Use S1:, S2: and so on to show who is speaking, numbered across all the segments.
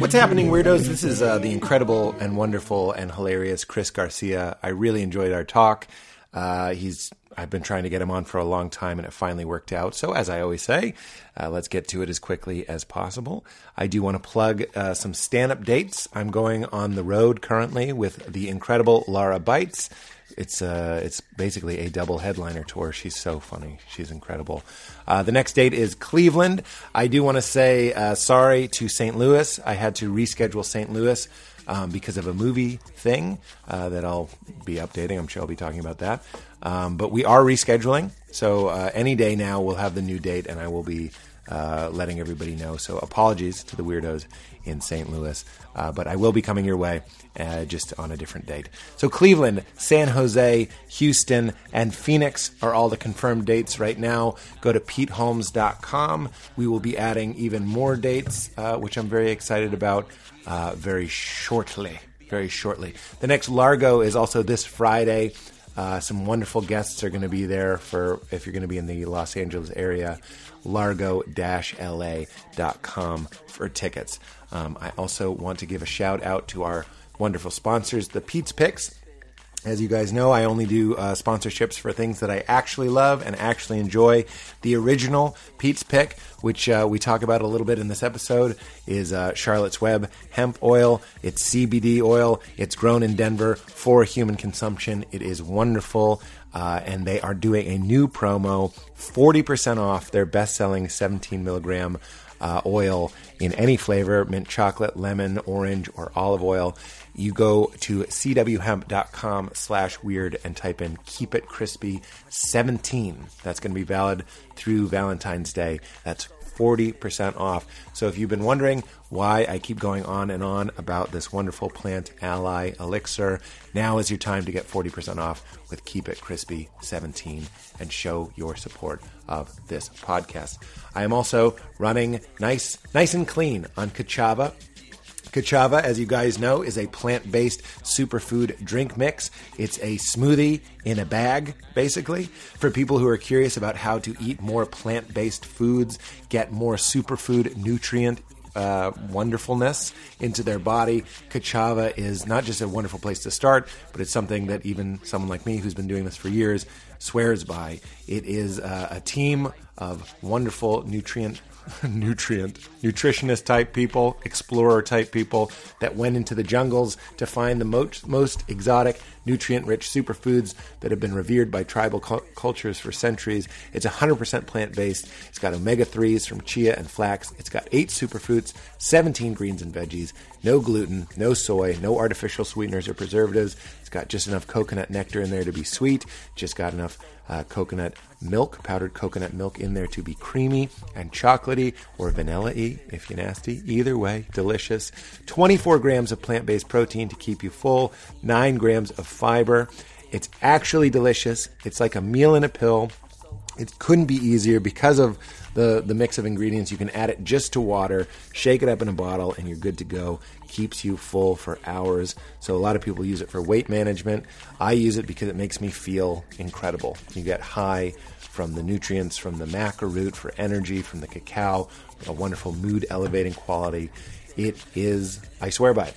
S1: What's happening, weirdos? This is uh, the incredible and wonderful and hilarious Chris Garcia. I really enjoyed our talk. Uh, he's I've been trying to get him on for a long time, and it finally worked out. So, as I always say, uh, let's get to it as quickly as possible. I do want to plug uh, some stand-up dates. I'm going on the road currently with the incredible Lara Bites. It's uh, it's basically a double headliner tour. She's so funny. She's incredible. Uh, the next date is Cleveland. I do want to say uh, sorry to St. Louis. I had to reschedule St. Louis um, because of a movie thing uh, that I'll be updating. I'm sure I'll be talking about that. Um, but we are rescheduling. So uh, any day now, we'll have the new date, and I will be uh, letting everybody know. So apologies to the weirdos in St. Louis, uh, but I will be coming your way uh, just on a different date. So Cleveland, San Jose, Houston, and Phoenix are all the confirmed dates right now. Go to PeteHolmes.com. We will be adding even more dates, uh, which I'm very excited about uh, very shortly. Very shortly. The next Largo is also this Friday. Uh, some wonderful guests are going to be there for if you're going to be in the Los Angeles area, largo la.com for tickets. Um, I also want to give a shout out to our wonderful sponsors, the Pete's Picks. As you guys know, I only do uh, sponsorships for things that I actually love and actually enjoy. The original Pete's Pick, which uh, we talk about a little bit in this episode, is uh, Charlotte's Web hemp oil. It's CBD oil. It's grown in Denver for human consumption. It is wonderful. Uh, and they are doing a new promo 40% off their best selling 17 milligram uh, oil in any flavor mint chocolate lemon orange or olive oil you go to cwhemp.com slash weird and type in keep it crispy 17 that's going to be valid through valentine's day that's 40% off. So if you've been wondering why I keep going on and on about this wonderful plant ally elixir, now is your time to get 40% off with Keep It Crispy 17 and show your support of this podcast. I am also running nice nice and clean on Kachava Kachava, as you guys know, is a plant based superfood drink mix. It's a smoothie in a bag, basically, for people who are curious about how to eat more plant based foods, get more superfood nutrient. Uh, wonderfulness into their body. Kachava is not just a wonderful place to start, but it's something that even someone like me, who's been doing this for years, swears by. It is uh, a team of wonderful nutrient nutrient nutritionist type people, explorer type people that went into the jungles to find the most, most exotic nutrient rich superfoods that have been revered by tribal cul- cultures for centuries. It's 100% plant based. It's got omega 3s from chia and flax. It's got eight superfruits, 17 greens and veggies, no gluten, no soy, no artificial sweeteners or preservatives. It's got just enough coconut nectar in there to be sweet, just got enough uh, coconut milk, powdered coconut milk in there to be creamy and chocolatey or vanilla y if you're nasty. Either way, delicious. 24 grams of plant based protein to keep you full, 9 grams of fiber. It's actually delicious. It's like a meal in a pill. It couldn't be easier because of the, the mix of ingredients. You can add it just to water, shake it up in a bottle, and you're good to go. Keeps you full for hours. So, a lot of people use it for weight management. I use it because it makes me feel incredible. You get high from the nutrients from the maca root for energy, from the cacao, a wonderful mood elevating quality. It is, I swear by it.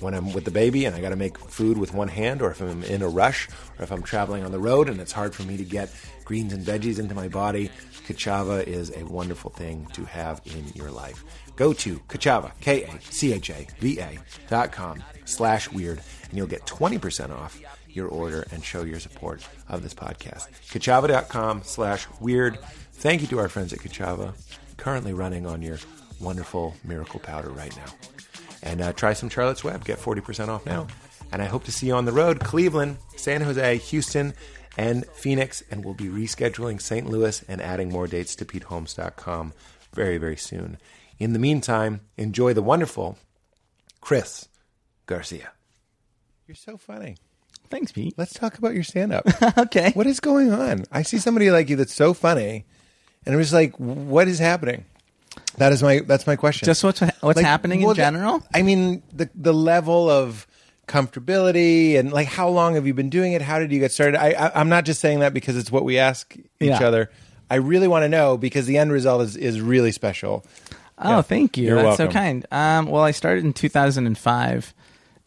S1: When I'm with the baby and I got to make food with one hand, or if I'm in a rush, or if I'm traveling on the road and it's hard for me to get greens and veggies into my body, Kachava is a wonderful thing to have in your life. Go to Kachava, K A C H A V A dot com slash weird, and you'll get 20% off your order and show your support of this podcast. Kachava.com slash weird. Thank you to our friends at Kachava, currently running on your wonderful miracle powder right now. And uh, try some Charlotte's Web, get 40% off now. And I hope to see you on the road Cleveland, San Jose, Houston, and Phoenix. And we'll be rescheduling St. Louis and adding more dates to PeteHolmes.com very, very soon. In the meantime, enjoy the wonderful Chris Garcia. You're so funny.
S2: Thanks, Pete.
S1: Let's talk about your stand up.
S2: Okay.
S1: what is going on? I see somebody like you that's so funny, and I'm just like, what is happening? That is my that's my question.
S2: Just what's what's
S1: Like,
S2: happening in
S1: well, the-
S2: general?
S1: I mean, the the level of comfortability and like how long have you been doing it? How did you get started? I, I I'm not just saying that because it's what we ask each
S2: Yeah.
S1: other. I really want to know because the end result is is really special.
S2: Oh, thank you.
S1: You're
S2: That's so
S1: welcome.
S2: kind. Um, well, I started in 2005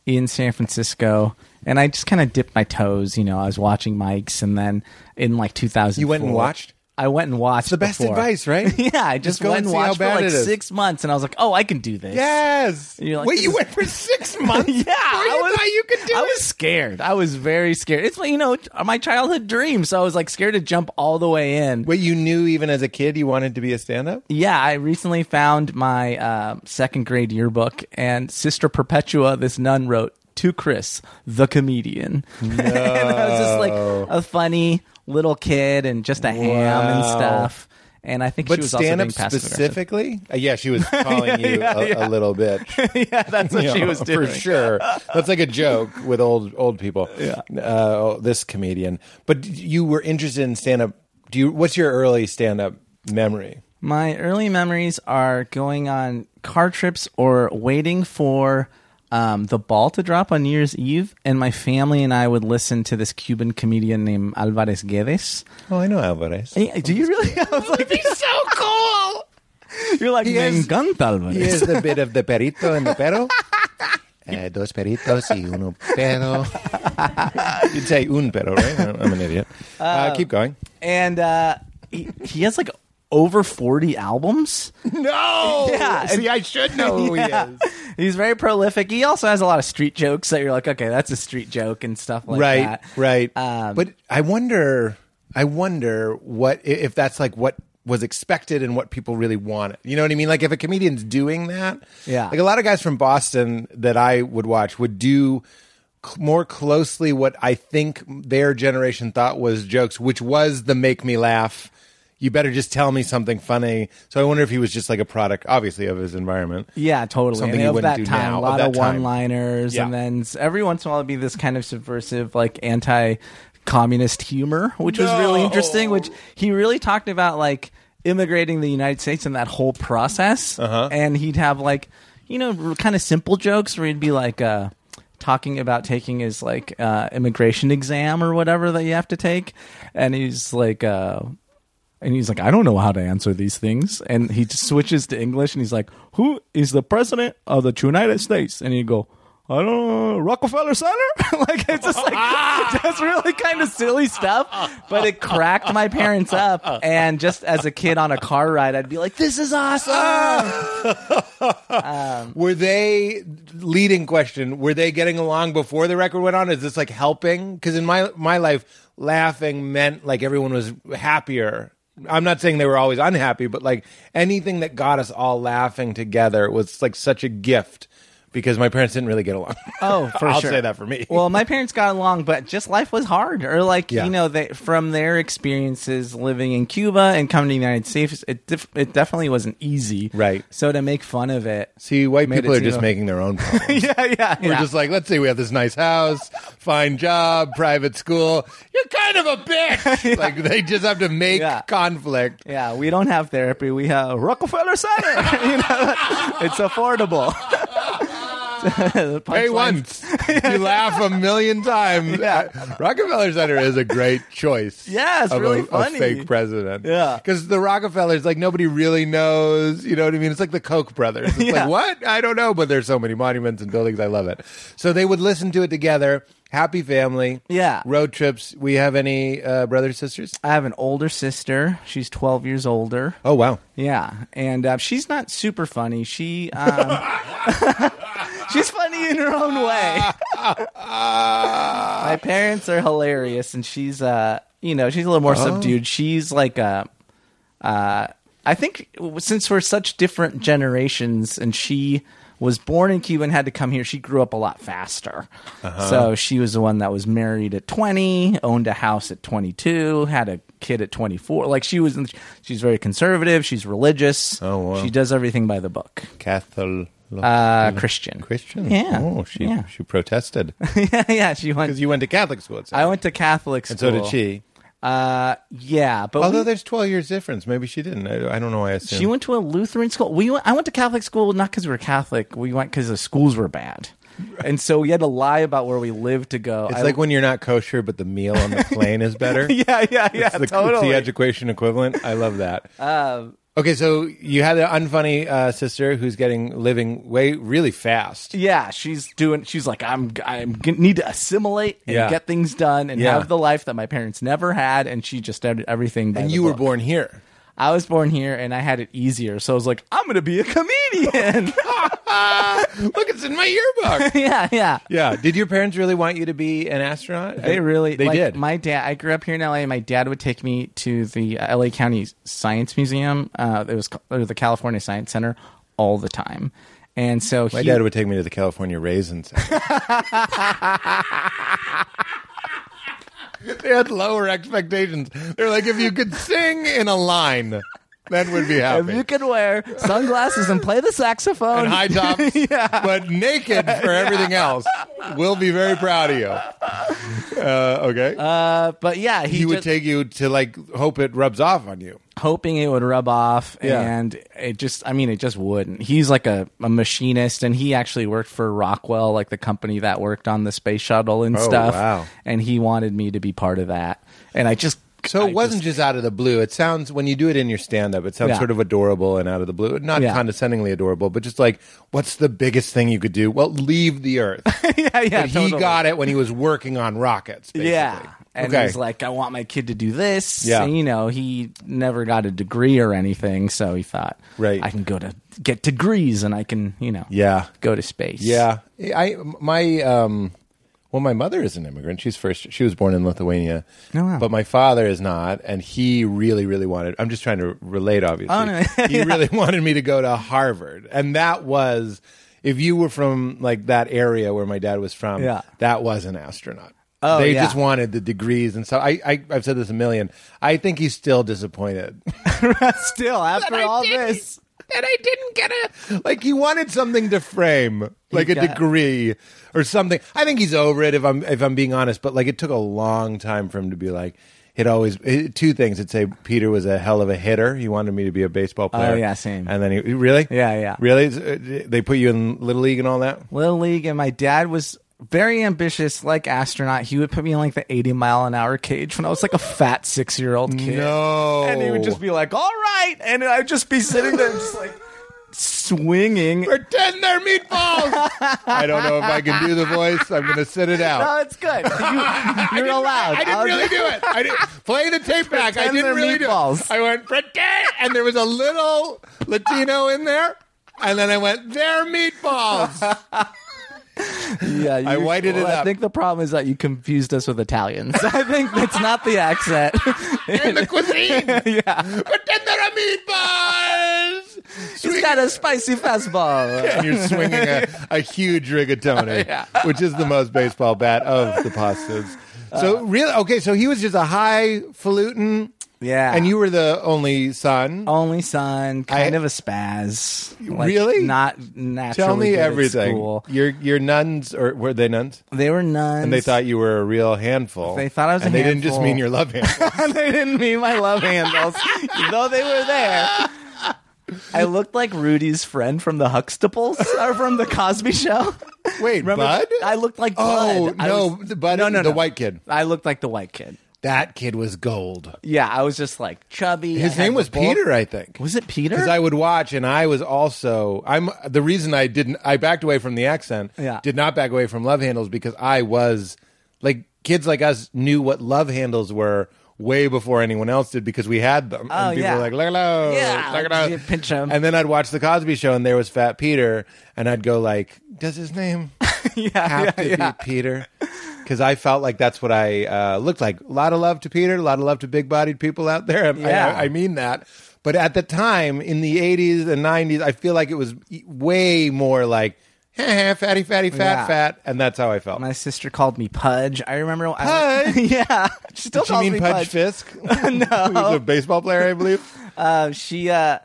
S2: in San Francisco, and I just kind of dipped my toes. You know, I was watching Mike's, and then in like 2000,
S1: You went and watched?
S2: I went and watched.
S1: the best
S2: before.
S1: advice, right?
S2: yeah, I just,
S1: Just go
S2: went
S1: and
S2: and
S1: see how
S2: watched for
S1: bad
S2: like
S1: it is.
S2: six months, and I was like, "Oh, I can do this."
S1: Yes.
S2: You're like,
S1: Wait,
S2: this
S1: you
S2: is-
S1: went for six months?
S2: Yeah,
S1: Where you thought you could do
S2: I
S1: it?
S2: was scared. I was very scared. It's like, you know my childhood dream, so I was like scared to jump all the way in.
S1: Wait, you knew even as a kid you wanted to be a stand-up?
S2: Yeah, I recently found my uh, second grade yearbook, and Sister Perpetua, this nun, wrote to Chris, the comedian. and I was just like a funny little kid and just a ham and
S1: Wow.
S2: stuff. And I think she
S1: But
S2: was also being
S1: stand-up
S2: passive aggressive.
S1: specifically? Uh, yeah, she was calling you
S2: yeah,
S1: a,
S2: yeah.
S1: a little bit.
S2: yeah, that's what she was doing.
S1: for sure. That's like a joke with old old people.
S2: Yeah.
S1: Uh, this comedian. But you were interested in stand-up. Do you? What's your early stand-up memory?
S2: My early memories are going on car trips or waiting for um, the ball to drop on New Year's Eve, and my family and I would listen to this Cuban comedian named Alvarez Guedes.
S1: Oh, I know Alvarez.
S2: Yeah, do you really? I was like,
S1: so cool.
S2: you're like, me
S1: is-
S2: encanta Alvarez.
S1: He is the bit of the perito and the pero. Uh, dos peritos y uno pero. You'd say un pero, right? I'm I'm an idiot. Uh, keep going.
S2: And uh, he, he has like over 40 albums.
S1: No.
S2: Yeah, and-
S1: I should know who
S2: Yeah. He's very prolific. He also has a lot of street jokes that you're like, okay, that's a street joke and stuff like
S1: right,
S2: that.
S1: Right.
S2: Um,
S1: but I wonder, I wonder what i- if that's like what was expected and what people really wanted. You know what I mean? Like if a comedian's doing that,
S2: Yeah.
S1: Like a lot of guys from Boston that I would watch would do cl- more closely what I think their generation thought was jokes, which was the make me laugh. You better just tell me something funny. So I wonder if he was just like a product, obviously, of his environment.
S2: Yeah, totally.
S1: Something
S2: and
S1: you
S2: of
S1: wouldn't
S2: that
S1: do
S2: time,
S1: now,
S2: a
S1: of
S2: lot
S1: that
S2: of
S1: time.
S2: one-liners,
S1: Yeah.
S2: and then s- every once in a while it'd be this kind of subversive, like anti-communist humor, which was really
S1: No.
S2: interesting. Which he really talked about, like immigrating the United States and that whole process. Uh-huh. And he'd have like, you know, kind of simple jokes where he'd be like. Uh, talking about taking his like uh, immigration exam or whatever that you have to take and he's like uh, and he's like, I don't know how to answer these things. And he just switches to English and he's like, Who is the president of the United States? And you go, I don't know, Rockefeller Center? like, it's just like, that's really kind of silly stuff. But it cracked my parents up. And just as a kid on a car ride, I'd be like, This is awesome.
S1: Were they leading question? Were they getting along before the record went on? Is this like helping? Because in my my life, laughing meant like everyone was happier. I'm not saying they were always unhappy, but like anything that got us all laughing together was like such a gift because my parents didn't really get along.
S2: Oh, for
S1: I'll
S2: sure.
S1: say that for me.
S2: Well, my parents got along, but just life was hard. Or like
S1: Yeah.
S2: you know, they, from their experiences living in Cuba and coming to the United States, it def- it definitely wasn't easy.
S1: Right.
S2: So to make fun of it,
S1: See, white
S2: Made
S1: people
S2: it
S1: are
S2: to
S1: just
S2: the-
S1: making their own problems.
S2: yeah, yeah,
S1: We're
S2: yeah.
S1: just like, let's say we have this nice house, fine job, private school. You're kind of a bitch. Like they just have to make
S2: Yeah.
S1: conflict.
S2: yeah, we don't have therapy. We have Rockefeller Center. you know, it's affordable. The
S1: Pay
S2: punchline-
S1: once. you laugh a million times.
S2: Yeah.
S1: Uh, Rockefeller Center is a great choice.
S2: Yeah, it's
S1: of a-
S2: really
S1: a
S2: funny.
S1: fake president.
S2: Yeah.
S1: Because the Rockefellers, like, nobody really knows. You know what I mean? It's like the Koch brothers. It's
S2: Yeah.
S1: like, what? I don't know, but there's so many monuments and buildings. I love it. So they would listen to it together. Happy family.
S2: Yeah.
S1: Road trips. We have any uh, brothers, sisters?
S2: I have an older sister. She's twelve years older.
S1: Oh, wow.
S2: Yeah, and uh, she's not super funny. She um, she's funny in her own way. My parents are hilarious, and she's uh, you know, she's a little
S1: Oh.
S2: more subdued. She's like a, uh, I think since we're such different generations, and she was born in Cuba and had to come here, she grew up a lot faster.
S1: Uh-huh.
S2: So she was the one that was married at twenty, owned a house at twenty-two, had a kid at twenty-four. Like she was, she's very conservative. She's religious.
S1: Oh, wow.
S2: she does everything by the book.
S1: Catholic.
S2: Uh, Christian.
S1: Mm. Christian?
S2: Yeah.
S1: Oh, she,
S2: Yeah.
S1: she protested.
S2: yeah, yeah. She went.
S1: Because you went to Catholic school. It sounds
S2: I went to Catholic
S1: And
S2: school.
S1: so did she.
S2: Uh, yeah, but
S1: Although
S2: we-
S1: there's 12 years difference, maybe she didn't. I, I don't know why I assumed.
S2: she went to a Lutheran school. We went, I went to Catholic school not because we were Catholic. We went because the schools were bad, and so we had to lie about where we lived to go.
S1: it's
S2: I-
S1: like when you're not kosher, but the meal on the plane is better.
S2: yeah, yeah, yeah,
S1: it's the, it's
S2: totally. Um,
S1: the education equivalent. I love that. Okay, so you had an unfunny uh, sister who's getting living way really fast.
S2: Yeah, she's doing. She's like, I'm. I need to assimilate and
S1: Yeah.
S2: get things done and
S1: Yeah.
S2: have the life that my parents never had. And she just did everything. by
S1: And
S2: the
S1: you were
S2: book.
S1: born here.
S2: I was born here, and I had it easier. So I was like, I'm going to be a comedian.
S1: Look, it's in my yearbook.
S2: yeah, yeah.
S1: yeah. Did your parents really want you to be an astronaut?
S2: They really.
S1: They
S2: like,
S1: did.
S2: My dad. I grew up here in LA. and My dad would take me to the uh, LA County Science Museum. Uh, it was ca- or the California Science Center all the time. And so
S1: my
S2: he,
S1: dad would take me to the California Raisins. they had lower expectations. They're like, if you could sing in a line, that would be happy.
S2: if you could wear sunglasses and play the saxophone,
S1: and high tops, but naked for everything else. We'll be very proud of you. Uh, okay.
S2: uh, but yeah, he,
S1: he would
S2: just-
S1: take you to like hope it rubs off on you.
S2: hoping it would rub off
S1: Yeah.
S2: and it just i mean it just wouldn't he's like a, a machinist and he actually worked for rockwell like the company that worked on the space shuttle and
S1: Oh,
S2: stuff
S1: wow.
S2: and he wanted me to be part of that and i just
S1: So it
S2: I
S1: wasn't just, out of the blue. It sounds when you do it in your stand up, it sounds
S2: Yeah.
S1: sort of adorable and out of the blue. Not
S2: Yeah.
S1: condescendingly adorable, but just like what's the biggest thing you could do? Well, leave the earth.
S2: just, yeah yeah
S1: but he
S2: totally.
S1: got it when he was working on rockets, basically.
S2: yeah and
S1: okay.
S2: he's like i want my kid to do this
S1: Yeah.
S2: and, you know he never got a degree or anything so he thought
S1: Right.
S2: i can go to get degrees and i can you know
S1: Yeah.
S2: go to space
S1: Yeah, I my um, well, my mother is an immigrant. She's first. She was born in Lithuania.
S2: Oh, wow.
S1: But my father is not, and he really, really wanted. I'm just trying to relate, obviously.
S2: Oh, no.
S1: he really wanted me to go to Harvard, and that was if you were from like that area where my dad was from.
S2: Yeah.
S1: that was an astronaut.
S2: Oh,
S1: they
S2: yeah.
S1: just wanted the degrees and stuff. I, I I've said this a million. I think he's still disappointed
S2: still after
S1: I
S2: all
S1: didn't-
S2: this
S1: that I didn't get a like he wanted something to frame like a
S2: got-
S1: degree or something. I think he's over it if I'm if I'm being honest, but like it took a long time for him to be like it always it, two things. It'd say Peter was a hell of a hitter. He wanted me to be a baseball player.
S2: Oh, yeah, same.
S1: And then he really,
S2: Yeah, yeah.
S1: really. Uh, They put you in little league and all that.
S2: little league and my dad was very ambitious like astronaut he would put me in like the 80 mile an hour cage when i was like a fat six year old kid
S1: No,
S2: and he would just be like all right and i'd just be sitting there just like swinging
S1: pretend they're meatballs. I don't know if I can do the voice. I'm going to sit it out.
S2: no it's good you, you're allowed
S1: I didn't
S2: I'll-
S1: really do it. I did play the tape back. I
S2: Pretend
S1: didn't
S2: they're
S1: really do
S2: meatballs.
S1: it. I went pretend, and there was a little Latino in there, and then I went they're meatballs.
S2: yeah
S1: I
S2: you-
S1: whited it
S2: well, i
S1: up.
S2: think the problem is that you confused us with italians i think that's not the accent
S1: in the cuisine. yeah, pretend they're meatballs.
S2: he's got a spicy fastball
S1: and you're swinging a, a huge rigatoni, which is the most baseball bat of the pastas. So really, okay. So he was just a highfalutin,
S2: yeah
S1: and you were the only son.
S2: only son, kind
S1: I-
S2: of a spaz. Like,
S1: Really?
S2: Not naturally.
S1: Tell me
S2: good at
S1: everything.
S2: school.
S1: Your your nuns or were they nuns?
S2: They were nuns.
S1: And they thought you were a real handful.
S2: They thought I was
S1: And
S2: a
S1: they didn't just
S2: handful.
S1: mean your love handful.
S2: they didn't mean my love handles, though they were there. I looked like Rudy's friend from the Huxtables or from the Cosby Show.
S1: Wait, Bud?
S2: I looked like
S1: oh
S2: Bud. I
S1: no,
S2: was-
S1: the Bud,
S2: no, no,
S1: the
S2: no.
S1: white kid.
S2: I looked like the white kid.
S1: That kid was gold.
S2: Yeah, I was just like chubby. I
S1: His
S2: had
S1: name
S2: the
S1: was
S2: bulk-
S1: Peter, I think.
S2: Was it
S1: Because
S2: Peter?
S1: I would watch, and I was also I'm the reason I didn't I backed away from the accent.
S2: Yeah.
S1: Did not back away from love handles because I was like kids like us knew what love handles were way before anyone else did because we had them.
S2: Oh,
S1: and people
S2: yeah.
S1: were like, look at those,
S2: Yeah,
S1: look at
S2: you
S1: those.
S2: pinch 'em.
S1: And then I'd watch the Cosby Show, and there was Fat Peter, and I'd go like, does his name
S2: yeah,
S1: have
S2: yeah,
S1: to
S2: yeah.
S1: be Peter? Because I felt like that's what I uh, looked like. A lot of love to Peter, a lot of love to big bodied people out there. I, I-
S2: Yeah.
S1: I, mean that. But at the time, in the 80s and 90s, I feel like it was e- way more like, heh, heh, fatty, fatty, fat,
S2: Yeah.
S1: fat. And that's how I felt.
S2: My sister called me Pudge. I remember. I,
S1: Pudge?
S2: yeah, she still
S1: Did she
S2: calls
S1: mean
S2: me
S1: Pudge,
S2: Pudge.
S1: Fisk? no. Who was a baseball player, I believe.
S2: Uh, she, uh,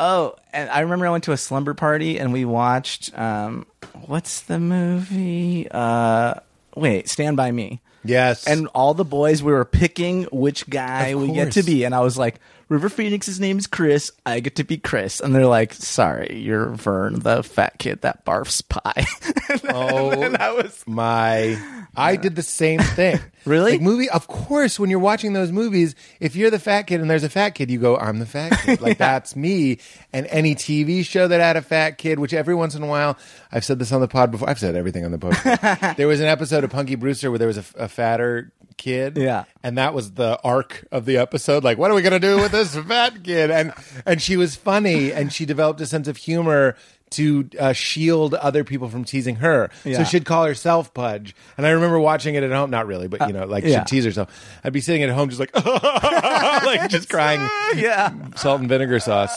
S2: oh, and I remember I went to a slumber party and we watched, um, what's the movie? Uh, wait, Stand By Me.
S1: Yes.
S2: And all the boys, we were picking which guy
S1: Of
S2: we get
S1: course.
S2: to be. And I was like, River Phoenix's name is Chris. I get to be Chris. And they're like, sorry, you're Vern, the fat kid that barfs pie.
S1: Oh,
S2: that was
S1: my I did the same thing.
S2: Really?
S1: Like movie of course when you're watching those movies, if you're the fat kid and there's a fat kid, you go, I'm the fat kid. Like that's me. And any TV show that had a fat kid, which every once in a while I've said this on the pod before. I've said everything on the pod. there was an episode of Punky Brewster where there was a, a fatter kid.
S2: Yeah.
S1: And that was the arc of the episode. Like, what are we gonna do with this fat kid? And and she was funny and she developed a sense of humor to uh, shield other people from teasing her.
S2: Yeah.
S1: So she'd call herself Pudge. And I remember watching it at home, not really, but you know, like
S2: yeah.
S1: she'd tease herself. I'd be sitting at home just like, like just crying
S2: yeah.
S1: salt and vinegar sauce.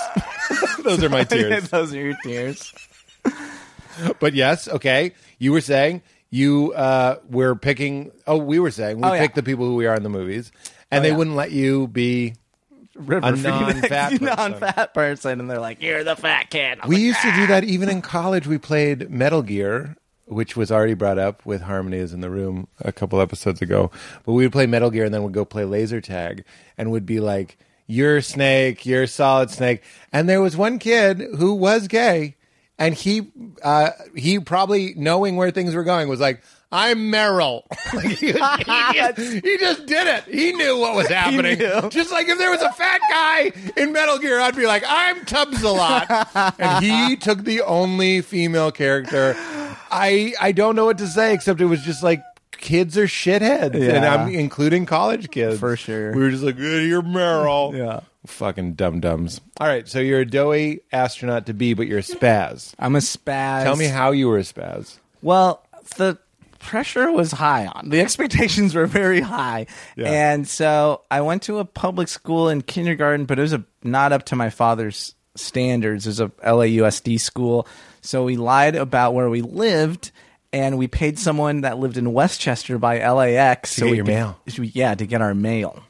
S1: Those are my tears.
S2: Those are your tears.
S1: But yes, okay. You were saying you uh, were picking, oh, we were saying we
S2: Oh, yeah.
S1: picked the people who we are in the movives, and
S2: Oh,
S1: they
S2: yeah.
S1: wouldn't let you be.
S2: River
S1: A
S2: Phoenix,
S1: non-fat person.
S2: non-fat person, and they're like, "You're the fat kid." I'm
S1: We
S2: like, "Ah."
S1: used to do that even in college. We played Metal Gear, which was already brought up with Harmony is in the room a couple episodes ago. But we would play Metal Gear and then we'd go play laser tag and would be like, You're Snake, you're Solid Snake. And there was one kid who was gay and he uh, he probably knowing where things were going was like I'm Merrill. Like, he, he just, he just did it. He knew what was happening.
S2: knew.
S1: Just like if there was a fat guy in Metal Gear, I'd be like, I'm Tubbs a lot. and he took the only female character. I I don't know what to say except it was just like kids are shitheads, and
S2: Yeah.
S1: I'm including college kids
S2: For sure.
S1: We were just like, "Eh, you're Merrill.
S2: Yeah.
S1: Fucking dum dums. All right, so you're a doughy astronaut to be, but you're a spaz.
S2: I'm a spaz.
S1: Tell me how you were a spaz.
S2: Well, the pressure was high on. The expectations were very high.
S1: Yeah.
S2: And so I went to a public school in kindergarten, but it was a, not up to my father's standards. It was a LAUSD school. So we lied about where we lived and we paid someone that lived in Westchester by LAX to
S1: get your mail.
S2: Yeah, to get our mail.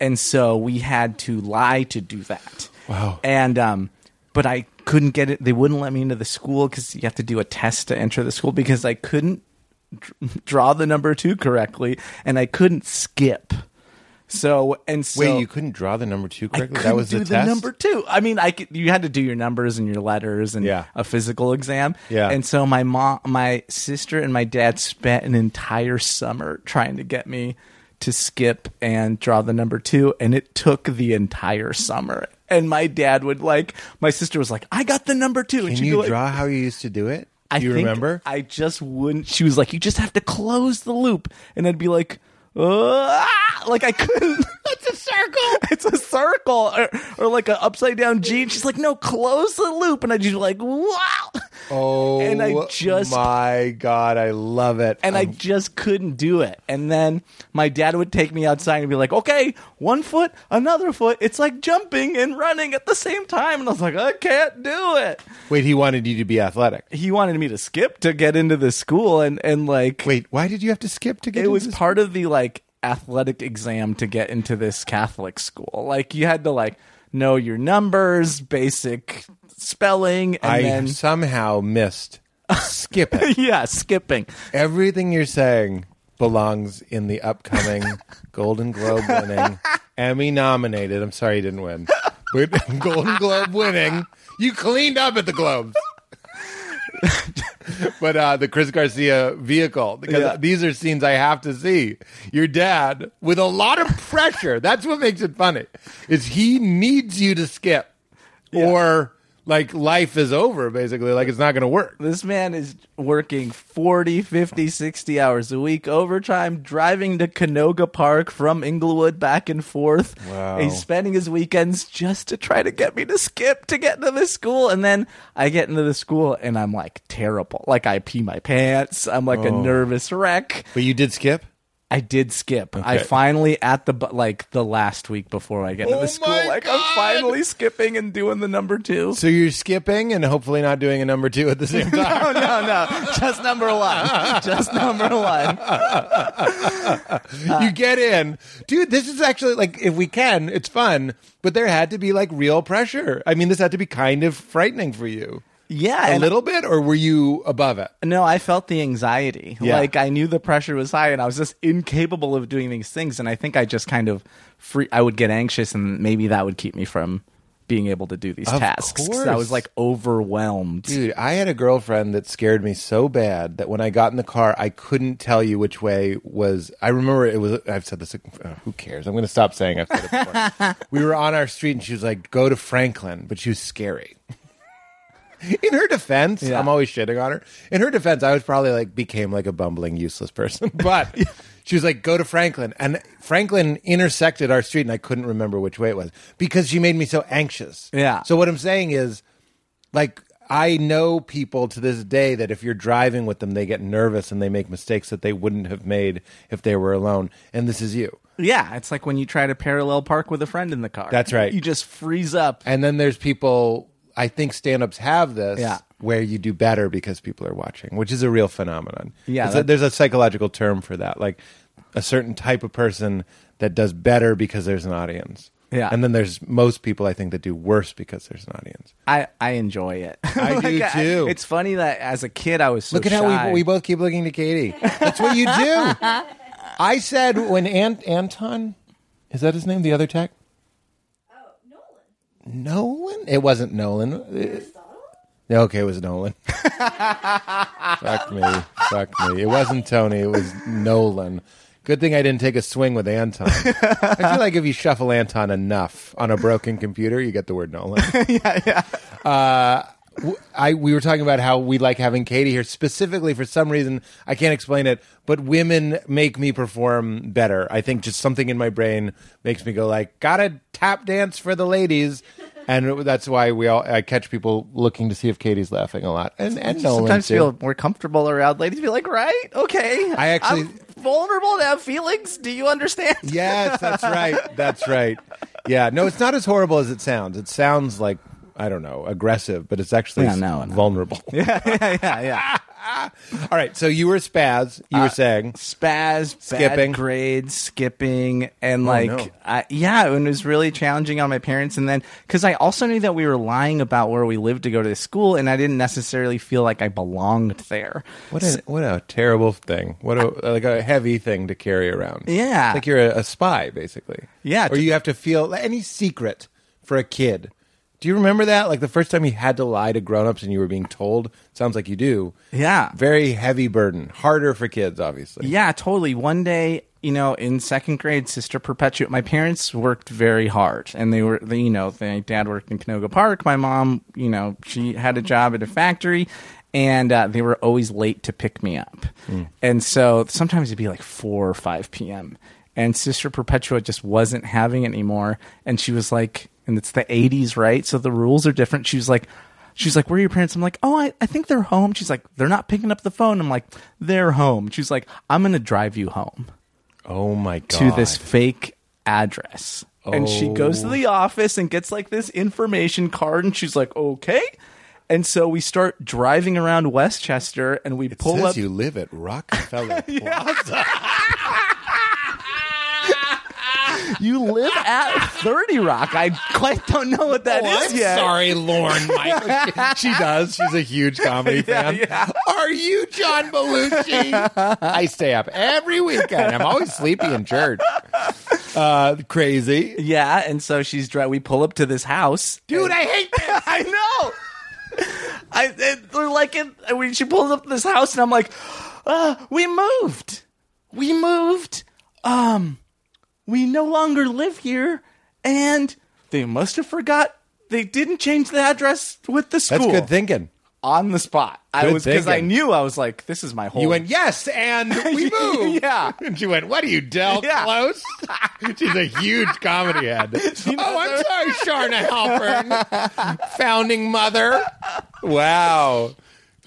S2: And so we had to lie to do that.
S1: Wow.
S2: And um, but I couldn't get it. They wouldn't let me into the school because you have to do a test to enter the school because I couldn't dr- draw the number two correctly and I couldn't skip. So and so.
S1: Wait, you couldn't draw the number two
S2: I
S1: correctly? That
S2: couldn't
S1: was
S2: do
S1: the test.
S2: number two. I mean, I could, you had to do your numbers and your letters and
S1: Yeah.
S2: a physical exam.
S1: Yeah.
S2: And so my mom, my sister, and my dad spent an entire summer trying to get me to skip and draw the number two, and it took the entire summer. And my dad would like, my sister was like, "I got the number two. and
S1: Can
S2: she'd
S1: you
S2: be like,
S1: draw how you used to do it?
S2: I
S1: Do you
S2: think
S1: remember?
S2: I just wouldn't. She was like, "You just have to close the loop," and I'd be like, "Ah!" like I couldn't. it's a circle. It's a circle, or, or like an upside down G. And she's like, "No, close the loop," and I just like, "Wow!"
S1: Oh,
S2: and I just
S1: my god, I love it. Um,
S2: and I just couldn't do it. And then my dad would take me outside and be like, "Okay, one foot, another foot. It's like jumping and running at the same time." And I was like, "I can't do it."
S1: wait. He wanted you to be athletic.
S2: He wanted me to skip to get into the school, and and like
S1: Wait, why did you have to skip to get?
S2: it
S1: into
S2: was
S1: this?
S2: part of the like athletic exam to get into this Catholic school. Like you had to like know your numbers, basic spelling, and
S1: I
S2: then
S1: somehow missed skip it.
S2: yeah, skipping.
S1: Everything you're saying belongs in the upcoming Golden Globe winning, Emmy nominated. I'm sorry you didn't win, but Golden Globe winning. You cleaned up at the Globes. but uh, the Chris Garcia vehicle, because
S2: Yeah.
S1: these are scenes I have to see. Your dad, with a lot of pressure, that's what makes it funny, is he needs you to skip or like life is over, basically. Like it's not going to work.
S2: This man is working 40, 50, 60 hours a week, overtime, driving to Canoga Park from Inglewood back and forth.
S1: Wow.
S2: He's spending his weekends just to try to get me to skip to get into this school. And then I get into the school and I'm like terrible. Like I pee my pants. I'm like a
S1: Oh.
S2: nervous wreck.
S1: But you did skip?
S2: I did skip. I finally at the bu- like the last week before I get into
S1: Oh
S2: the school,
S1: my
S2: like
S1: God!
S2: I'm finally skipping and doing the number two.
S1: So you're skipping and hopefully not doing a number two at the same time.
S2: No, no, no, just number one, just number one.
S1: you get in, dude. This is actually like if we can, it's fun. But there had to be like real pressure. I mean, this had to be kind of frightening for you.
S2: Yeah,
S1: a
S2: and-
S1: little bit, or were you above it?
S2: No, I felt the anxiety.
S1: Yeah.
S2: Like I knew the pressure was high, and I was just incapable of doing these things. And I think I just kind of free. I would get anxious, and maybe that would keep me from being able to do these
S1: Of
S2: tasks. 'cause I
S1: course.
S2: was like overwhelmed.
S1: Dude, I had a girlfriend that scared me so bad that when I got in the car, I couldn't tell you which way was. I remember it was. I've said this. Uh, who cares? I'm going to stop saying I've said it before. we were on our street, and she was like, "Go to Franklin," but she was scary. In her defense,
S2: Yeah.
S1: I'm always shitting on her. In her defense, I was probably like became like a bumbling, useless person. But she was like, "Go to Franklin," and Franklin intersected our street, and I couldn't remember which way it was because she made me so anxious.
S2: Yeah.
S1: So what I'm saying is like I know people to this day that if you're driving with them, they get nervous and they make mistakes that they wouldn't have made if they were alone. And this is you.
S2: Yeah, it's like when you try to parallel park with a friend in the car.
S1: That's right.
S2: You just freeze up.
S1: And then there's people. I think stand-ups have this
S2: Yeah.
S1: where you do better because people are watching, which is a real phenomenon.
S2: Yeah,
S1: It's a-
S2: that-
S1: there's a psychological term for that, like a certain type of person that does better because there's an audience.
S2: Yeah.
S1: and then there's most people I think that do worse because there's an audience.
S2: I, I enjoy it.
S1: I do, too.
S2: it's funny that as a kid I was so
S1: Look at how
S2: shy.
S1: we, we both keep looking to Katie. That's what you do. I said when Ant- Anton, is that his name? The other tech?
S3: Oh, Nolan.
S1: Nolan? It wasn't Nolan. Uh, Okay, it was Nolan. Fuck me. Fuck me. It wasn't Tony. It was Nolan. Good thing I didn't take a swing with Anton. I feel like if you shuffle Anton enough on a broken computer, you get the word Nolan. yeah, yeah. Uh, w- I we were talking about how we like having Katie here specifically for some reason I can't explain it, but women make me perform better. I think just something in my brain makes me go like, gotta tap dance for the ladies, and that's why we all I catch people looking to see if Katie's laughing a lot, and and Nolan
S2: sometimes
S1: too.
S2: feel more comfortable around ladies. Be like, right? Okay.
S1: I actually-
S2: I'm vulnerable to have feelings. Do you understand?
S1: Yes, that's right. That's right. Yeah. No, it's not as horrible as it sounds. It sounds like I don't know, aggressive, but it's actually
S2: Yeah, no, no.
S1: vulnerable.
S2: yeah, yeah, yeah, yeah.
S1: All right. So you were spaz. You
S2: Uh,
S1: were saying Skipping.
S2: Spaz,
S1: Oh,
S2: skipping grades, skipping, and like,
S1: no.
S2: I, yeah, and it was really challenging on my parents. And then because I also knew that we were lying about where we lived to go to this school, and I didn't necessarily feel like I belonged there.
S1: what a what a terrible thing. What a like a heavy thing to carry around.
S2: Yeah.
S1: It's like you're a, a spy basically.
S2: Yeah,
S1: Or
S2: t-
S1: you have to feel any secret for a kid. Do you remember that? Like the first time you had to lie to grown-ups and you were being told. Sounds like you do.
S2: Yeah.
S1: Very heavy burden. Harder for kids, obviously.
S2: Yeah, totally. One day, you know, in second grade, Sister Perpetua, my parents worked very hard, and they were, they, you know, my dad worked in Canoga Park. My mom, you know, she had a job at a factory, and uh, they were always late to pick me up, and so sometimes it'd be like four or five p.m. And Sister Perpetua just wasn't having it anymore, and she was like, and it's the '80s, right? So the rules are different. She was like. She's like, Where are your parents? I'm like, Oh, I, I think they're home. She's like, They're not picking up the phone. I'm like, They're home. She's like, I'm going to drive you home
S1: Oh my god.
S2: to this fake address. And she goes to
S1: Oh.
S2: the office and gets like this information card. And she's like, Okay. And so we start driving around Westchester and we pull
S1: Says
S2: up.
S1: you live at Rockefeller
S2: You live at 30 Rock. I quite don't know what that is yet.
S1: Oh, sorry, Lauren Michael. she does. She's a huge comedy fan. Are you John Belushi? I stay up every weekend. I'm always sleepy in church. Uh, crazy.
S2: Yeah. And so she's dri We pull up to this house.
S1: Dude, I hate this.
S2: I know. I it, they're like it, when she pulls up to this house and I'm like, uh, we moved, we moved, um, we no longer live here, and they must have forgot they didn't change the address with the school.
S1: That's good thinking.
S2: On the spot, I
S1: Good
S2: was because I
S1: thinking.
S2: knew I was like, this is my whole.
S1: You went, yes, and we moved.
S2: Yeah.
S1: And she went, what are you, Del
S2: Yeah.
S1: Close? She's a huge comedy head. oh, I'm sorry, Sharna Halpern, founding mother. Wow.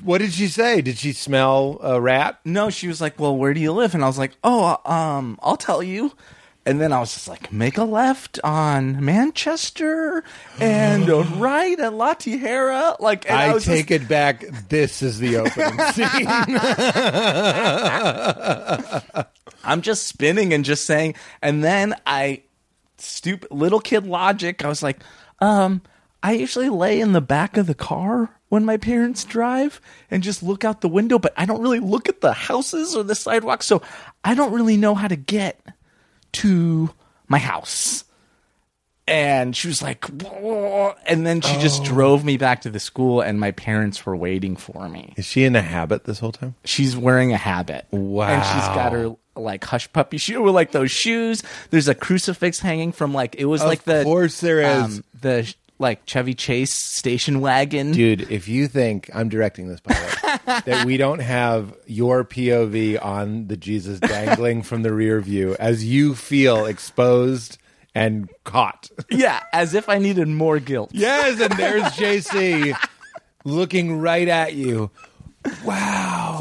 S1: What did she say? Did she smell a rat?
S2: no, she was like, "Well, where do you live?" And I was like, "Oh, um, I'll tell you." And then I was just like, "Make a left on Manchester and a right at La Tijera." Like, and I,
S1: I
S2: was
S1: take
S2: just,
S1: it back. This is the opening scene.
S2: I'm just spinning and just saying. And then I, stupid little kid logic, I was like, "Um, I usually lay in the back of the car." when my parents drive and just look out the window, but I don't really look at the houses or the sidewalk, so I don't really know how to get to my house. And she was like, "Whoa," and then she just drove me back to the school, and my parents were waiting for me.
S1: Is she in a habit this whole time?
S2: She's wearing a habit. And she's got her like hush puppy shoe with like those shoes. There's a crucifix hanging from like it was like the
S1: of course there is.
S2: um, the like Chevy Chase station wagon.
S1: Dude, if you think I'm directing this pilot, that we don't have your POV on the Jesus dangling from the rear view as you feel exposed and caught.
S2: Yeah, as if I needed more guilt.
S1: Yes, and there's JC looking right at you. Oh.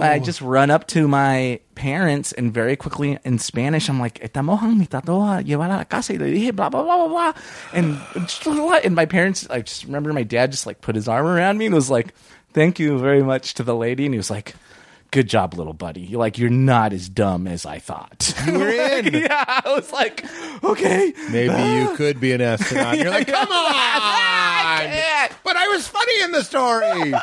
S2: I just run up to my parents and very quickly in Spanish, I'm like, "Estamos a mitad a llevar a la casa." Y le dije, blah blah blah blah blah, and just blah, blah, blah. and my parents. I just remember my dad just like put his arm around me and was like, "Thank you very much" to the lady, and he was like. Good job, little buddy. You're like you're not as dumb as I thought.
S1: You're in.
S2: yeah, I was like, okay,
S1: Maybe you could be an astronaut. You're like, come
S2: I
S1: on!
S2: can't.
S1: But I was funny in the story.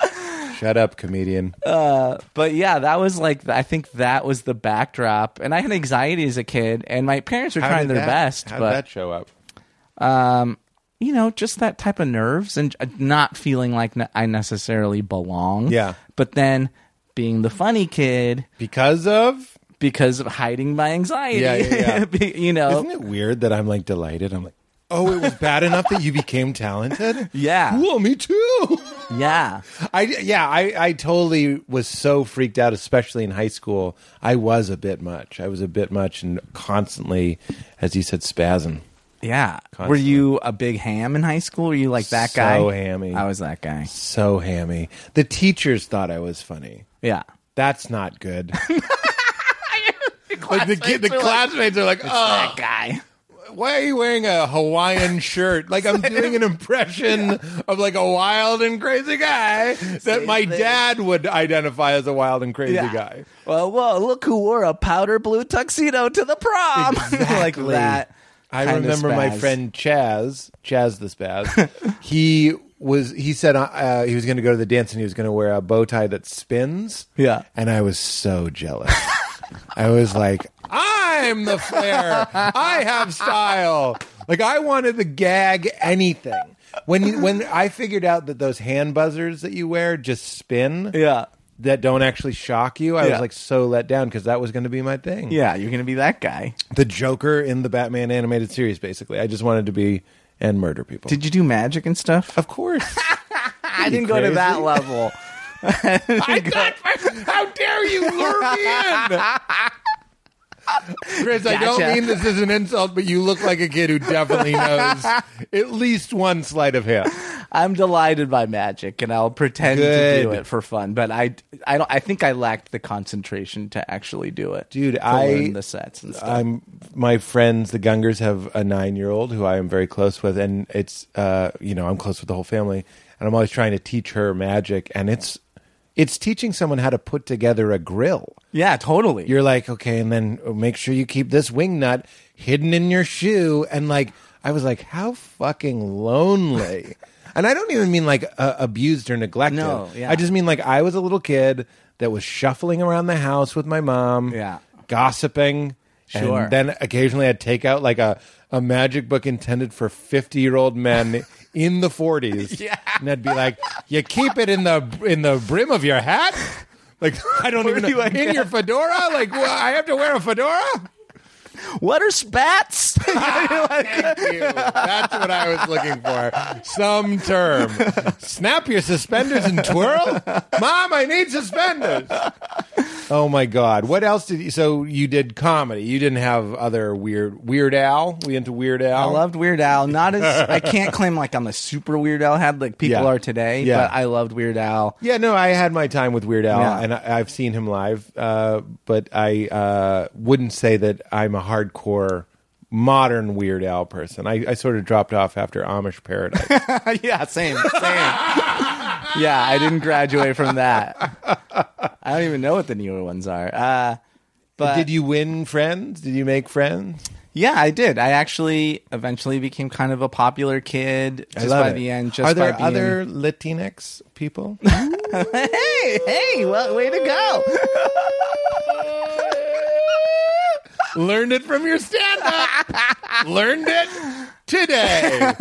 S1: Shut up, comedian.
S2: but yeah, that was like I think that was the backdrop, and I had anxiety as a kid, and my parents were
S1: How
S2: trying
S1: did
S2: their
S1: that-
S2: best,
S1: How did
S2: but
S1: that show up?
S2: you know, just that type of nerves and uh, not feeling like ne- I necessarily belong.
S1: Yeah.
S2: but then being the funny kid
S1: Because of?
S2: because of hiding my anxiety.
S1: Yeah, yeah, yeah.
S2: Be- you know,
S1: Isn't it weird that I'm like delighted? I'm like, oh, it was bad enough that you became talented?
S2: Yeah.
S1: Cool, me too.
S2: yeah.
S1: I, yeah, I, I totally was so freaked out, especially in high school. I was a bit much. I was a bit much and constantly, as you said, spasm.
S2: Yeah. Were you a big ham in high school? Were you like that
S1: So
S2: guy?
S1: hammy.
S2: I was that guy.
S1: So hammy. The teachers thought I was funny.
S2: Yeah.
S1: That's not good. like the kid, the
S2: are like,
S1: classmates are like, oh,
S2: That guy.
S1: why are you wearing a Hawaiian shirt? Like I'm doing an impression of like a wild and crazy guy that my
S2: thing.
S1: dad would identify as a wild and crazy guy.
S2: Well, whoa, look who wore a powder blue tuxedo to the prom. like that.
S1: I
S2: kind of
S1: remember my
S2: spaz.
S1: friend Chaz, Chaz the Spaz. he was he said uh, he was going to go to the dance and he was going to wear a bow tie that spins.
S2: Yeah.
S1: and I was so jealous. I was like, I'm the flair. I have style. Like I wanted the gag anything. When you, when I figured out that those hand buzzers that you wear just spin.
S2: Yeah.
S1: That don't actually shock you. I
S2: Yeah.
S1: was like so let down because that was going to be my thing
S2: Yeah, you're going to be that guy.
S1: the Joker in the Batman animated series. Basically, I just wanted to be and murder people.
S2: Did you do magic and stuff?
S1: of course,
S2: I didn't go to that level.
S1: I got. How dare you lure me in? Chris, I
S2: Gotcha.
S1: don't mean this as an insult, but you look like a kid who definitely knows at least one sleight of hand.
S2: I'm delighted by magic, and I'll pretend to do
S1: Good.
S2: it for fun. But I, I don't. I think I lacked the concentration to actually do it,
S1: Dude,
S2: To
S1: I-
S2: learn the sets and stuff.
S1: I'm my friends, the Gungers, have a nine-year-old who I am very close with, and it's uh, you know I'm close with the whole family, and I'm always trying to teach her magic, and it's it's teaching someone how to put together a grill.
S2: yeah, totally.
S1: you're like, okay, and then make sure you keep this wing nut hidden in your shoe. And like, I was like, how fucking lonely. and I don't even mean like uh, abused or neglected.
S2: No, yeah.
S1: I just mean like I was a little kid that was shuffling around the house with my mom,
S2: Yeah.
S1: gossiping.
S2: Sure.
S1: And then occasionally I'd take out like a, a magic book intended for 50 year old men in the 40s. Yeah. And I'd be like, you keep it in the in the brim of your hat? Like, I don't even
S2: do
S1: know.
S2: I
S1: In your fedora? Like, wha- I have to wear a fedora?
S2: what are spats?
S1: Thank you. That's what I was looking for. Some term. Snap your suspenders and twirl? Mom, I need suspenders. Oh my God. What else did you? So you did comedy. You didn't have other weird, Weird Al? We into Weird
S2: I
S1: Al?
S2: loved Weird Al. Not as I can't claim like I'm a super Weird Al had like people
S1: Yeah.
S2: are today,
S1: Yeah.
S2: but I loved Weird Al.
S1: Yeah, no, I had my time with Weird Al,
S2: Yeah.
S1: and I, I've seen him live, uh, but I uh, wouldn't say that I'm a hardcore modern Weird Al person. I, I sort of dropped off after Amish Paradise.
S2: yeah, same, same. yeah, I didn't graduate from that. I don't even know what the newer ones are. Uh, but
S1: Did you win friends? Did you make friends?
S2: Yeah, I did. I actually eventually became kind of a popular kid just by the end. Just
S1: Are there
S2: by being...
S1: other Latinx people?
S2: Hey, hey, well, way to go!
S1: Learned it from your stand up. Learned it today.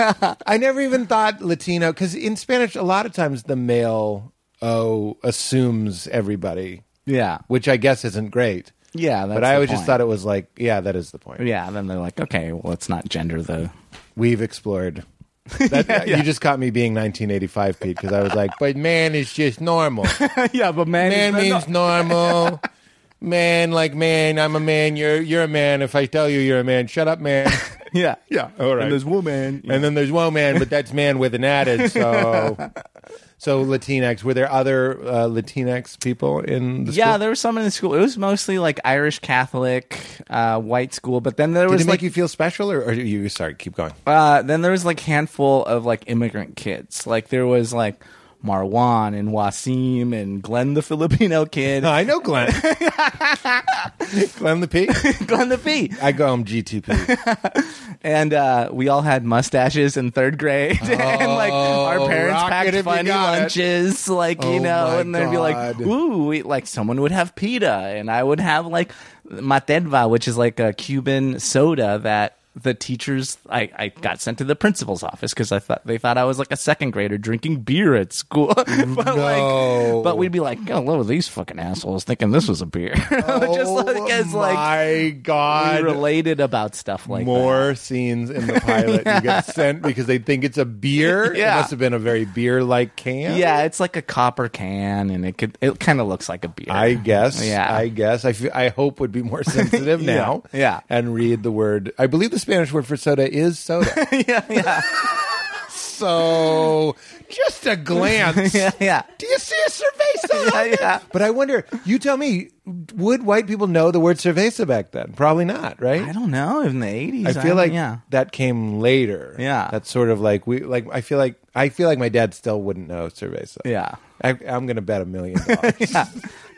S1: I never even thought Latino because in Spanish, a lot of times the male O assumes everybody,
S2: Yeah,
S1: which I guess isn't great.
S2: yeah. That's
S1: but I
S2: the
S1: always just
S2: point.
S1: thought it was like, yeah, that is the point.
S2: Yeah, then they're like, okay, well, let's not gender the.
S1: We've explored. That, You just caught me being 1985, Pete, because I was like, but man is just normal.
S2: yeah, but man,
S1: Man means normal. Man, like man, I'm a man. You're you're a man. If I tell you you're a man, shut up, man.
S2: yeah,
S1: Yeah, all right.
S2: And there's woman.
S1: And then there's one man, but that's man with an added. So, so Latinx. Were there other uh, Latinx people in the
S2: yeah,
S1: school?
S2: there was some in the school. It was mostly like Irish Catholic, uh, white school, but then there
S1: Did
S2: was
S1: it make
S2: like
S1: you feel special, or, or you? Sorry, keep going.
S2: uh, then there was like handful of like immigrant kids. Like there was like Marwan and Wasim and Glenn the Filipino kid,
S1: No, I know Glenn. Glenn the P.
S2: Glenn the P.
S1: I go him GTP.
S2: and uh, we all had mustaches in third grade, and like our parents
S1: Oh, rock it if
S2: packed
S1: you
S2: funny
S1: got it.
S2: lunches, like
S1: Oh
S2: you know,
S1: my
S2: and they'd be like,
S1: God.
S2: "Ooh, we, like someone would have pita, and I would have like matedva, which is like a Cuban soda that." The teachers, I, I got sent to the principal's office because I thought they thought I was like a second grader drinking beer at school. but
S1: No.
S2: like, but we'd be like, oh, look at these fucking assholes thinking this was a beer. Just like as like
S1: Oh my
S2: we
S1: God.
S2: related about stuff like that.
S1: More scenes in the pilot. You get sent because they think it's a beer.
S2: Yeah.
S1: It must have been a very beer-like can.
S2: Yeah, it's like a copper can, and it could it kind of looks like a beer.
S1: I guess.
S2: Yeah.
S1: I guess. I fe- I hope would be more sensitive
S2: Yeah,
S1: now.
S2: yeah.
S1: And read the word. I believe the Spanish word for soda is soda.
S2: yeah, yeah,
S1: so just a glance.
S2: yeah, yeah,
S1: Do you see a cerveza?
S2: yeah, yeah.
S1: But I wonder. You tell me. Would white people know the word cerveza back then? Probably not. Right.
S2: I don't know. In the eighties,
S1: I feel like
S2: yeah,
S1: that came later.
S2: Yeah.
S1: That's sort of like we like. I feel like I feel like my dad still wouldn't know cerveza.
S2: yeah.
S1: I, I'm going to bet a million dollars.
S2: yeah.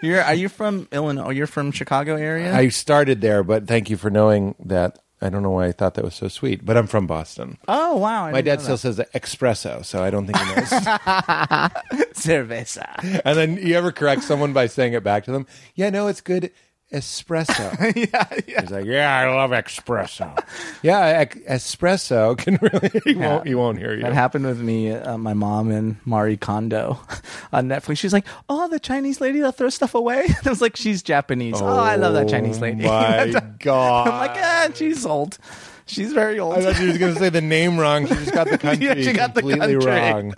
S2: You're are you from Illinois? oh, You're from Chicago area?
S1: I started there, but thank you for knowing that. I don't know why I thought that was so sweet, but I'm from Boston.
S2: oh wow, I
S1: My
S2: didn't
S1: dad
S2: know
S1: still says espresso, so I don't think he knows.
S2: that. cerveza.
S1: and then you ever correct someone by saying it back to them? Yeah, no, it's good espresso.
S2: yeah, yeah.
S1: He's like, yeah, I love espresso. yeah, ec- espresso can really he won't he won't hear you.
S2: That happened with me, uh, my mom, and Mari Kondo on Netflix. She's like, "Oh, the Chinese lady that throws stuff away." I was like, "She's Japanese." Oh, I love that Chinese lady.
S1: Oh My God,
S2: I'm like, "Ah, she's old. She's very old."
S1: I thought she was going to say the name wrong. She just got the country
S2: Yeah, she got the
S1: completely
S2: country.
S1: wrong.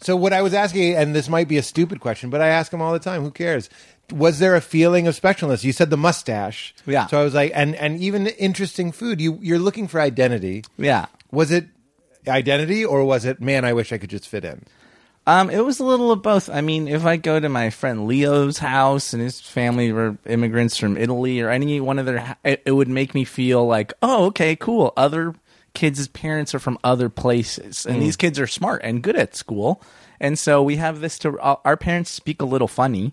S1: So what I was asking, and this might be a stupid question, but I ask them all the time. Who cares? Was there a feeling of specialness? You said the mustache.
S2: Yeah.
S1: So I was like, and and even interesting food. You you're looking for identity.
S2: yeah.
S1: Was it identity or was it man? I wish I could just fit in.
S2: Um, it was a little of both. I mean, if I go to my friend Leo's house and his family were immigrants from Italy or any one of their, ha- it, it would make me feel like, oh, okay, cool. Other kids' parents are from other places,
S1: Mm.
S2: and these kids are smart and good at school, and so we have this to uh, our our parents speak a little funny,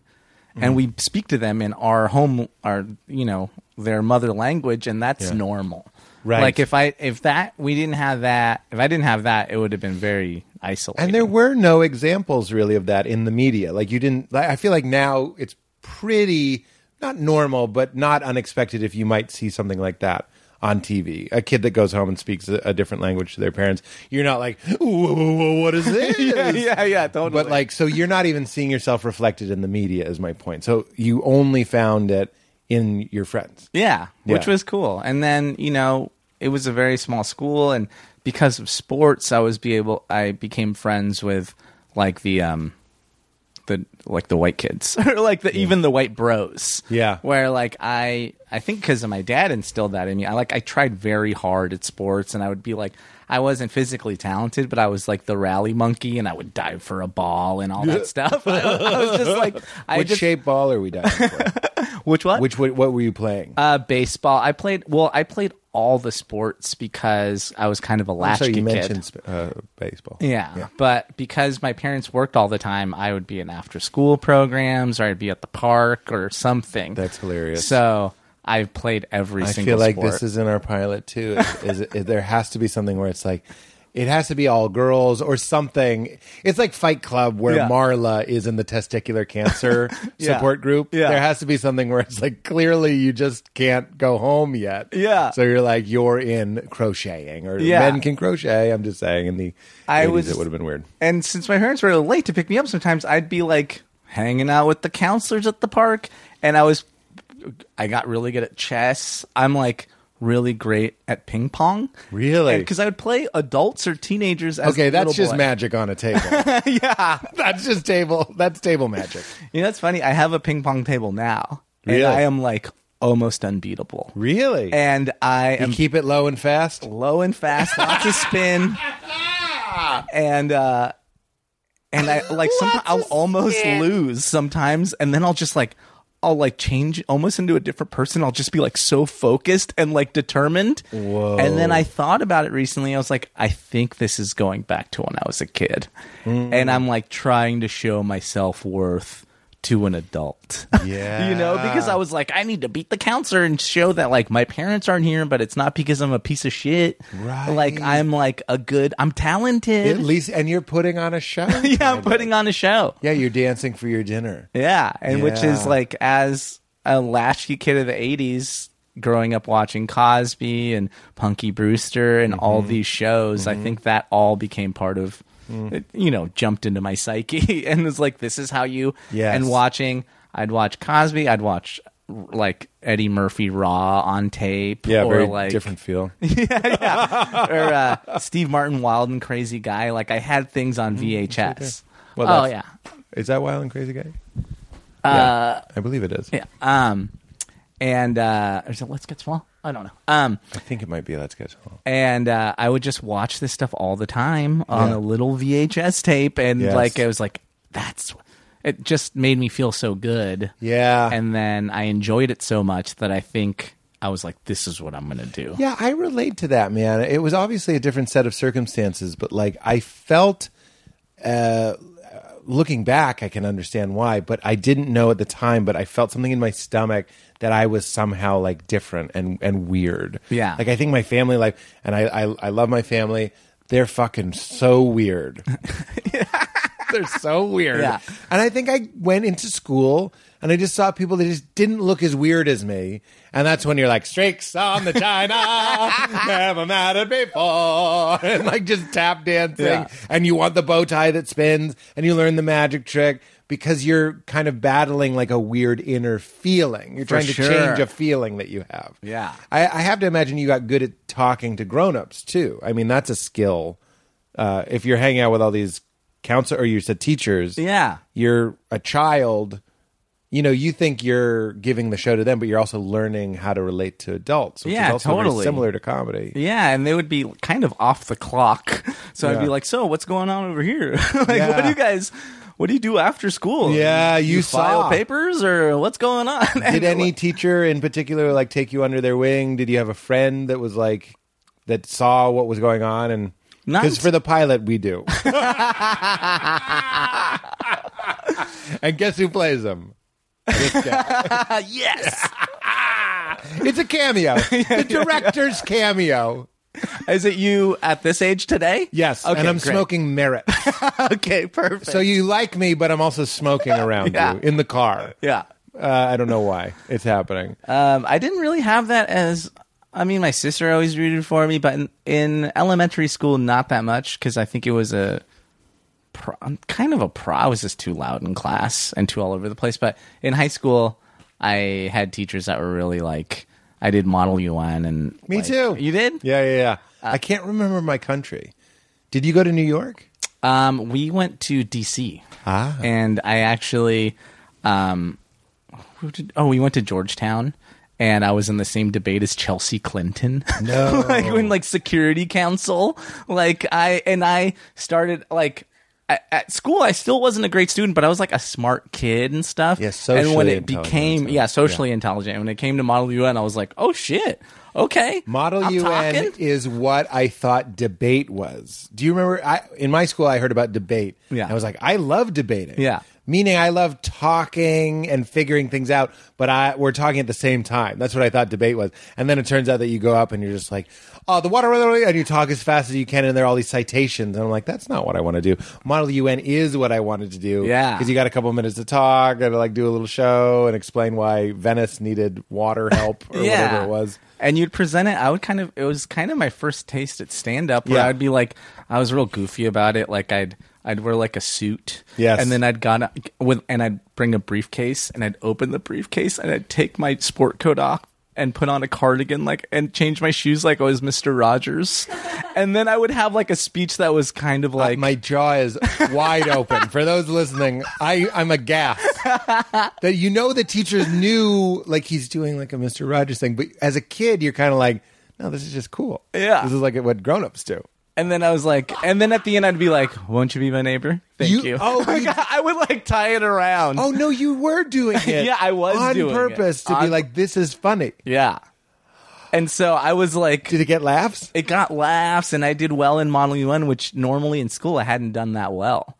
S1: Mm.
S2: and we speak to them in our home, our you know their mother language, and that's normal.
S1: Right.
S2: Like if I if that we didn't have that if I didn't have that it would have been very isolated.
S1: And there were no examples really of that in the media. Like you didn't. Like, I feel like now it's pretty not normal, but not unexpected if you might see something like that on TV. A kid that goes home and speaks a, a different language to their parents. You're not like, "Whoa, whoa, whoa, what is this?
S2: yeah, yeah, totally.
S1: But like, so you're not even seeing yourself reflected in the media. Is my point. So you only found it in your friends.
S2: yeah, which
S1: Yeah.
S2: was cool. And then you know, it was a very small school, and because of sports, I was be able, I became friends with like the um, the like the white kids or like the even the white bros.
S1: Yeah.
S2: where like I I think because my dad instilled that in me. I like I tried very hard at sports, and I would be like. I wasn't physically talented, but I was like the rally monkey, and I would dive for a ball and all that stuff. I, I was just like, I
S1: Which
S2: just
S1: shape ball are we diving for?
S2: which what?
S1: Which what, what were you playing?
S2: Uh, baseball. I played. Well, I played all the sports because I was kind of a
S1: Oh, so
S2: latchkey
S1: you
S2: kid.
S1: mentioned sp- uh, baseball.
S2: yeah, but because my parents worked all the time, I would be in after-school programs, or I'd be at the park or something.
S1: That's hilarious.
S2: So I've played every
S1: I
S2: single
S1: feel like
S2: sport.
S1: this is in our pilot too. Is, is, is there has to be something where it's like it has to be all girls or something. It's like Fight Club where
S2: Yeah.
S1: Marla is in the testicular cancer
S2: Yeah.
S1: support group.
S2: Yeah.
S1: There has to be something where it's like clearly you just can't go home yet.
S2: Yeah.
S1: So you're like you're in crocheting or
S2: Yeah.
S1: men can crochet. I'm just saying in the
S2: I
S1: 80s
S2: was-
S1: it would have been weird.
S2: And since my parents were late to pick me up, sometimes I'd be like hanging out with the counselors at the park, and I was, I got really good at chess. I'm like really great at ping pong.
S1: Really?
S2: Because I would play adults or teenagers. As
S1: Okay,
S2: a
S1: that's
S2: little
S1: just
S2: boy.
S1: magic on a table.
S2: yeah,
S1: that's just table. That's table magic.
S2: you know that's funny. I have a ping pong table now,
S1: Really?
S2: and I am like almost unbeatable.
S1: Really?
S2: And I am
S1: you keep it low and fast.
S2: low and fast, lots of spin, and uh, and I like sometimes I'll almost lose sometimes, and then I'll just like I'll like change almost into a different person. I'll just be like so focused and like determined. Whoa! And then I thought about it recently. I was like, I think this is going back to when I was a kid, and I'm like trying to show my self worth. To an adult,
S1: Yeah.
S2: you know, because I was like, I need to beat the counselor and show that like my parents aren't here, but it's not because I'm a piece of shit.
S1: Right.
S2: Like I'm like a good, I'm talented.
S1: At least, and you're putting on a show.
S2: yeah, I'm putting on a show.
S1: yeah, you're dancing for your dinner.
S2: Yeah, and which is
S1: Yeah.
S2: like as a latchkey kid of the '80s, growing up watching Cosby and Punky Brewster and all
S1: Mm-hmm.
S2: these shows, I think that all became part of,
S1: Mm.
S2: it, you know, jumped into my psyche and was like, this is how you.
S1: Yes.
S2: And watching, I'd watch Cosby, I'd watch like Eddie Murphy Raw on tape, or like
S1: feel.
S2: or uh, Steve Martin Wild and Crazy Guy. Like I had things on VHS.
S1: Mm-hmm. Well,
S2: oh yeah,
S1: that's- Is that Wild and Crazy Guy?
S2: Uh,
S1: I believe it is.
S2: yeah. Um, and uh, is it Let's Get Small? I don't know. Um,
S1: I think it might be Let's Get Small.
S2: and uh, I would just watch this stuff all the time on
S1: Yeah.
S2: a little VHS tape, and
S1: Yes.
S2: like I was like, that's. It just made me feel so good.
S1: Yeah.
S2: And then I enjoyed it so much that I think I was like, this is what I'm going to do.
S1: Yeah, I relate to that, man. It was obviously a different set of circumstances, but like I felt, uh, looking back, I can understand why, but I didn't know at the time, but I felt something in my stomach that I was somehow like different and, and weird.
S2: Yeah.
S1: Like I think my family life, and I, I, I love my family, they're fucking so weird. They're so weird.
S2: Yeah.
S1: And I think I went into school and I just saw people that just didn't look as weird as me. And that's when you're like, streaks on the China, never mattered before. And like just tap dancing.
S2: Yeah.
S1: And you want the bow tie that spins and you learn the magic trick because you're kind of battling like a weird inner feeling. You're trying
S2: sure.
S1: to change a feeling that you have.
S2: Yeah.
S1: I, I have to imagine you got good at talking to grown-ups too. I mean, that's a skill. Uh, if you're hanging out with all these counselor or you said teachers,
S2: Yeah.
S1: you're a child. You know, you think you're giving the show to them, but you're also learning how to relate to adults, which
S2: Yeah,
S1: is also very
S2: totally.
S1: similar to comedy.
S2: Yeah, and they would be kind of off the clock. So I'd
S1: Yeah.
S2: be like, "So, what's going on over here? like, what
S1: Yeah.
S2: do you guys? What do you do after school?
S1: Yeah, you
S2: file
S1: saw.
S2: papers or what's going on?
S1: Did
S2: And,
S1: any teacher in particular like take you under their wing? Did you have a friend that was like that saw what was going on and
S2: Not-
S1: because for the pilot we do. and guess who plays him? This guy.
S2: uh, yes,
S1: It's a cameo. The director's cameo.
S2: is it you at this age today?
S1: Yes,
S2: okay,
S1: and I'm
S2: great.
S1: smoking merit.
S2: okay, perfect.
S1: so you like me, but I'm also smoking around
S2: Yeah.
S1: you in the car.
S2: yeah,
S1: Uh, I don't know why it's happening.
S2: um, I didn't really have that as. I mean, my sister always rooted for me, but in, in elementary school, not that much because I think it was a pro- I'm kind of a pro. I was just too loud in class and too all over the place. But in high school, I had teachers that were really like I did model UN and
S1: me
S2: like-
S1: too.
S2: You did? Uh,
S1: Yeah, yeah, yeah. I can't remember my country. Did you go to New York?
S2: Um, we went to DC,
S1: Ah.
S2: and I actually, um, who did, oh, we went to Georgetown, and I was in the same debate as Chelsea Clinton.
S1: No.
S2: like when like Security Council, like I and I started like. a- At school, I still wasn't a great student, but I was like a smart kid and stuff.
S1: Yeah,
S2: and when
S1: socially
S2: it
S1: intelligent
S2: became,
S1: and
S2: yeah,
S1: stuff.
S2: socially intelligent. When it came to Model UN, I was like, oh shit, okay.
S1: Model
S2: I'm
S1: UN
S2: talking.
S1: is what I thought debate was. Do you remember? I, in my school, I heard about debate.
S2: Yeah.
S1: I was like, I love debating.
S2: Yeah.
S1: Meaning, I love talking and figuring things out, but I we're talking at the same time. That's what I thought debate was. And then it turns out that you go up and you're just like, oh, the water, and you talk as fast as you can, and there are all these citations, and I'm like, that's not what I want to do. Model UN is what I wanted to do,
S2: Yeah.
S1: because you got a couple minutes to talk and like do a little show and explain why Venice needed water help or whatever it was.
S2: And you'd present it. I would kind of. It was kind of my first taste at stand up. Where
S1: Yeah.
S2: I'd be like, I was real goofy about it. Like I'd I'd wear like a suit.
S1: Yes.
S2: And then I'd gone with and I'd bring a briefcase and I'd open the briefcase and I'd take my sport coat off and put on a cardigan like and change my shoes like I was Mister Rogers. and then I would have like a speech that was kind of like
S1: Uh, my jaw is wide open. For those listening, I, I'm aghast that you know the teachers knew like he's doing like a Mr. Rogers thing, but as a kid you're kind of like, no, this is just cool.
S2: Yeah.
S1: this is like what grown-ups do.
S2: And then I was like, and then at the end, I'd be like, "Won't you be my neighbor? Thank
S1: You-
S2: you."
S1: oh,
S2: Like,
S1: you-
S2: I would like tie it around.
S1: Oh no, you were doing it.
S2: Yeah, I was
S1: on
S2: doing it.
S1: purpose to be
S2: On-
S1: like, this is funny.
S2: yeah. And so I was like,
S1: Did it get laughs?
S2: it got laughs, and I did well in Model UN, which normally in school I hadn't done that well.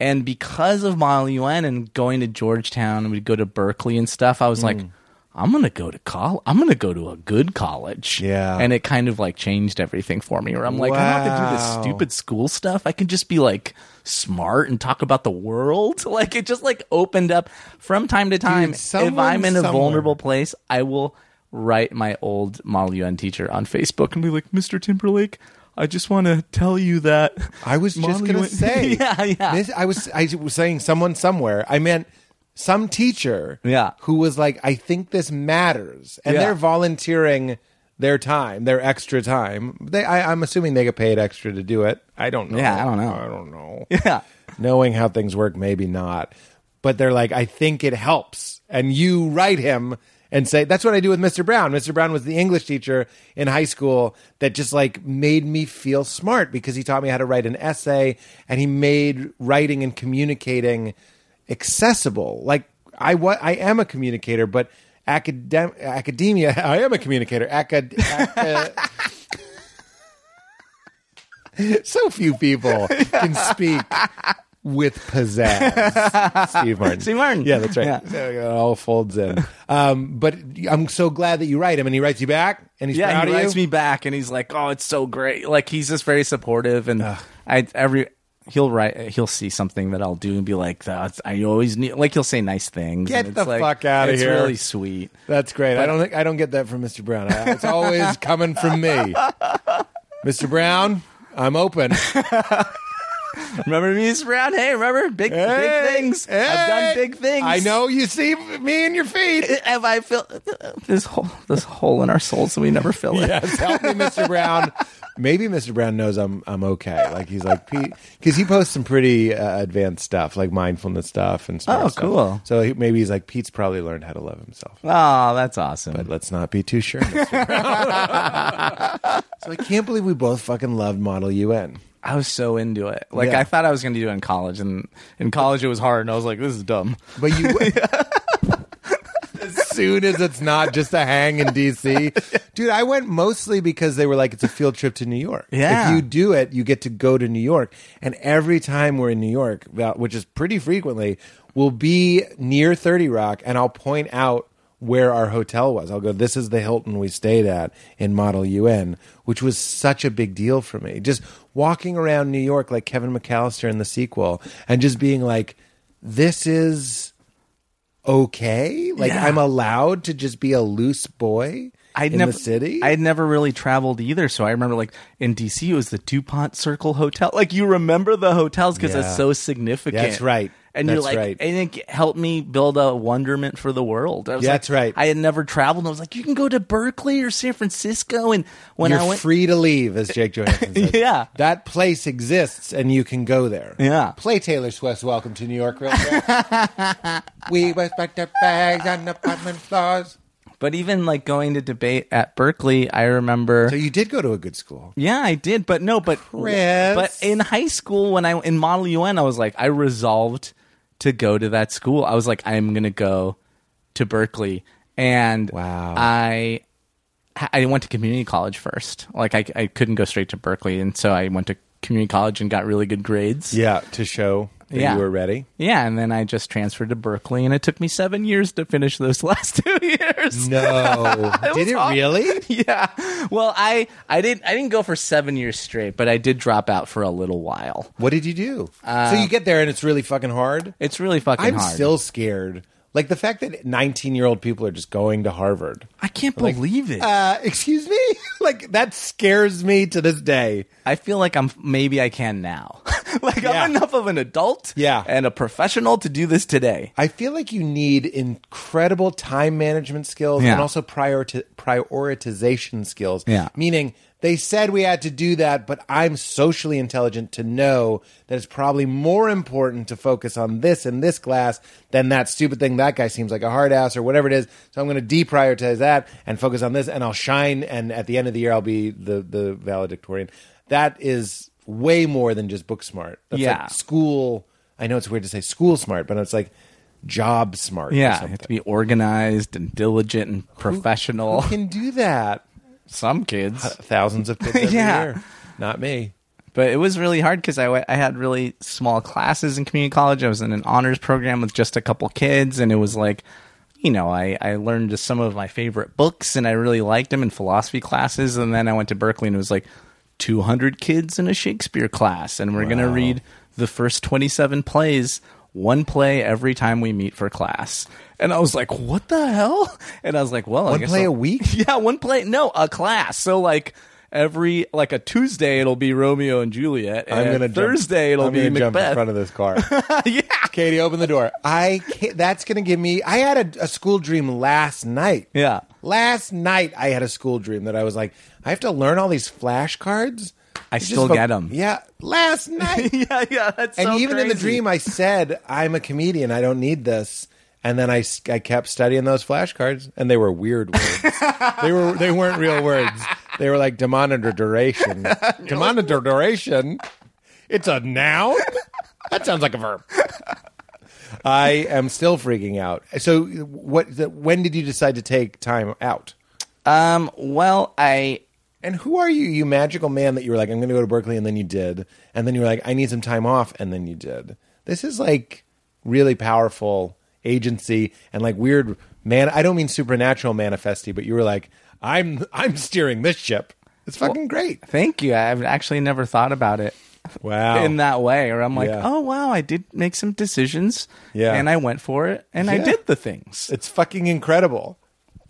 S2: And because of Model UN and going to Georgetown, and we'd go to Berkeley and stuff, I was like,
S1: Hmm.
S2: I'm gonna go to college. I'm gonna go to a good college.
S1: Yeah.
S2: And it kind of like changed everything for me. Where I'm like, I don't have to do this
S1: Wow.
S2: stupid stupid school stuff. I can just be like smart and talk about the world. Like it just like opened up from time to time. if
S1: someone
S2: I'm in a
S1: somewhere-
S2: vulnerable place, I will write my old Model UN teacher on Facebook and be like, Mr. Timberlake, I just want to tell you that
S1: I was just
S2: Model
S1: going
S2: UN
S1: to say.
S2: yeah, yeah.
S1: Miss- I was I was saying someone somewhere. I meant some teacher.
S2: Yeah.
S1: Who was like, I think this matters, and
S2: Yeah.
S1: they're volunteering their time, their extra time. They, I, I'm assuming they get paid extra to do it. I don't know. Uh,
S2: Yeah, I don't know.
S1: I don't know.
S2: yeah.
S1: Knowing how things work, maybe not. But they're like, I think it helps, and you write him. And say that's what I do with Mr. Brown. Mr. Brown was the English teacher in high school that just like made me feel smart because he taught me how to write an essay and he made writing and communicating accessible. Like I what I am a communicator, but academ- academia I am a communicator. Acad- ac- so few people can speak with pizzazz. Steve Martin.
S2: Steve Martin.
S1: Yeah, that's right.
S2: Yeah.
S1: There you go. It all folds in. Um, but I'm so glad that you write him, and he writes you back, and he's
S2: yeah,
S1: proud
S2: he
S1: of
S2: writes
S1: you.
S2: me back and he's like, "Oh, it's so great!" Like he's just very supportive, and I every he'll write he'll see something that I'll do and be like, "That's I always need." Like he'll say nice things.
S1: Get
S2: and
S1: the
S2: it's like,
S1: fuck outta
S2: it's
S1: here.
S2: Really sweet.
S1: That's great. I don't think I don't get that from Mr. Brown. I- It's always coming from me, Mr. Brown. I'm open.
S2: Remember me, Mr. Brown? Hey, remember big
S1: Hey,
S2: big things?
S1: hey.
S2: I've done big things.
S1: I know you see me in your feet.
S2: Have I filled this hole? This hole in our souls that we never fill it.
S1: Yes, help me, Mr. Brown. Maybe Mr. Brown knows I'm I'm okay. Like he's like Pete because he posts some pretty uh, advanced stuff, like mindfulness stuff and stuff.
S2: Oh, cool.
S1: So he, maybe he's like Pete's probably learned how to love himself.
S2: Oh, that's awesome.
S1: But let's not be too sure. Mr. Brown. so I can't believe we both fucking loved Model UN.
S2: I was so into it. Like
S1: Yeah.
S2: I thought I was going to do it in college, and in college it was hard, and I was like, "This is dumb."
S1: But you. as soon as it's not just a hang in DC. Dude, I went mostly because they were like, it's a field trip to New York.
S2: Yeah.
S1: If you do it, you get to go to New York. And every time we're in New York, well, which is pretty frequently, we'll be near 30 Rock and I'll point out where our hotel was. I'll go, this is the Hilton we stayed at in Model UN, which was such a big deal for me. Just walking around New York like Kevin McAllister in the sequel and just being like, this is okay. Like
S2: Yeah.
S1: I'm allowed to just be a loose boy
S2: I'd
S1: in
S2: never,
S1: the city.
S2: I'd never really traveled either, so I remember like in DC it was the DuPont Circle Hotel. Like you remember the hotels because
S1: Yeah.
S2: it's so significant.
S1: That's right.
S2: And you're
S1: That's
S2: like,
S1: right.
S2: and it helped me build a wonderment for the world. I was
S1: Yeah,
S2: like-
S1: that's right.
S2: I had never traveled. and I was like, you can go to Berkeley or San Francisco, and when
S1: You're
S2: I went,
S1: free to leave, as Jake Johansson said.
S2: Yeah.
S1: that place exists, and you can go there.
S2: Yeah.
S1: play Taylor Swift's "Welcome to New York" real quick. we was back to bags on apartment floors.
S2: but even like going to debate at Berkeley, I remember.
S1: So you did go to a good school.
S2: Yeah, I did, but no, but
S1: Chris.
S2: but in high school when I in Model UN, I was like, I resolved to go to that school. I was like, I'm gonna go to Berkeley, and
S1: Wow.
S2: I I went to community college first. Like I I couldn't go straight to Berkeley, and so I went to community college and got really good grades
S1: Yeah, to show that
S2: Yeah.
S1: you were ready.
S2: Yeah, and then I just transferred to Berkeley, and it took me seven years to finish those last two years.
S1: No, did
S2: was
S1: it
S2: awful.
S1: really?
S2: yeah, well, I I didn't I didn't go for seven years straight, but I did drop out for a little while.
S1: What did you do?
S2: Uh,
S1: so you get there and it's really fucking hard.
S2: It's really fucking
S1: I'm
S2: hard.
S1: still scared. Like the fact that 19 year old people are just going to Harvard.
S2: I can't believe it.
S1: Uh, excuse me? like that scares me to this day.
S2: I feel like I'm maybe I can now. like
S1: Yeah.
S2: I'm enough of an adult,
S1: Yeah.
S2: and a professional to do this today.
S1: I feel like you need incredible time management skills
S2: Yeah.
S1: and also priorita- prioritization skills.
S2: Yeah.
S1: Meaning, they said we had to do that, but I'm socially intelligent to know that it's probably more important to focus on this in this class than that stupid thing that guy seems like a hard ass or whatever it is. So I'm going to deprioritize that and focus on this, and I'll shine. And at the end of the year, I'll be the, the valedictorian. That is way more than just book smart. That's
S2: Yeah.
S1: like school. I know it's weird to say school smart, but it's like job smart. or
S2: Yeah, you have
S1: something.
S2: to be organized and diligent and professional.
S1: Who can do that.
S2: Some kids.
S1: Thousands of kids every
S2: Yeah.
S1: year. Not me.
S2: but it was really hard because I, went- I had really small classes in community college. I was in an honors program with just a couple kids, and it was like, you know, I, I learned just some of my favorite books, and I really liked them in philosophy classes. And then I went to Berkeley, and it was like 200 kids in a Shakespeare class, and we're going to read the first 27 plays, one play every time we meet for class. And I was like, what the hell? And I was like, well, I
S1: One
S2: guess
S1: play
S2: I'll-
S1: a week?
S2: yeah, one play. No, a class. So like every like a Tuesday it'll be Romeo and Juliet. And
S1: I'm going to
S2: Thursday it'll
S1: I'm
S2: be
S1: gonna
S2: Macbeth.
S1: jump in front of this car.
S2: yeah.
S1: Katie, open the door. I can't, that's going to give me. I had a, a school dream last night.
S2: Yeah.
S1: Last night I had a school dream that I was like, I have to learn all these flashcards.
S2: I
S1: It's
S2: still
S1: about-
S2: get 'em.
S1: Yeah, last night.
S2: yeah, yeah, that's
S1: and
S2: so
S1: even in the
S2: crazy.
S1: dream, I said, "I'm a comedian. I don't need this." And then I, s- I kept studying those flashcards, and they were weird words. they were they weren't real words. They were like demonitor duration. demonitor duration. It's a noun. That sounds like a verb. I am still freaking out. So, what? The, when did you decide to take time out?
S2: Um well I
S1: And who are you, you magical man that you were like, I'm going to go to Berkeley, and then you did. And then you were like, I need some time off, and then you did. This is like really powerful agency and like weird man. I don't mean supernatural manifesti, but you were like, I'm I'm steering this ship. It's fucking great.
S2: thank you. I've actually never thought about it
S1: Wow.
S2: in that way. Or I'm like,
S1: Yeah.
S2: oh wow, I did make some decisions.
S1: Yeah.
S2: And I went for it and I
S1: Yeah.
S2: did the things.
S1: It's fucking incredible.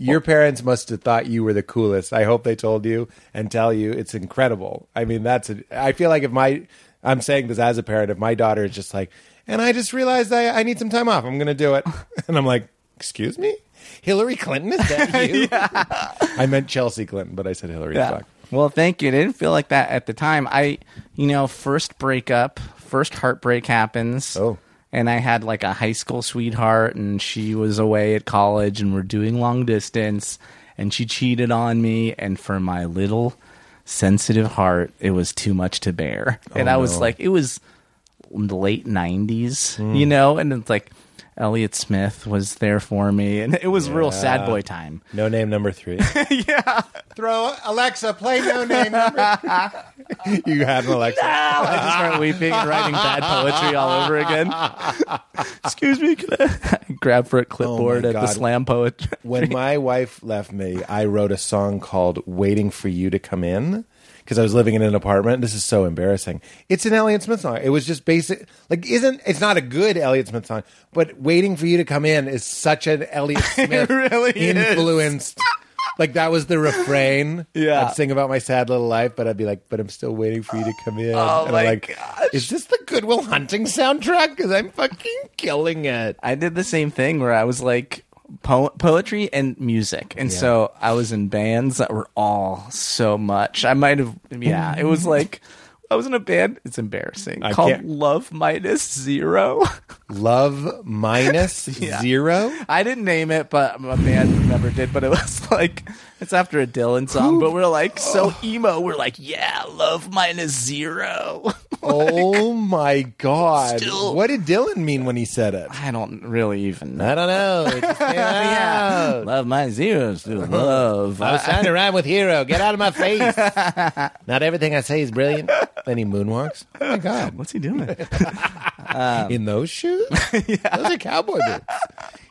S1: Your parents must have thought you were the coolest. I hope they told you and tell you it's incredible. I mean, that's a, I feel like if my I'm saying this as a parent, if my daughter is just like, and I just realized I, I need some time off. I'm going to do it, and I'm like, excuse me, Hillary Clinton is that you? I meant Chelsea Clinton, but I said Hillary. Fuck.
S2: Well, thank you. It didn't feel like that at the time. I, you know, first breakup, first heartbreak happens.
S1: Oh.
S2: And I had like a high school sweetheart, and she was away at college, and we're doing long distance, and she cheated on me. And for my little sensitive heart, it was too much to bear.
S1: Oh,
S2: and I was like, it was the late 90s,
S1: Hmm.
S2: you know? And it's like, Elliot Smith was there for me, and it was real sad boy time.
S1: No name number three. yeah. Throw Alexa, play no name number. you had an Alexa.
S2: I just start weeping and writing bad poetry all over again. Excuse me, can I grab for a clipboard
S1: Oh
S2: at
S1: my
S2: the
S1: God.
S2: slam poet?
S1: when my wife left me, I wrote a song called "Waiting for You to Come In" because I was living in an apartment. This is so embarrassing. It's an Elliott Smith song. It was just basic. Like, isn't it's not a good Elliott Smith song, but "Waiting for You to Come In" is such an Elliott Smith
S2: really is.
S1: influenced. Like that was the refrain.
S2: Yeah.
S1: I'd sing about my sad little life, but I'd be like, "But I'm still waiting for you to come in." Oh and
S2: my
S1: I'm like,
S2: gosh.
S1: Is this the Goodwill Hunting soundtrack? Because I'm fucking killing it.
S2: I did the same thing where I was like po- poetry and music, and so I was in bands that were all so much. I might have, yeah, it was like. I was in a band. It's embarrassing.
S1: I
S2: called
S1: can't-
S2: Love Minus Zero.
S1: Love minus
S2: Yeah.
S1: zero.
S2: I didn't name it, but a band member did. But it was like it's after a Dylan song. But we're like so emo. We're like, yeah, love minus zero.
S1: oh my god!
S2: Still-
S1: What did Dylan mean when he said it?
S2: I don't really even know.
S1: I don't know. It just came out.
S2: Love minus zero is still love.
S1: I was trying to rhyme with hero. Get out of my face! Not everything I say is brilliant. Then he moonwalks. Oh my god!
S2: What's he doing?
S1: in those shoes? Those are cowboy boots.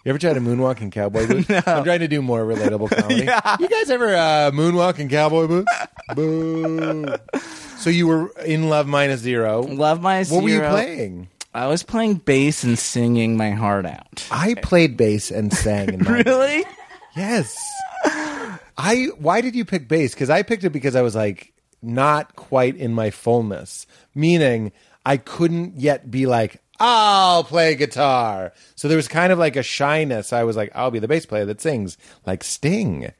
S1: You ever tried to moonwalk in cowboy boots? I'm trying to do more relatable comedy. You guys ever uh, moonwalk in cowboy boots? Boo. So you were in Love Minus Zero.
S2: Love my
S1: what were you
S2: Zero.
S1: playing?
S2: I was playing bass and singing my heart out.
S1: I played bass and sang. In my
S2: Really?
S1: Yes. I. Why did you pick bass? Because I picked it because I was like not quite in my fullness, meaning I couldn't yet be like I'll play guitar. So there was kind of like a shyness. I was like, I'll be the bass player that sings like Sting.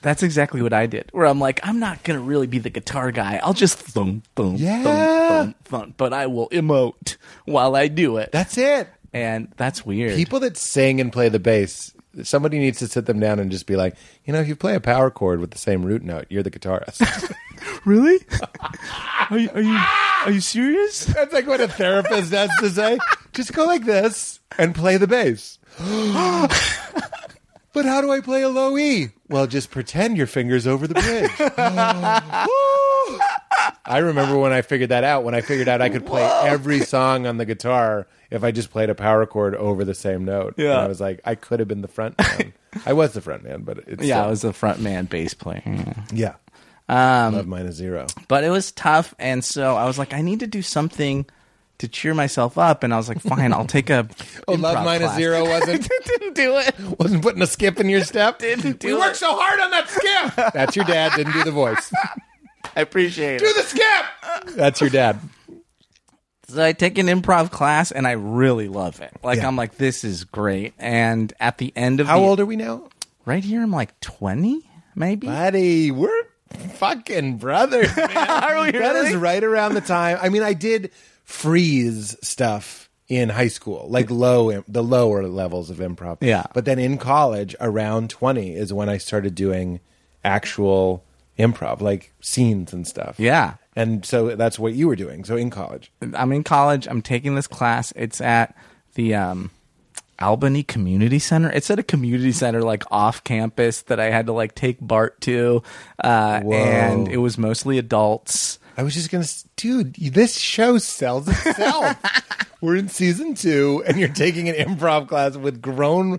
S2: That's exactly what I did. Where I'm like, I'm not gonna really be the guitar guy. I'll just thump thump
S1: Yeah.
S2: thump thump thump, but I will emote while I do it.
S1: That's it.
S2: and that's weird.
S1: People that sing and play the bass. Somebody needs to sit them down and just be like, you know, if you play a power chord with the same root note, you're the guitarist.
S2: really? are, you, are you are you serious?
S1: That's like what a therapist has to say. Just go like this and play the bass. but how do I play a low E? Well, just pretend your fingers over the bridge. I remember when I figured that out, when I figured out I could play every song on the guitar if I just played a power chord over the same note.
S2: Yeah.
S1: And I was like, I could have been the front man. I was the front man, but it's
S2: Yeah,
S1: uh,
S2: I was a front man bass player. Yeah.
S1: yeah. Um, Love minus zero.
S2: but it was tough and so i was like i need to do something to cheer myself up and i was like fine i'll take a
S1: Oh, love
S2: improv
S1: minus
S2: class.
S1: zero wasn't
S2: didn't do it
S1: wasn't putting a skip in your step.
S2: Didn't do
S1: we
S2: it.
S1: worked so hard on that skip. That's your dad. Didn't do the voice.
S2: i appreciate
S1: Do
S2: it
S1: the skip. That's your dad.
S2: so i take an improv class and i really love it like
S1: Yeah.
S2: i'm like this is great and at the end of
S1: How
S2: the,
S1: old are we now,
S2: right here i'm like 20 maybe
S1: buddy? We're fucking brothers. Man.
S2: Are we
S1: That is
S2: really?
S1: right around the time. I mean, I did freeze stuff in high school, like low the lower levels of improv.
S2: Yeah.
S1: but then in college, around twenty is when I started doing actual improv, like scenes and stuff.
S2: yeah
S1: And so that's what you were doing. So in college,
S2: i'm in college i'm taking this class it's at the um Albany Community Center. It's at a community center like off campus that I had to like take Bart to, uh,
S1: Whoa.
S2: and it was mostly adults.
S1: I was just gonna, s- dude. This show sells itself. We're in season two, and you're taking an improv class with grown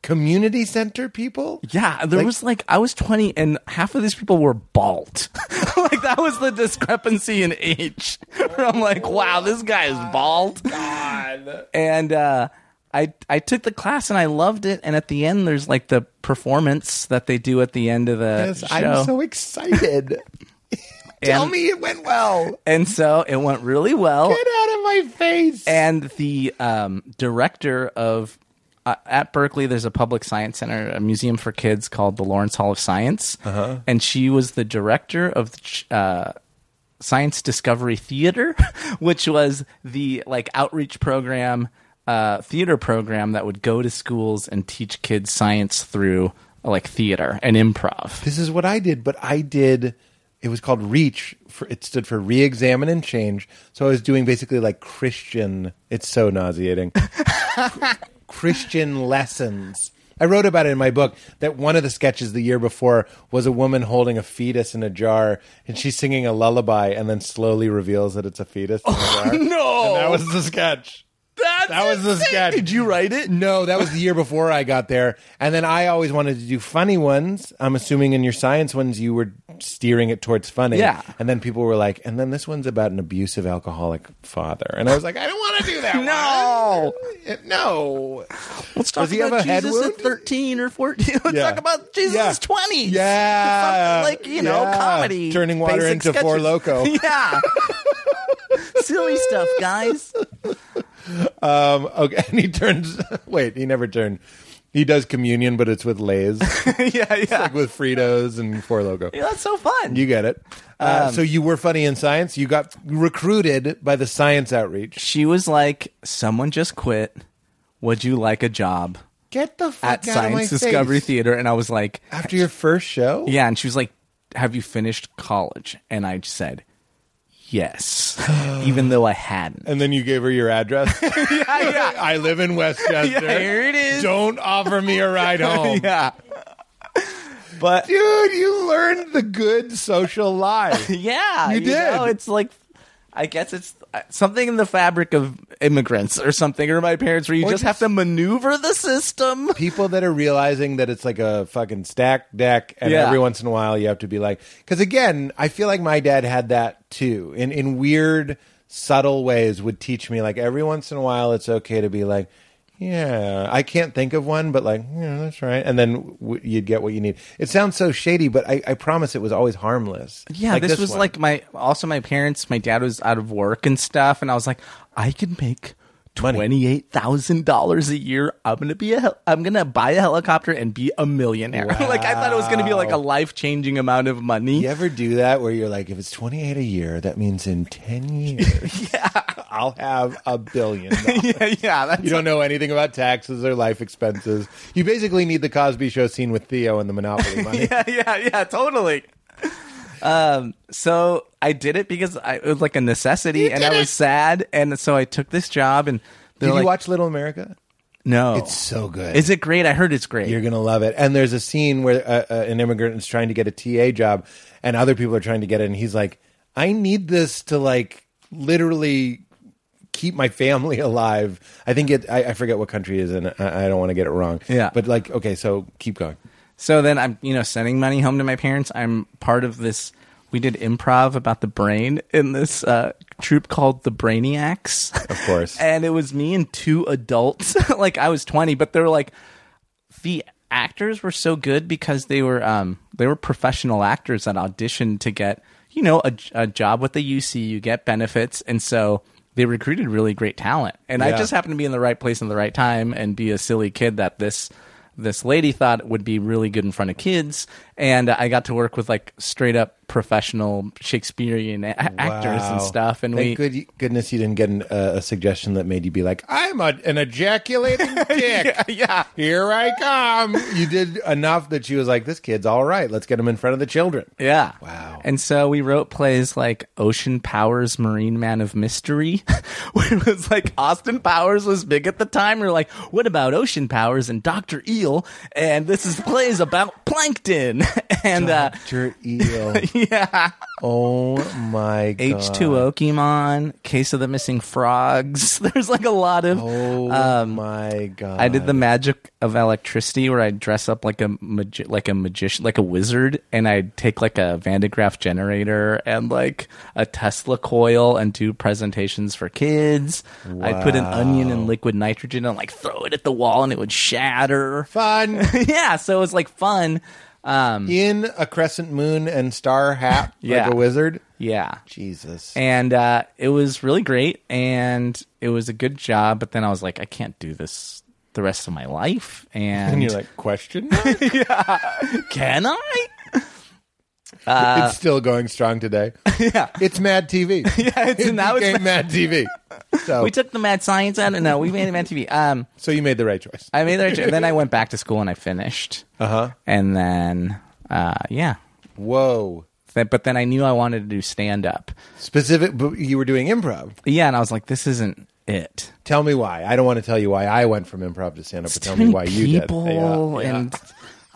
S1: community center people.
S2: Yeah, there
S1: Like-
S2: was like I was twenty, and half of these people were bald. like that was the discrepancy in age. Where I'm like,
S1: Oh
S2: wow, this guy is bald. And uh, I I took the class and I loved it. And at the end, there's like the performance that they do at the end of the
S1: Yes,
S2: show.
S1: I'm so excited. Tell
S2: And-
S1: me it went well.
S2: and so it went really well.
S1: Get out of my face.
S2: and the um, director of uh, at Berkeley, there's a public science center, a museum for kids called the Lawrence Hall of Science,
S1: Uh-huh.
S2: and she was the director of the ch- uh, Science Discovery Theater, which was the like outreach program, uh, theater program that would go to schools and teach kids science through like theater and improv.
S1: this is what I did, but I did. It was called Reach. For, it stood for Re-examine and Change. So I was doing basically like Christian. It's so nauseating. Christian lessons. I wrote about it in my book that one of the sketches the year before was a woman holding a fetus in a jar and she's singing a lullaby and then slowly reveals that it's a fetus. In a jar.
S2: no.
S1: And that was the sketch.
S2: Oh. That's
S1: That was the
S2: insane.
S1: sketch.
S2: Did you write it?
S1: No, that was the year before I got there. And then I always wanted to do funny ones. I'm assuming in your science ones, you were steering it towards funny.
S2: Yeah.
S1: And then people were like, and then this one's about an abusive alcoholic father. And I was like, I don't want to do that
S2: No.
S1: one. No.
S2: Let's talk
S1: Does he have
S2: about
S1: a head
S2: Jesus
S1: wound?
S2: at 13 or 14. Let's
S1: Yeah.
S2: talk about Jesus
S1: Yeah.
S2: is 20.
S1: Yeah.
S2: Something like, you know,
S1: Yeah.
S2: comedy.
S1: Turning water
S2: basic
S1: into Four
S2: sketches.
S1: Loko.
S2: yeah. Silly stuff, guys.
S1: Um, okay. And he turns, wait, he never turned. He does communion, but it's with Lay's,
S2: yeah, yeah.
S1: like with Fritos and Four Loco.
S2: Yeah, That's so fun.
S1: You get it. Uh, so you were funny in science. You got recruited by the science outreach.
S2: she was like, someone just quit. Would you like a job
S1: Get the fuck
S2: at
S1: out of my
S2: Science Discovery
S1: face.
S2: Theater? And I was like,
S1: after your first show.
S2: yeah. And she was like, have you finished college? And I said, yes, even though I hadn't.
S1: And then you gave her your address.
S2: yeah.
S1: I live in Westchester.
S2: Yeah, here it is.
S1: Don't offer me a ride home.
S2: yeah. But
S1: Dude, you learned the good social lie.
S2: Yeah,
S1: You did.
S2: know, it's like I guess it's uh, something in the fabric of immigrants or something, or my parents, where you
S1: Or
S2: just, have
S1: just-
S2: to maneuver the system.
S1: people that are realizing that it's like a fucking stack deck and
S2: Yeah.
S1: every once in a while you have to be like because again i feel like my dad had that too in in weird subtle ways would teach me like every once in a while it's okay to be like yeah i can't think of one but like yeah that's right and then w- you'd get what you need it sounds so shady but i, I promise it was always harmless
S2: Yeah,
S1: Like
S2: this, was
S1: one.
S2: like my also my parents. My dad was out of work and stuff, and I was like, I can make
S1: Money.
S2: twenty eight thousand dollars a year. I'm gonna be a hel- I'm gonna buy a helicopter and be a millionaire. like I thought it was gonna be like a life changing amount of money.
S1: you ever do that where you're like if it's 28 a year that means in 10 years i'll have a billion dollars.
S2: yeah, yeah. That's,
S1: You don't know anything about taxes or life expenses. You basically need the Cosby Show scene with Theo and the Monopoly money.
S2: yeah, yeah, yeah. Totally. Um, so I did it because I, it was like a necessity, and I was sad, and so I took this job. And
S1: Did
S2: they're
S1: you
S2: like,
S1: watch Little America?
S2: No,
S1: It's so good.
S2: is it great? I heard it's great.
S1: You're gonna love it. And there's a scene where uh, uh, an immigrant is trying to get a TA job, and other people are trying to get it, and he's like, "I need this to like literally." Keep my family alive. I think it. I, I forget what country it is, and I, I don't want to get it wrong.
S2: Yeah.
S1: but like, okay, so keep going.
S2: So then I'm, you know, sending money home to my parents. I'm part of this. We did improv about the brain in this uh, troupe called the Brainiacs.
S1: Of course.
S2: and it was me and two adults. like I was 20, but they were like the actors were so good because they were um they were professional actors that auditioned to get you know a, a job with the UC. You get benefits, and so they recruited really great talent. And I
S1: Yeah.
S2: just happened to be in the right place in the right time and be a silly kid that this this lady thought would be really good in front of kids and i got to work with like straight up professional shakespearean a- actors
S1: Wow.
S2: and stuff and
S1: Thank
S2: we
S1: good, goodness you didn't get an, uh, a suggestion that made you be like, I'm a, an ejaculating dick.
S2: yeah
S1: Here I come. You did enough that she was like, this kid's all right. Let's get him in front of the children.
S2: Yeah.
S1: Wow.
S2: And so we wrote plays like Ocean Powers, Marine Man of Mystery, where it was like Austin Powers was big at the time. We were like, what about Ocean Powers and Dr. Eel? And this is plays about plankton. and uh,
S1: Dr. Eel.
S2: yeah,
S1: Oh my God.
S2: H2O Kimon, Case of the Missing Frogs. There's like a lot of.
S1: Oh my God.
S2: um, I did the magic of electricity where I'd dress up like a magi- like a magician, like a wizard, and I'd take like a Van de Graaff generator and like a Tesla coil and do presentations for kids. I'd put an onion in liquid nitrogen and like throw it at the wall and it would shatter.
S1: fun
S2: yeah, so it was like fun. Um,
S1: in a crescent moon and star hat
S2: Yeah.
S1: like a wizard.
S2: yeah.
S1: Jesus.
S2: And uh, it was really great and it was a good job, but then I was like, I can't do this the rest of my life. And,
S1: And you're like, question? mark?
S2: can I? Uh,
S1: it's still going strong today. Yeah. It's Mad TV. Yeah,
S2: it's-
S1: it
S2: now it's
S1: became Mad TV. So,
S2: we took the mad science out and no we made it mad tv um
S1: so you made the right choice.
S2: i made the right choice. then i went back to school and i finished uh-huh and then uh yeah
S1: Whoa.
S2: Th- but then i knew i wanted to do stand up
S1: Specific, but you were doing improv.
S2: yeah and i was like this isn't it
S1: Tell me why. I don't want to tell you why I went from improv to stand up, but tell me why you did.
S2: people
S1: Yeah, yeah.
S2: and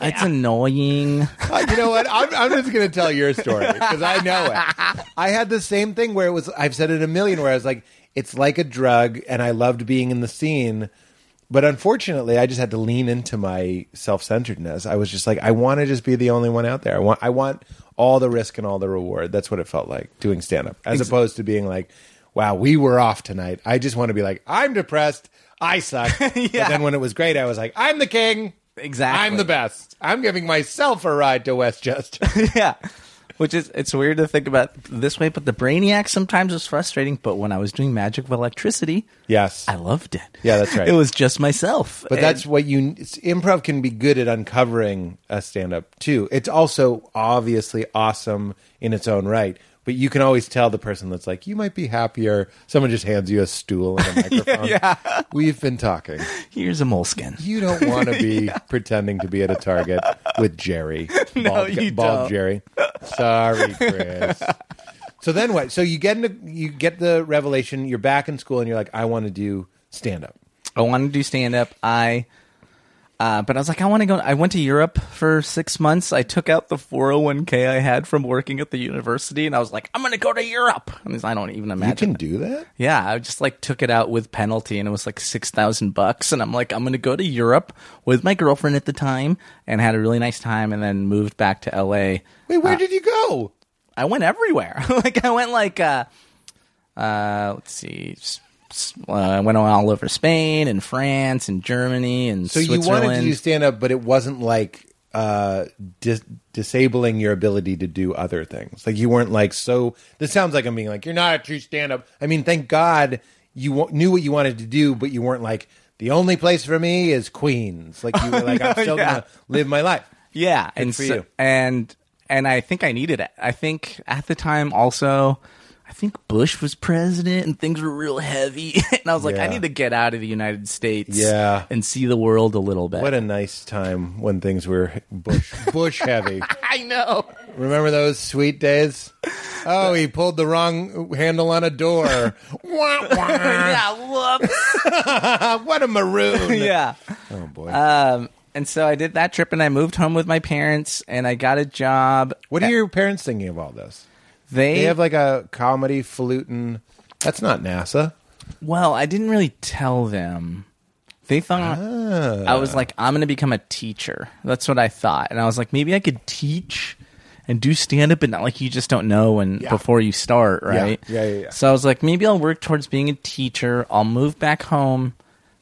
S2: it's annoying
S1: Uh, you know what? I'm, I'm just going to tell your story because I know it. I had the same thing where it was, I've said it a million, where I was like, it's like a drug, and I loved being in the scene. But unfortunately, I just had to lean into my self centeredness. I was just like, I want to just be the only one out there. I want, I want all the risk and all the reward. That's what it felt like doing stand up, as opposed to being like, wow, we were off tonight. I just want to be like, I'm depressed. I suck. But then when it was great, I was like, I'm the king.
S2: Exactly.
S1: I'm the best. I'm giving myself a ride to Westchester.
S2: yeah which is it's weird to think about this way but the brainiac sometimes was frustrating but when i was doing magic with electricity
S1: yes.
S2: i loved it
S1: Yeah, that's right.
S2: it was just myself
S1: But that's what you it's- improv can be good at uncovering a stand up too. It's also obviously awesome in its own right, but you can always tell the person that's like, you might be happier. Someone just hands you a stool and a microphone. yeah. We've been talking.
S2: here's a moleskin
S1: You don't want to be pretending to be at a Target with Jerry. No, bald,
S2: you
S1: bald
S2: don't.
S1: Jerry. Sorry, Chris. so then what? So you get into, you get the revelation. You're back in school, and you're like, I want to do stand up.
S2: I wanted to do stand up. I Uh, but I was like, I want to go. I went to Europe for six months. I took out the 401k I had from working at the university, and I was like, I'm going to go to Europe. I, mean, I don't even
S4: You can
S2: imagine.
S4: do that.
S2: yeah, I just like took it out with penalty, and it was like six thousand bucks. And I'm like, I'm going to go to Europe with my girlfriend at the time, and had a really nice time, and then moved back to LA.
S1: Wait,
S2: Uh,
S1: where did you go?
S2: I went everywhere. like I went like uh, uh, let's see, s- s- uh, I went all over Spain and France and Germany and
S1: So you
S2: Switzerland.
S1: wanted to do stand up, but it wasn't like uh, dis- disabling your ability to do other things. Like you weren't like so. This sounds like I'm being like you're not a true stand up. I mean, thank God you wa- knew what you wanted to do, but you weren't like the only place for me is Queens. Like you were like I'm still
S2: yeah.
S1: gonna live my life.
S2: Yeah, and
S1: for
S2: so-
S1: you.
S2: and and I think I needed it. I think at the time also, I think Bush was president and things were real heavy, and I was like, I
S1: Yeah.
S2: need to get out of the United States,
S1: Yeah.
S2: and see the world a little bit.
S1: What a nice time when things were bush bush heavy.
S2: I know.
S1: Remember those sweet days? Oh, he pulled the wrong handle on a door. Wah, wah.
S2: yeah, whoops.
S1: what a maroon.
S2: yeah.
S1: Oh boy.
S2: Um, and so I did that trip, and I moved home with my parents, and I got a job.
S1: What are your parents thinking of all this?
S2: They,
S1: They have like a comedy fluting. That's not NASA.
S2: well, I didn't really tell them. They thought I
S1: Ah.
S2: was like, I'm going to become a teacher. That's what I thought, and I was like, maybe I could teach and do stand up, but not like you just don't know and before you start, right?
S1: Yeah, yeah, yeah.
S2: So I was like, maybe I'll work towards being a teacher. I'll move back home.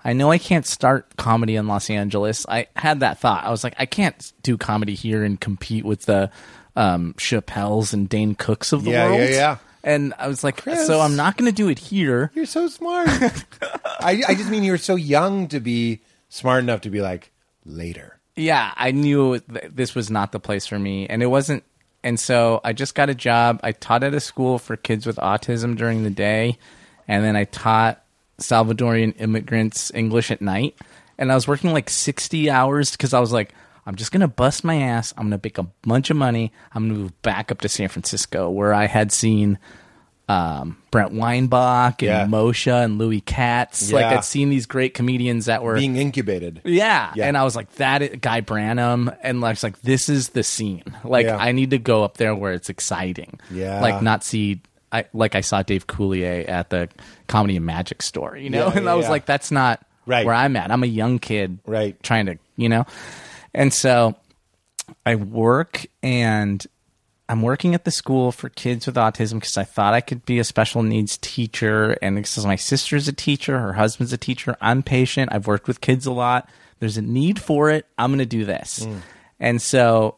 S2: I know I can't start comedy in Los Angeles. I had that thought. I was like, I can't do comedy here and compete with the um, Chappelle's and Dane Cooks of the
S1: Yeah, yeah,
S2: world.
S1: yeah.
S2: And I was like,
S1: Chris.
S2: so I'm not going to do it here.
S1: You're so smart. I, I just mean you were so young to be smart enough to be like later.
S2: yeah, I knew th- this was not the place for me, and it wasn't. And so I just got a job. I taught at a school for kids with autism during the day, and then I taught Salvadorian immigrants English at night. And I was working like sixty hours because I was like, I'm just gonna bust my ass. I'm gonna make a bunch of money. I'm gonna move back up to San Francisco where I had seen um, Brent Weinbach and
S1: Yeah.
S2: Moshe and Louis Katz. Like
S1: Yeah.
S2: I'd seen these great comedians that were
S1: Being incubated.
S2: yeah.
S1: Yeah.
S2: And I was like, that is, Guy Branum. And I was like, this is the scene. Like,
S1: Yeah.
S2: I need to go up there where it's exciting.
S1: Yeah.
S2: Like, not see, I, like, I saw Dave Coulier at the Comedy and Magic store, you know?
S1: Yeah,
S2: and I
S1: yeah,
S2: was
S1: yeah.
S2: like, that's not
S1: Right.
S2: where I'm at. I'm a young kid.
S1: Right.
S2: Trying to, you know? And so I work and I'm working at the school for kids with autism because I thought I could be a special needs teacher. And because my sister's a teacher, her husband's a teacher, I'm patient. I've worked with kids a lot. There's a need for it. I'm going to do this. And so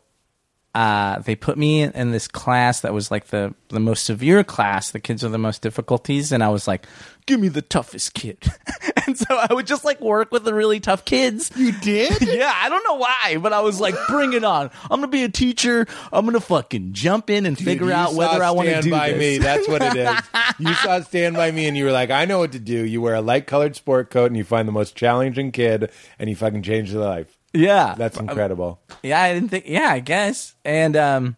S2: uh, they put me in, in this class that was like the the most severe class, the kids with the most difficulties, and I was like, "Give me the toughest kid." and so I would just like work with the really tough kids. You did? yeah, I don't know why, but I was like, "Bring it on! I'm gonna be a teacher. I'm gonna fucking jump in and figure
S1: Dude, you
S2: out whether
S1: saw
S2: I want to
S1: Stand
S2: do
S1: by
S2: this."
S1: me. That's what it is. You saw Stand by Me, and you were like, "I know what to do." You wear a light-colored sport coat, and you find the most challenging kid, and you fucking change their life.
S2: Yeah,
S1: That's incredible.
S2: yeah. I didn't think. Yeah, I guess. And um,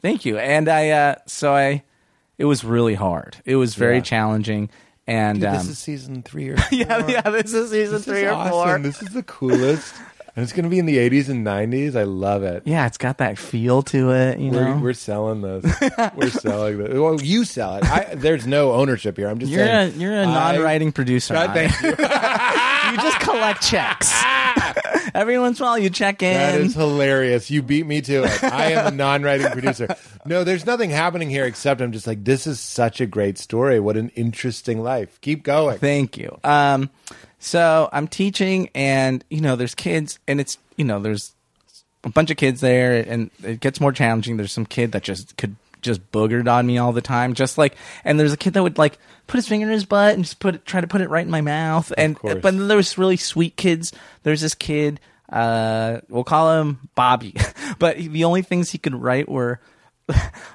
S2: thank you. And I uh, so I, it was really hard. It was very
S1: Yeah.
S2: challenging. And um,
S1: this is season three or four.
S2: yeah, yeah. This is season
S1: This
S2: three
S1: is
S2: or
S1: awesome.
S2: four.
S1: This is the coolest. and it's going to be in the 80s and 90s. I love it.
S2: Yeah, it's got that feel to it, you know.
S1: We're, we're selling this. we're selling this. Well, you sell it. I, there's no ownership here. I'm just
S2: you're a
S1: saying.
S2: you're a
S1: I-
S2: non-writing producer.
S1: God,
S2: Ani.
S1: thank you.
S2: you just collect checks. Every once in a while, you check in.
S1: That is hilarious. You beat me to it. I am a non-writing producer. No, there's nothing happening here except I'm just like, this is such a great story. What an interesting life. Keep going.
S2: Thank you. Um, so I'm teaching, and you know, there's kids, and it's you know, there's a bunch of kids there, and it gets more challenging. There's some kid that just could just boogered on me all the time, just like, and there's a kid that would like put his finger in his butt and just put it, try to put it right in my mouth, and
S1: course.
S2: but then there was really sweet kids. There's this kid, uh, we'll call him Bobby, but he- the only things he could write were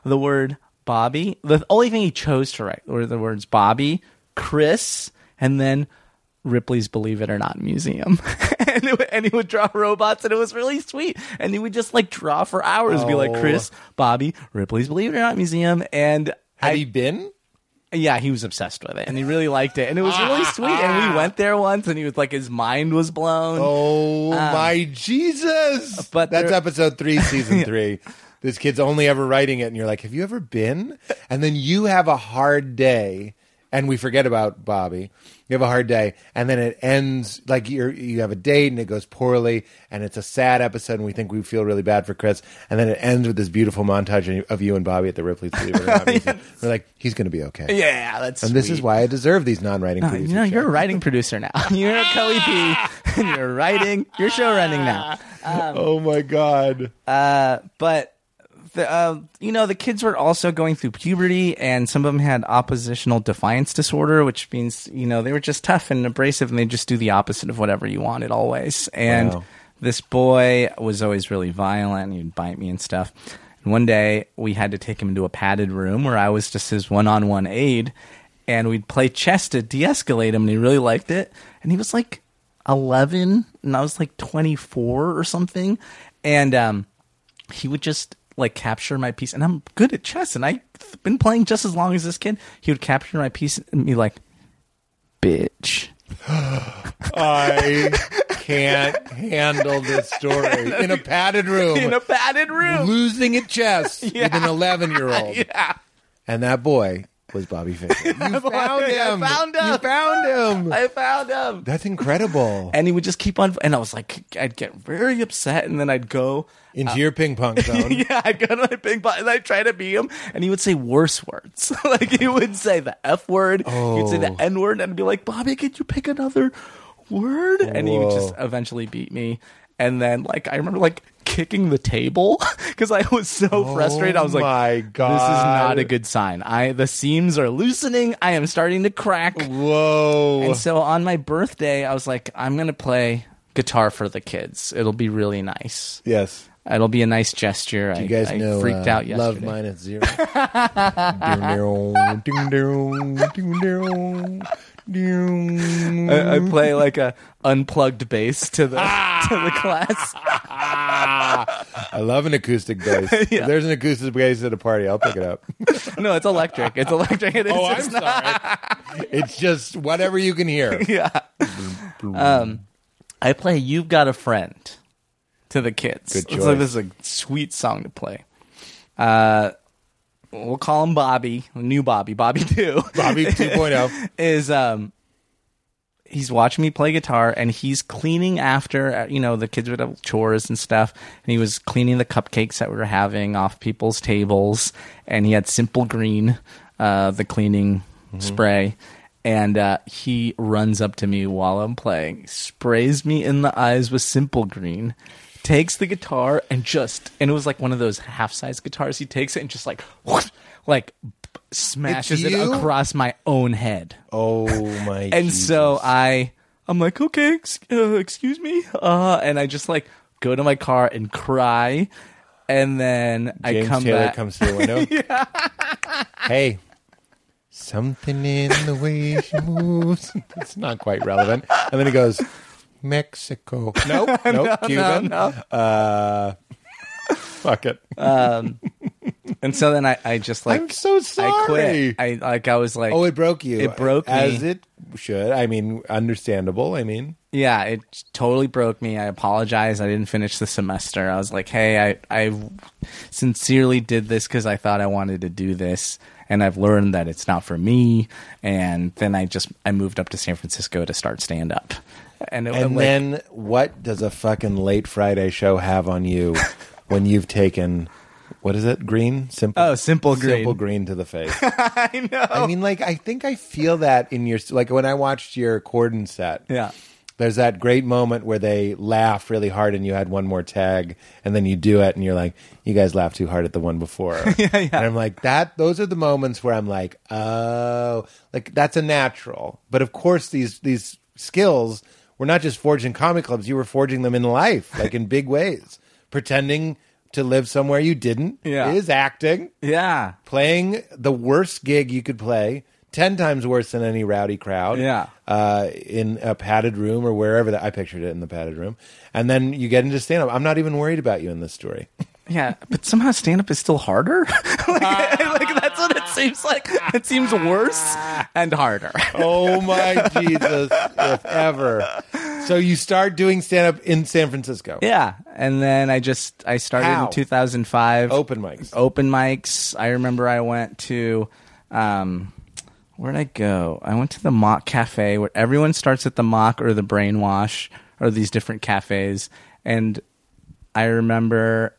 S2: the word Bobby. The only thing he chose to write were the words Bobby, Chris, and then Ripley's Believe It or Not Museum. and, it, would- and he would draw robots, and it was really sweet. And he would just like draw for hours, be like
S1: Oh.
S2: Chris, Bobby, Ripley's Believe It or Not Museum, and
S1: Had
S2: I
S1: he been?
S2: Yeah, he was obsessed with it, and he really liked it, and it was really sweet. And we went there once, and he was like, his mind was blown.
S1: Oh my Jesus!
S2: Um, but
S1: that's
S2: there-
S1: episode three, season three. This kid's only ever writing it, and you're like, "Have you ever been?" And then you have a hard day, and we forget about Bobby. You have a hard day, and then it ends like you are you have a date, and it goes poorly, and it's a sad episode, and we think we feel really bad for Chris, and then it ends with this beautiful montage of you and Bobby at the Ripley's. Believe it or not, museum. We're like, "He's going to be okay,"
S2: Yeah, that's
S1: and this
S2: sweet.
S1: is why I deserve these non-writing.
S2: Uh,
S1: producers
S2: you know, you're
S1: jobs.
S2: a writing producer now. You're a
S1: Ah!
S2: co-EP, and you're writing. You're show running now.
S1: oh my god.
S2: Uh, But the, uh, you know, the kids were also going through puberty, and some of them had oppositional defiance disorder, which means you know they were just tough and abrasive, and they just do the opposite of whatever you wanted always. And
S1: Wow.
S2: this boy was always really violent. and He'd bite me and stuff. And one day we had to take him into a padded room where I was just his one-on-one aide, and we'd play chess to de-escalate him, and he really liked it. And he was like 11, and I was like 24 or something, and um, he would just like capture my piece, and I'm good at chess, and I've been playing just as long as this kid. He would capture my piece and be like, "Bitch."
S1: I can't handle this story in a padded room,
S2: In a padded room.
S1: losing at chess with an eleven-year-old.
S2: Yeah.
S1: And that boy was Bobby Fischer. You found
S2: I
S1: him.
S2: Oh, found
S1: You
S2: him.
S1: found him.
S2: I found him.
S1: That's incredible.
S2: And he would just keep on, and I was like, I'd get very upset, and then I'd go,
S1: Into your ping pong zone.
S2: uh, yeah, I'd go to my big bot, and I'd try to be him, and he would say worse words. like he would say the f word, he'd say
S1: Oh.
S2: the n word, and I'd be like, Bobby, could you pick another word? And he would just eventually beat me. And then, like, I remember like kicking the table because I was so frustrated. I was like,
S1: Oh my
S2: this is not
S1: God.
S2: a good sign. I the seams are loosening. I am starting to crack."
S1: Whoa.
S2: And so on my birthday, I was like, I'm going to play guitar for the kids. It'll be really nice.
S1: yes.
S2: It'll be a nice gesture. I,
S1: You guys
S2: I
S1: know
S2: freaked
S1: uh,
S2: out yesterday.
S1: Love minus zero. Ding-dong, ding-dong, ding-dong, ding.
S2: I, I play like a unplugged bass to the to the class.
S1: I love an acoustic bass. If there's an acoustic bass at a party, I'll pick it up.
S2: No, it's electric. It's electric. It's
S1: Oh, I'm
S2: just-
S1: sorry. it's just whatever you can hear.
S2: yeah. Um, I play "You've Got a Friend" to the kids.
S1: Good
S2: It's
S1: choice.
S2: like this is a sweet song to play. Uh, we'll call him Bobby, new Bobby, Bobby Two.
S1: Bobby oh. 2.0.
S2: is um he's watching me play guitar and he's cleaning after uh, you know the kids would have chores and stuff and he was cleaning the cupcakes that we were having off people's tables and he had simple green uh the cleaning spray and uh, he runs up to me while I'm playing, sprays me in the eyes with simple green, takes the guitar and just and it was like one of those half size guitars. He takes it and just like like smashes it
S1: you?
S2: across my own head
S1: Oh my
S2: and
S1: Jesus.
S2: so I, I'm like, okay, ex- uh, excuse me, uh, and I just like go to my car and cry, and then
S1: James
S2: I come
S1: Taylor
S2: back.
S1: comes to the window. Hey. Something in the way she moves. It's not quite relevant. And then he goes, Mexico. Nope. Nope. Cuban. Uh fuck it.
S2: and so then I, I just like,
S1: I'm so sorry.
S2: I quit. I like, I was like,
S1: oh, it broke you.
S2: It broke
S1: As
S2: me.
S1: it should. I mean, understandable. I mean,
S2: yeah, it totally broke me. I apologize. I didn't finish the semester. I was like, hey, I, I sincerely did this because I thought I wanted to do this. And I've learned that it's not for me. And then I just I moved up to San Francisco to start stand up. And, it,
S1: And
S2: like,
S1: then what does a fucking late Friday show have on you when you've taken what is it? Green? Simple
S2: Oh, simple green.
S1: Simple green to the face.
S2: I know.
S1: I mean like I think I feel that in your like when I watched your Corden set.
S2: Yeah.
S1: There's that great moment where they laugh really hard and you had one more tag and then you do it and you're like, You guys laughed too hard at the one before. yeah, yeah. And I'm like, that those are the moments where I'm like, Oh like that's a natural. But of course these these skills were not just forged in comedy clubs, you were forging them in life, like in big ways. Pretending to live somewhere you didn't
S2: Yeah.
S1: is acting
S2: Yeah.
S1: playing the worst gig you could play, ten times worse than any rowdy crowd.
S2: Yeah.
S1: uh, in a padded room or wherever that I pictured it in the padded room, and then you get into stand up. I'm not even worried about you in this story.
S2: Yeah, but somehow stand up is still harder. like, like, that's what it seems like. It seems worse and harder.
S1: Oh my Jesus, if ever. So you start doing stand up in San Francisco.
S2: yeah, and then I just I started
S1: How? Oh,
S2: in 2005.
S1: Open mics.
S2: open mics. I remember I went to um, where'd I go? I went to the Mock Cafe where everyone starts at the Mock or the Brainwash or these different cafes, and I remember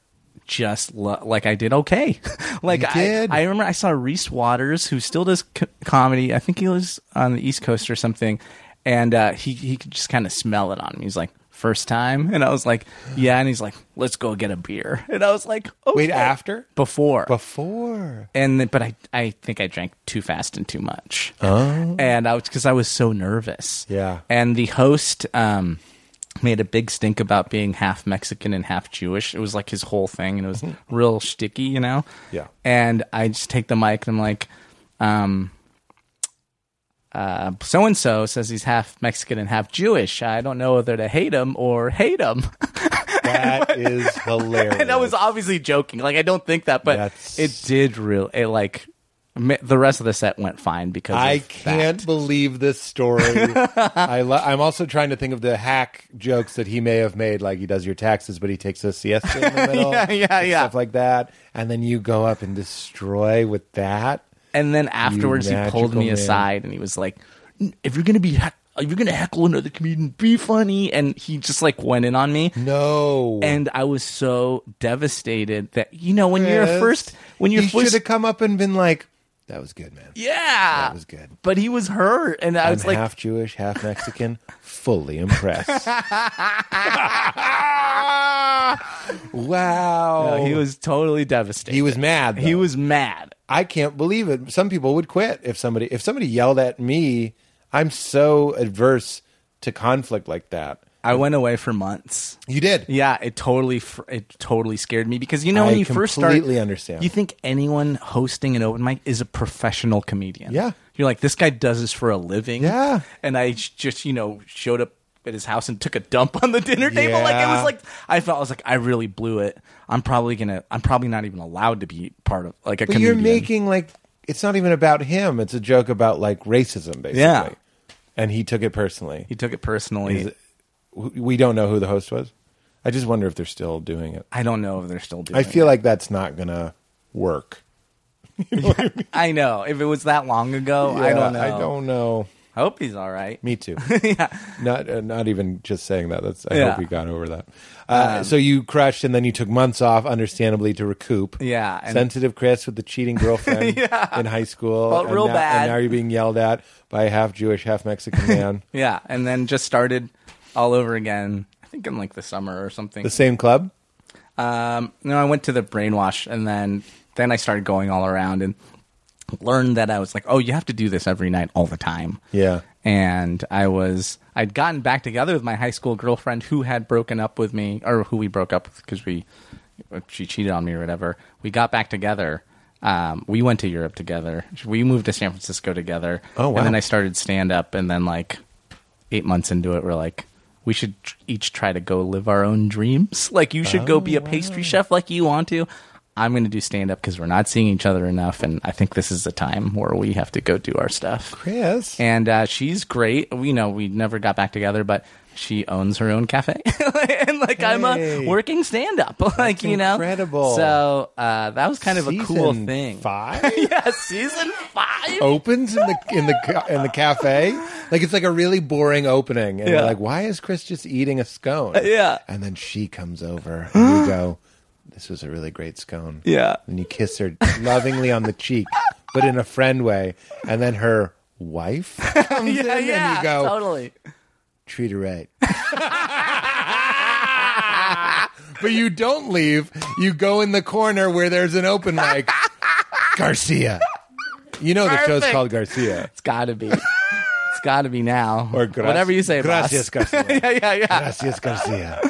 S2: just lo- like I did okay. like
S1: You did.
S2: I, I remember I saw Reese Waters who still does co- comedy. I think he lives on the East Coast or something, and uh, he he could just kind of smell it on me. He's like. First time, and I was like, "Yeah," and he's like, "Let's go get a beer," and I was like, "Okay."
S1: Wait, after?
S2: before.
S1: Before.
S2: and th- but I I think I drank too fast and too much. Oh. And I was cuz I was so nervous.
S1: Yeah.
S2: And the host um made a big stink about being half Mexican and half Jewish. It was like his whole thing and it was real sticky, you know.
S1: Yeah.
S2: And I just take the mic and I'm like um so and so says he's half Mexican and half Jewish. I don't know whether to hate him or hate him.
S1: That is hilarious.
S2: and I was obviously joking. Like I don't think that, but
S1: That's-
S2: it did really. It like me- the rest of the set went fine because
S1: I
S2: of
S1: can't
S2: That.
S1: believe this story. I lo- I'm also trying to think of the hack jokes that he may have made, like he does your taxes, but he takes a siesta in the middle,
S2: Yeah, yeah,
S1: and
S2: yeah.
S1: stuff like that. And then you go up and destroy with that.
S2: And then afterwards, he pulled
S1: magical
S2: me
S1: man.
S2: aside and he was like, "If you're gonna be, heck- if you're gonna heckle another comedian, be funny." And he just like went in on me.
S1: No,
S2: And I was so devastated that you know when you're
S1: Yes.
S2: first when you're
S1: he should
S2: first
S1: have come up and been like, "That was good, man.
S2: yeah
S1: That was good."
S2: but he was hurt and I
S1: I'm
S2: was like
S1: half Jewish, half Mexican. fully impressed. wow,
S2: "Ah!" no, he was totally devastated
S1: Oh. he was mad.
S2: he
S1: though.
S2: was mad
S1: I can't believe it. Some people would quit if somebody if somebody yelled at me. I'm so adverse to conflict like that.
S2: I went away for months.
S1: You did.
S2: Yeah, it totally fr- it totally scared me because you know
S1: I
S2: when you first start,
S1: completely understand.
S2: You think anyone hosting an open mic is a professional comedian?
S1: Yeah.
S2: you're like this guy does this for a living.
S1: Yeah.
S2: and I j- just you know showed up at his house and took a dump on the dinner table. Like it
S1: Yeah.
S2: was like I felt I was like I really blew it. I'm probably gonna I'm probably not even allowed to be part of like a
S1: But
S2: comedian.
S1: you're making like it's not even about him. It's a joke about like racism, basically.
S2: Yeah.
S1: And he took it personally.
S2: he took it personally.
S1: Is it- We don't know who the host was. I just wonder if they're still doing it.
S2: I don't know if they're still doing.
S1: I feel
S2: it.
S1: like that's not gonna work.
S2: I know if it was that long ago. I
S1: Yeah,
S2: don't know.
S1: I don't know.
S2: I hope he's all right.
S1: Me too.
S2: yeah.
S1: not uh, not even just saying that. That's I
S2: Yeah. Um,
S1: hope we got over that. Uh, so you crushed, and then you took months off, understandably, to recoup.
S2: Yeah, and-
S1: sensitive Chris with the cheating girlfriend in high school.
S2: Felt
S1: and
S2: real
S1: now,
S2: bad.
S1: And now you're being yelled at by a half Jewish, half Mexican man.
S2: Yeah, and then just started all over again. I think in like the summer or something.
S1: the same club.
S2: Um, no, I went to the brainwash, and then then I started going all around and learned that I was like, oh, you have to do this every night, all the time.
S1: Yeah.
S2: And I was I'd gotten back together with my high school girlfriend who had broken up with me, or who we broke up with because we she cheated on me or whatever. We got back together. Um, we went to Europe together. We moved to San Francisco together.
S1: Oh, wow.
S2: And then I started stand up, and then like eight months into it, we're like, we should tr- each try to go live our own dreams. Like, you should go be
S1: Oh,
S2: a pastry chef like you want to. I'm going to do stand up because we're not seeing each other enough. And I think this is the time where we have to go do our stuff.
S1: Chris.
S2: And uh, she's great. We know we never got back together, but she owns her own cafe. and like, I'm a
S1: Hey.
S2: working stand up. like, you know?
S1: incredible.
S2: So uh, that was kind of a cool
S1: Season Oh,
S2: thing.
S1: Five.
S2: Yeah, season five.
S1: opens in the in the ca- in the cafe. Like it's like a really boring opening, and you're
S2: Yeah. Uh,
S1: like, why is Chris just eating a scone?
S2: yeah.
S1: and then she comes over, and you go, "This was a really great scone."
S2: Yeah.
S1: and you kiss her lovingly on the cheek, but in a friend way, and then her wife comes in,
S2: Yeah,
S1: and
S2: yeah,
S1: you go,
S2: totally.
S1: "Treat her right." But you don't leave. You go in the corner where there's an open mic. Garcia. You know the show's
S2: Perfect.
S1: called Garcia.
S2: It's got to be. it's got to be now.
S1: Or gra-
S2: whatever you say. boss.
S1: Gracias, Garcia.
S2: yeah, yeah, yeah.
S1: Gracias, Garcia.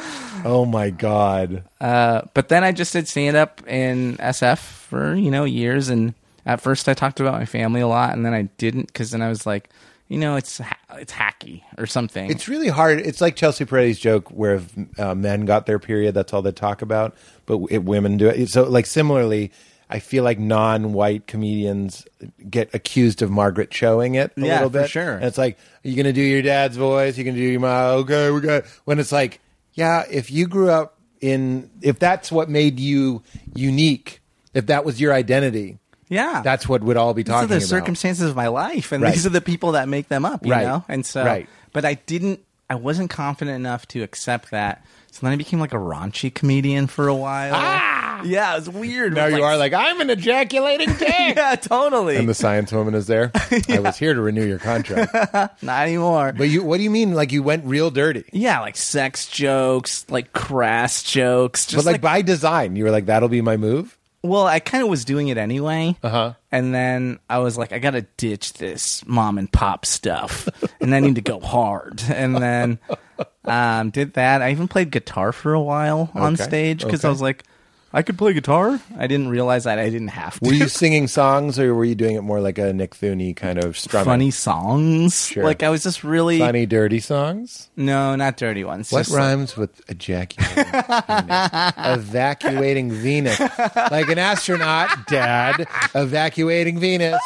S1: Oh my God.
S2: But then I just did stand up in SF for you know years, and at first I talked about my family a lot, and then I didn't because then I was like, you know, it's ha- it's hacky or something.
S1: It's really hard. It's like Chelsea Peretti's joke where if uh, men got their period, that's all they talk about, but it, women do it. So, like, similarly, I feel like non-white comedians get accused of Margaret showing it a
S2: Yeah,
S1: little
S2: for
S1: bit.
S2: sure.
S1: And it's like, are you going to do your dad's voice? You going to do your mom? Okay, we got. When it's like, yeah, if you grew up in, if that's what made you unique, if that was your identity,
S2: yeah,
S1: that's what we'd all be
S2: these are
S1: talking
S2: the
S1: about.
S2: circumstances of my life, and
S1: Right.
S2: these are the people that make them up. You
S1: Right.
S2: know, and so,
S1: Right.
S2: but I didn't. I wasn't confident enough to accept that. So then I became like a raunchy comedian for a while. Yeah, it was weird.
S1: Ah! Now
S2: It was
S1: you are like, I'm an ejaculating dick.
S2: yeah, totally.
S1: and the science woman is there. I was here to renew your contract.
S2: Not anymore.
S1: But you, what do you mean? Like you went real dirty?
S2: yeah, like sex jokes, like crass jokes. Just
S1: but like, by design, you were like, that'll be my move.
S2: Well, I kind of was doing it anyway.
S1: Uh-huh.
S2: And then I was like, I got to ditch this mom and pop stuff. and I need to go hard. And then um, did that. I even played guitar for a while on
S1: Okay,
S2: stage because
S1: okay.
S2: I was like, I could play guitar. I didn't realize that I didn't have to.
S1: Were you singing songs, or were you doing it more like a Nick Thune kind of strumming?
S2: Funny songs.
S1: Sure.
S2: Like, I was just really.
S1: funny, dirty songs.
S2: No, not dirty ones.
S1: What
S2: Just, like-
S1: rhymes with ejaculating? Venus? evacuating Venus, like an astronaut, Dad, evacuating Venus.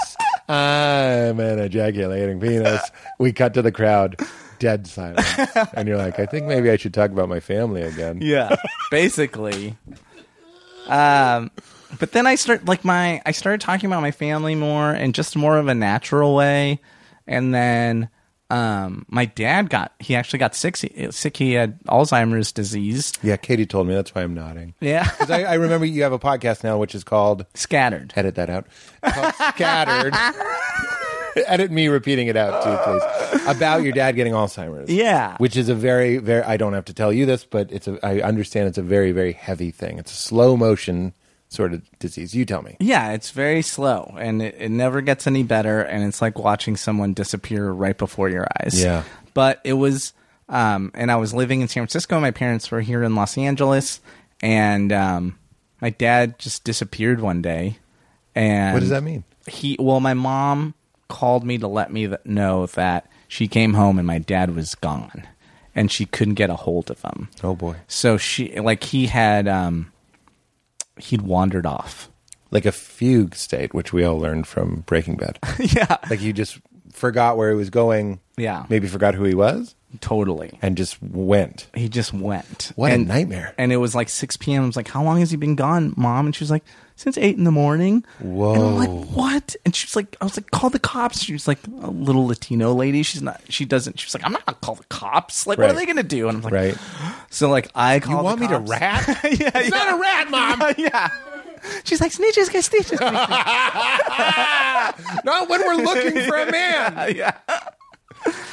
S1: I'm an ejaculating Venus. We cut to the crowd, dead silence, and you're like, I think maybe I should talk about my family again.
S2: Yeah, basically. Um, but then I start like my I started talking about my family more and just more of a natural way, and then um, my dad got he actually got sick sick he had Alzheimer's disease.
S1: Yeah, Katie told me that's why I'm nodding.
S2: Yeah,
S1: 'Cause I, I remember you have a podcast now, which is called
S2: scattered.
S1: edit that out. Called Scattered. edit me repeating it out too, please. About your dad getting Alzheimer's.
S2: Yeah.
S1: which is a very, very. I don't have to tell you this, but it's a. I understand it's a very, very heavy thing. It's a slow motion sort of disease. You tell me.
S2: Yeah, it's very slow and it, it never gets any better. And it's like watching someone disappear right before your eyes.
S1: Yeah.
S2: But it was, um, and I was living in San Francisco. My parents were here in Los Angeles. And um, my dad just disappeared one day. And
S1: What does that mean?
S2: He, well, my mom called me to let me th- know that she came home and my dad was gone and she couldn't get a hold of him.
S1: Oh boy,
S2: So she, like, he had, um, he'd wandered off.
S1: like a fugue state, which we all learned from Breaking Bad.
S2: yeah.
S1: like you just forgot where he was going.
S2: Yeah.
S1: maybe forgot who he was
S2: Totally.
S1: and just went.
S2: He just went.
S1: What
S2: and,
S1: a nightmare.
S2: And it was like 6 p.m. I was like, How long has he been gone, mom? And she was like, Since 8 in the morning. Whoa. And I'm like, What? And she was like, I was like, Call the cops. She was like, A little Latino lady. She's not, she doesn't, she was like, I'm not going to call the cops. Like, what
S1: Right.
S2: are they going to do? And I'm like,
S1: Right.
S2: So, like, I called
S1: want me
S2: the
S1: to
S2: cops.
S1: rat?
S2: yeah. It's
S1: not a rat, Mom.
S2: yeah. She's like, Snitches get stitches.
S1: Not when we're looking for a man.
S2: yeah.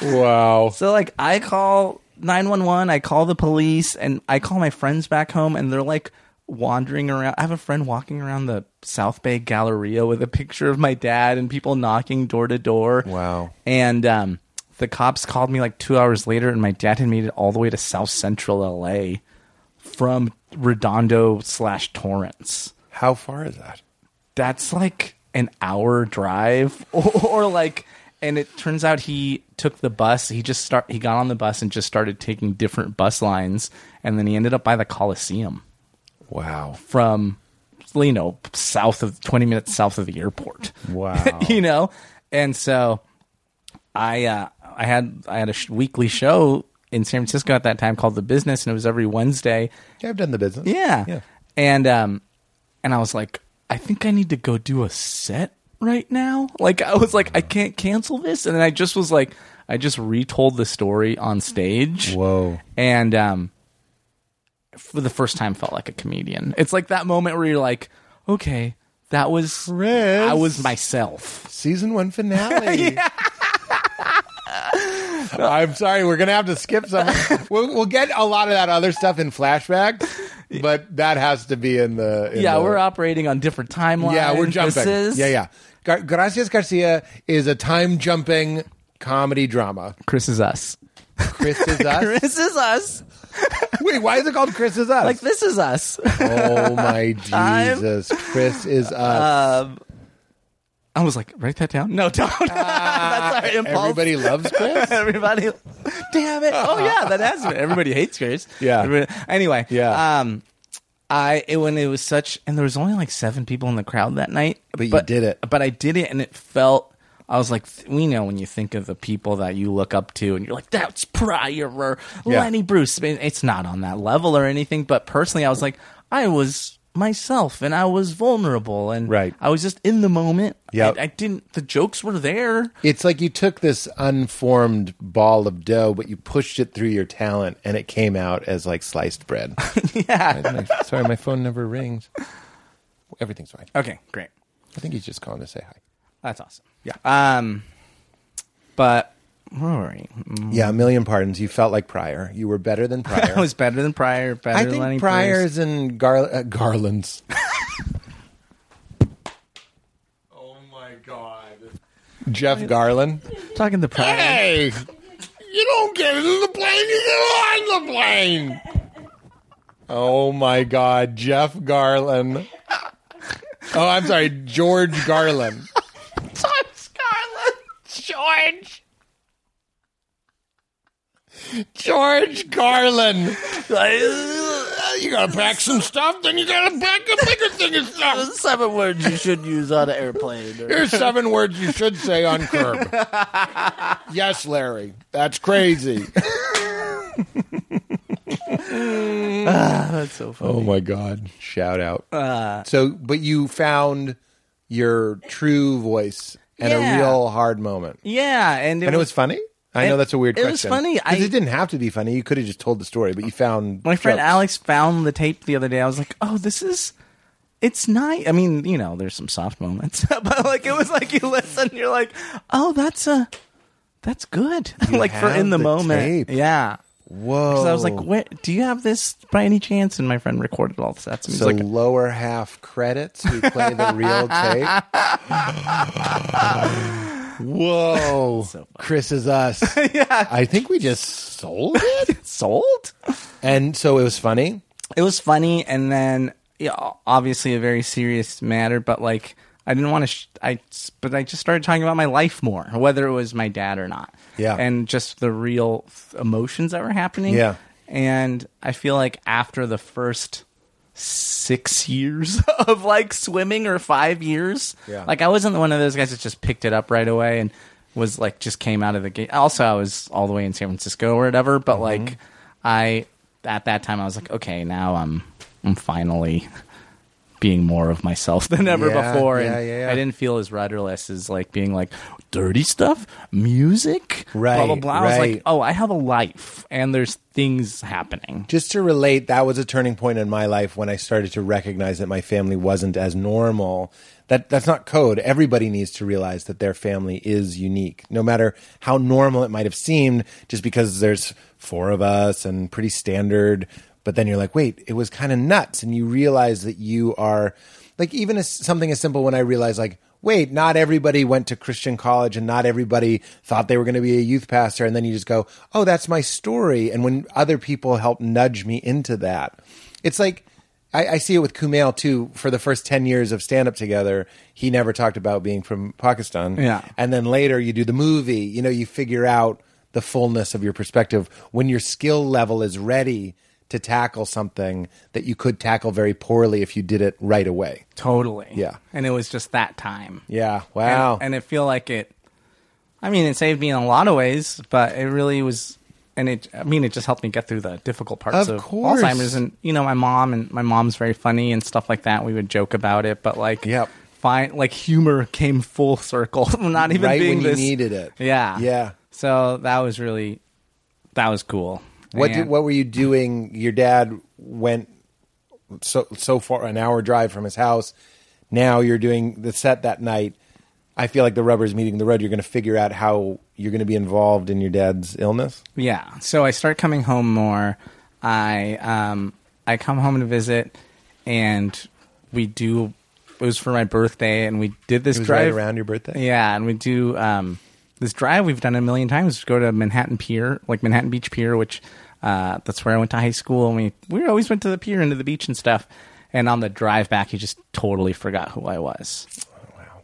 S1: Wow.
S2: So like I call 911, I call the police and I call my friends back home and they're like wandering around. I have a friend walking around the South Bay Galleria with a picture of my dad and people knocking door to door.
S1: Wow.
S2: And um the cops called me like 2 hours later and my dad had made it all the way to South Central LA from Redondo slash Torrance.
S1: How far is that?
S2: That's like an hour drive or, or like and it turns out he took the bus he just start he got on the bus and just started taking different bus lines and then he ended up by the coliseum
S1: Wow.
S2: from you know south of 20 minutes south of the airport
S1: Wow.
S2: you know and so i uh i had i had a sh- weekly show in san francisco at that time called the business and it was every wednesday
S1: Yeah, I've done the business.
S2: yeah.
S1: Yeah.
S2: And um and I was like, I think I need to go do a set right now. Like I was like, I can't cancel this. And then I just was like I just retold the story on stage.
S1: Whoa.
S2: And um for the first time felt like a comedian. It's like that moment where you're like, okay, that was
S1: Chris.
S2: I was myself.
S1: Season one finale. I'm sorry, we're gonna have to skip some. We'll, we'll get a lot of that other stuff in flashback, but that has to be in the. in
S2: Yeah,
S1: the-
S2: we're operating on different timelines.
S1: Yeah, we're jumping.
S2: This is
S1: Yeah, yeah. Gar- Gracias Garcia is a time jumping comedy drama.
S2: Chris is us.
S1: Chris is us.
S2: Chris is us.
S1: Wait, why is it called Chris is us?
S2: Like this is us.
S1: oh my
S2: Time.
S1: Jesus, Chris is us.
S2: I was like, write that down. No, don't. That's our
S1: Um,
S2: impulse.
S1: Everybody loves Chris.
S2: Everybody, damn it! Oh yeah, that has been. Everybody hates Chris.
S4: Yeah.
S2: Everybody- anyway.
S4: Yeah.
S2: Um, I it, when it was such, and there was only like seven people in the crowd that night.
S1: But you did it.
S2: But I did it, and it felt. I was like, th- we know when you think of the people that you look up to, and you're like, that's Pryor or
S4: Yeah.
S2: Lenny Bruce. I mean, it's not on that level or anything, but personally, I was like, I was myself, and I was vulnerable, and
S4: Right.
S2: I was just in the moment.
S4: Yep.
S2: I, I didn't. The jokes were there.
S1: It's like you took this unformed ball of dough, but you pushed it through your talent, and it came out as like sliced bread.
S2: yeah.
S1: My- sorry, my phone never rings. Everything's fine.
S2: Okay. Great.
S1: I think he's just calling to say hi.
S2: That's awesome.
S1: Yeah.
S2: Um, but where were we?
S1: Yeah, a million pardons. You felt like Pryor. You were better than Pryor.
S2: That was better than Pryor. Better
S1: I
S2: than Lenny
S1: think
S2: Bruce.
S1: Pryor's and Gar- uh, Garland's. oh my God. Jeff Garland.
S2: Talking to Pryor.
S1: Hey, you don't get in the plane, you get on the plane. Oh my God, Jeff Garland. Oh, I'm sorry, George Garland.
S2: Tom Scarlett.
S1: George. George Garland. uh, You gotta pack some stuff, then you gotta pack a bigger thing of stuff.
S2: Seven words you should use
S1: uh,
S2: on an airplane.
S1: Here's seven words you should say on curb. yes, Larry. That's crazy.
S2: Ah, That's so funny. Ah.
S1: Oh my God! Shout out. so, but you found your true voice at
S2: Yeah.
S1: a real hard moment,
S2: Yeah, and it,
S1: and it was funny. I know
S2: It-
S1: that's a weird
S2: it was
S1: question.
S2: funny.
S1: 'Cause
S2: I-
S1: it didn't have to be funny. You could have just told the story, but you found
S2: My friend
S1: jokes.
S2: Alex found the tape the other day. I was like, "Oh, this is." It's nice. I mean, you know, there's some soft moments, but like it was like you listen, you're like, "Oh, that's a, that's good." like for
S1: have
S2: in the,
S1: the
S2: moment,
S1: tape. Oh.
S2: yeah.
S1: Whoa!
S2: Because I was like, "Where do you have this by any chance?" And my friend recorded all the sets. And he's
S1: so
S2: like,
S1: lower half credits. We play the real tape. Whoa! Chris is us. I think we just sold it,
S2: "Sold."
S1: and so it was funny.
S2: It was funny, and then yeah, obviously a very serious matter, but like I didn't want to. Sh- I but I just started talking about my life more, whether it was my dad or not.
S1: Yeah.
S2: and just the real th- emotions that were happening.
S1: Yeah.
S2: and I feel like after the first six years of like swimming or five years,
S1: Yeah.
S2: like I wasn't one of those guys that just picked it up right away and was like just came out of the gate. Also, I was all the way in San Francisco or whatever,
S1: Mm-hmm.
S2: but like I at that time I was like, okay, now I'm I'm finally being more of myself than ever
S1: Yeah,
S2: before,
S1: yeah,
S2: and
S1: yeah, yeah.
S2: I didn't feel as rudderless as like being like dirty stuff, music, blah blah
S1: Right,
S2: blah. I was
S1: right.
S2: like, oh, I have a life, and there's things happening.
S1: just to relate, that was a turning point in my life when I started to recognize that my family wasn't as normal. That that's not code. Everybody needs to realize that their family is unique, no matter how normal it might have seemed. Just because there's four of us and pretty standard, but then you're like, wait, it was kind of nuts, and you realize that you are like even as something as simple when I realized like. Wait, not everybody went to Christian college and not everybody thought they were going to be a youth pastor. And then you just go, oh, that's my story. And when other people help nudge me into that, it's like I, I see it with Kumail too. For the first 10 years of stand up together, he never talked about being from Pakistan.
S2: Yeah.
S1: And then later you do the movie, you know, you figure out the fullness of your perspective when your skill level is ready to tackle something that you could tackle very poorly if you did it right away.
S2: Totally.
S1: Yeah.
S2: and it was just that time.
S1: Yeah.
S2: And-
S1: Wow.
S2: And, I feel like it. I mean, it saved me in a lot of ways, but it really was, and it. I mean, it just helped me get through the difficult parts
S1: Of
S2: of,
S1: course.
S2: Alzheimer's, and you know, my mom and my mom's very funny and stuff like that. We would joke about it, but like,
S1: Yep.
S2: fine, like humor came full circle. Not even
S1: right
S2: being
S1: when
S2: this,
S1: you needed it.
S2: Yeah,
S1: Yeah.
S2: So that was really, that was cool.
S1: What
S2: And-
S1: did, what were you doing? Your dad went so so far an hour drive from his house. Now you're doing the set that night. I feel like the rubber's meeting the road. You're going to figure out how you're going to be involved in your dad's illness.
S2: Yeah. So I start coming home more. I um I come home to visit and we do it was for my birthday and we did this
S1: It was
S2: drive
S1: right around your birthday.
S2: Yeah, and we do um this drive we've done a million times. Go to Manhattan Pier, like Manhattan Beach Pier, which uh that's where I went to high school and we we always went to the pier and to the beach and stuff. And on the drive back he just totally forgot who I was.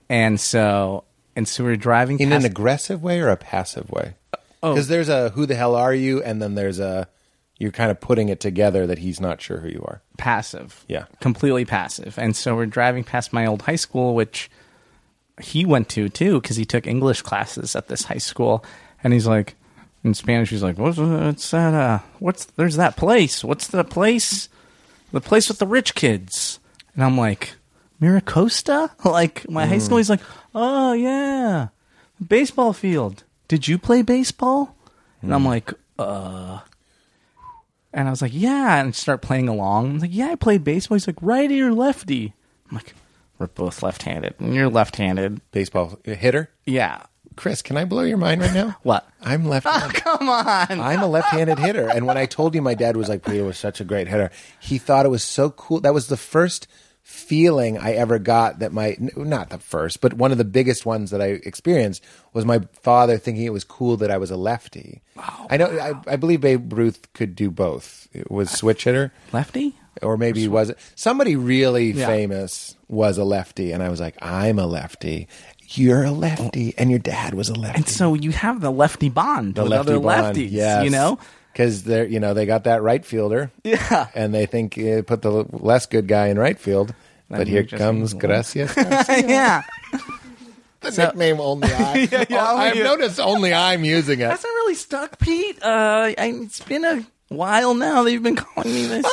S2: And so and so we were driving
S1: in
S2: past-
S1: an aggressive way or a passive way? Because there's a who the hell are you, and then there's a you're kind of putting it together that he's not sure who you are.
S2: passive.
S1: Yeah.
S2: Completely passive. And so we're driving past my old high school, which he went to too, because he took English classes at this high school. And he's like, in Spanish, he's like, what's, what's that? Uh, what's, there's that place. What's the place? The place with the rich kids. And I'm like, Miracosta? Like, my high school, he's like, oh, yeah, baseball field. Did you play baseball? And I'm like, "Uh, and I was like, yeah, and start playing along. I'm like, yeah, I played baseball. He's like, righty or lefty? I'm like, we're both left-handed, and you're left-handed.
S1: Baseball hitter,
S2: Yeah.
S1: Chris. Can I blow your mind right now?
S2: What?
S1: I'm left.
S2: Come on.
S1: I'm a left-handed hitter, and when I told you my dad was like Peter was such a great hitter, he thought it was so cool. That was the first feeling I ever got that my n- not the first, but one of the biggest ones that I experienced was my father thinking it was cool that I was a lefty. I know. I, I believe Babe Ruth could do both. It was switch hitter,
S2: Lefty?
S1: or maybe he wasn't. Somebody really
S2: Yeah.
S1: famous was a lefty, and I was like, I'm a lefty. You're a lefty, and your dad was a lefty
S2: And so you have the lefty bond with other
S1: bond,
S2: lefties,
S1: yes.
S2: you know?
S1: because they're you know they got that right fielder,
S2: Yeah.
S1: and they think uh, put the l- less good guy in right field. but
S2: he
S1: here
S2: just
S1: comes
S2: needs one.
S1: Gracias. the
S2: yeah.
S1: nickname only I.
S2: yeah,
S1: Oh, I've
S2: only you.
S1: noticed only I'm using it.
S2: Hasn't really stuck, Pete. Uh, I, it's been a while now that you've been calling me this.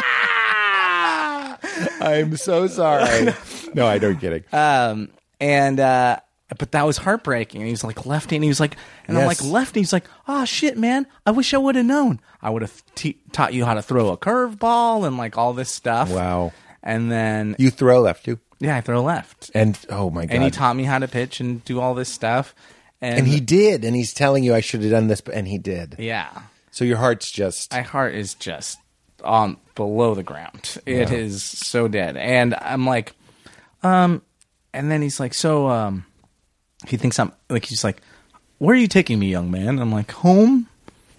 S1: I'm so sorry. no, I don't get it.
S2: Um, and uh, but that was heartbreaking. And he was like lefty, and he was like, and I'm
S1: Yes.
S2: like lefty. He's like, oh shit, man, I wish I would have known. I would have te- taught you how to throw a curveball and like all this stuff.
S1: Wow.
S2: And then
S1: you throw left too,
S2: yeah, I throw left,
S1: and oh my god,
S2: and he taught me how to pitch and do all this stuff. And,
S1: and he did, and he's telling you I should have done this, but and he did.
S2: yeah,
S1: So your heart's just
S2: my heart is just um below the ground. It is so dead. And I'm like, um, and then he's like, so um, he thinks I'm like, he's like, where are you taking me, young man? I'm like, home.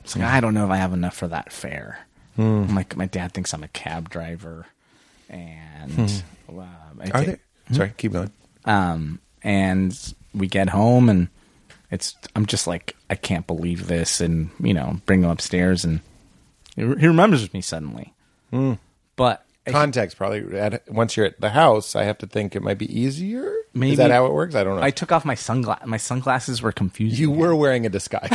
S2: It's like I don't know if I have enough for that fare.
S1: Hmm.
S2: I'm like, my dad thinks I'm a cab driver, and um,
S1: Hmm.
S2: I
S1: are
S2: take-
S1: there? Hmm? Sorry, keep going.
S2: um, and we get home and it's i'm just like i can't believe this and you know bring him upstairs and he re- he remembers me suddenly
S1: Hmm.
S2: but
S1: Context probably. At, once you're at the house, I have to think it might be easier.
S2: Maybe-
S1: is that how it works? I don't know.
S2: i took off my sunglasses my sunglasses were confusing
S1: You
S2: him.
S1: were wearing a disguise.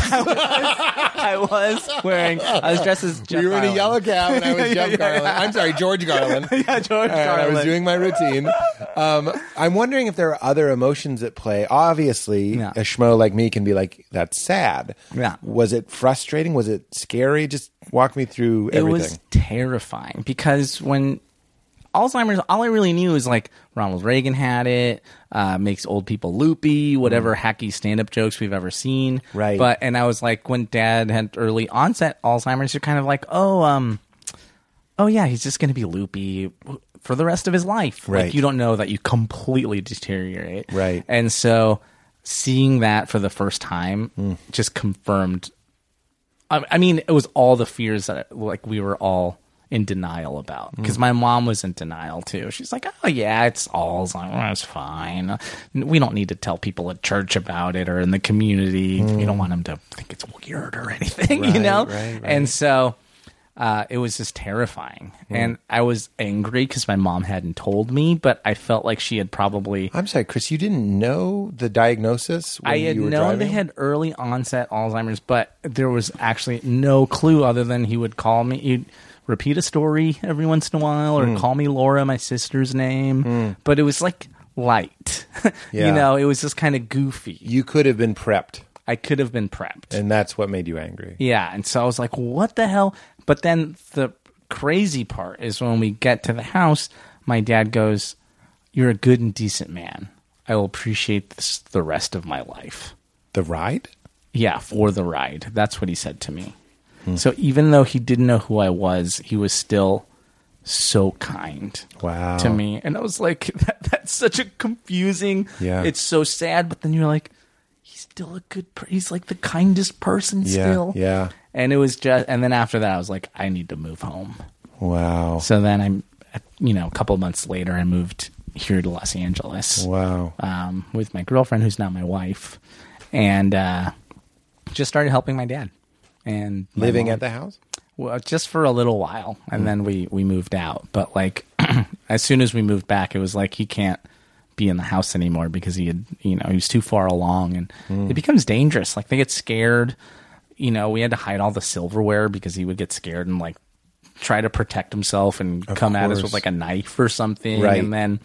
S2: i was wearing i was dressed as Jeff
S1: you were in a
S2: Garland.
S1: yellow cab, and I was Jeff Garland. I'm sorry, George Garland. Uh,
S2: yeah george
S1: And I
S2: Carlin.
S1: was doing my routine. Um, I'm wondering if there are other emotions at play. Obviously,
S2: Yeah.
S1: a schmo like me can be like, "That's sad."
S2: Yeah.
S1: Was it frustrating? Was it scary? Just walk me through everything.
S2: It was terrifying because when Alzheimer's, all I really knew is like Ronald Reagan had it, uh, makes old people loopy, whatever hacky stand up jokes we've ever seen.
S1: Mm. Right.
S2: But, and I was like, when dad had early onset Alzheimer's, you're kind of like, oh, um, oh yeah, he's just going to be loopy for the rest of his life.
S1: Right.
S2: Like, you don't know that you completely deteriorate.
S1: Right.
S2: And so seeing that for the first time
S1: Mm.
S2: just confirmed I, I mean, it was all the fears that like we were all in denial about
S1: Mm.
S2: because my mom was in denial too. She's like, "Oh yeah, it's Alzheimer's. It's fine. We don't need to tell people at church about it or in the community. We don't want them to think it's weird or anything, you
S1: Mm. Right,
S2: know."
S1: right, right.
S2: And so uh, it was just terrifying,
S1: Mm.
S2: and I was angry because my mom hadn't told me, but I felt like she had probably.
S1: I'm sorry, Chris. You didn't know the diagnosis. When
S2: I had
S1: you were
S2: known
S1: driving?
S2: they had early onset Alzheimer's, but there was actually no clue other than he would call me, he'd repeat a story every once in a while,
S1: Hmm.
S2: or call me Laura, my sister's name. But it was like light,
S1: Yeah.
S2: you know. It was just kind of goofy.
S1: You could have been prepped,
S2: I could have been prepped.
S1: and that's what made you angry.
S2: Yeah, and so I was like, "What the hell?" But then the crazy part is when we get to the house, my dad goes, "You're a good and decent man. I will appreciate this the rest of my life."
S1: The ride.
S2: Yeah, for the ride. That's what he said to me. So even though he didn't know who I was, he was still so kind
S1: Wow.
S2: to me. And I was like, that, that's such a confusing.
S1: Yeah.
S2: It's so sad. But then you're like, he's still a good, per- he's like the kindest person
S1: Yeah,
S2: still.
S1: yeah.
S2: And it was just, and then after that, I was like, I need to move home.
S1: Wow.
S2: So then I'm, you know, a couple months later, I moved here to Los Angeles
S1: Wow.
S2: um, with my girlfriend, who's now my wife, and uh, just started helping my dad and my
S1: Living
S2: mom.
S1: at the Hmm. house?
S2: well, just for a little while, and then we we moved out. But like, as soon as we moved back, it was like he can't be in the house anymore because he had you know he was too far along, and
S1: Hmm.
S2: it becomes dangerous. Like they get scared. You know, we had to hide all the silverware because he would get scared and like try to protect himself and come at us
S1: course.
S2: with like a knife or something,
S1: Right.
S2: and then.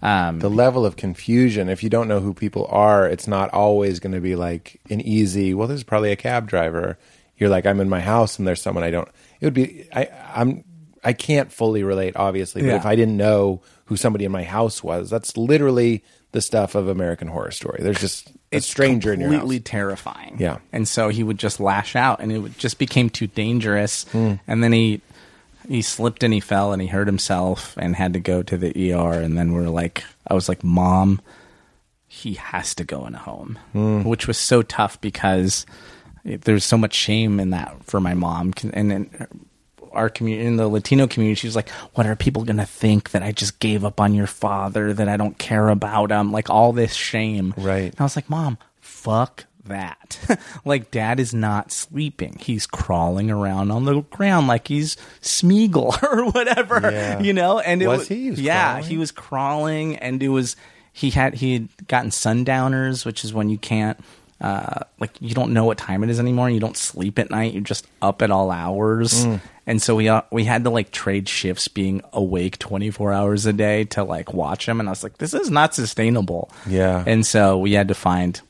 S4: the level of confusion if you don't know who people are it's not always going to be like an easy well there's probably a cab driver you're like i'm in my house and there's someone i don't it would be i i'm i can't fully relate obviously but
S2: Yeah.
S4: if i didn't know who somebody in my house was that's literally the stuff of american horror story there's just a stranger in your house
S2: completely terrifying.
S4: Yeah.
S2: and so he would just lash out, and it would, just became too dangerous. And then he he slipped and he fell and he hurt himself and had to go to the ER. And then we're like, I was like, Mom, he has to go in a home,
S4: Hmm.
S2: which was so tough because it- there's so much shame in that for my mom Can- and. and her- our community in the Latino community, she was like, "What are people gonna think that I just gave up on your father? That I don't care about him? Like all this shame,
S4: Right.
S2: and I was like, Mom, fuck that. like, dad is not sleeping. He's crawling around on the ground like he's Smeagol or whatever,
S4: Yeah.
S2: you know? And it
S4: Was
S2: wa-
S4: he? He was
S2: yeah,
S4: crawling?
S2: he was crawling and it was, he had, he had gotten sundowners, which is when you can't, uh, like you don't know what time it is anymore. You don't sleep at night. You're just up at all hours. And so we, uh, we had to like trade shifts being awake 24 hours a day to like watch him. And I was like, this is not sustainable.
S4: Yeah.
S2: And so we had to find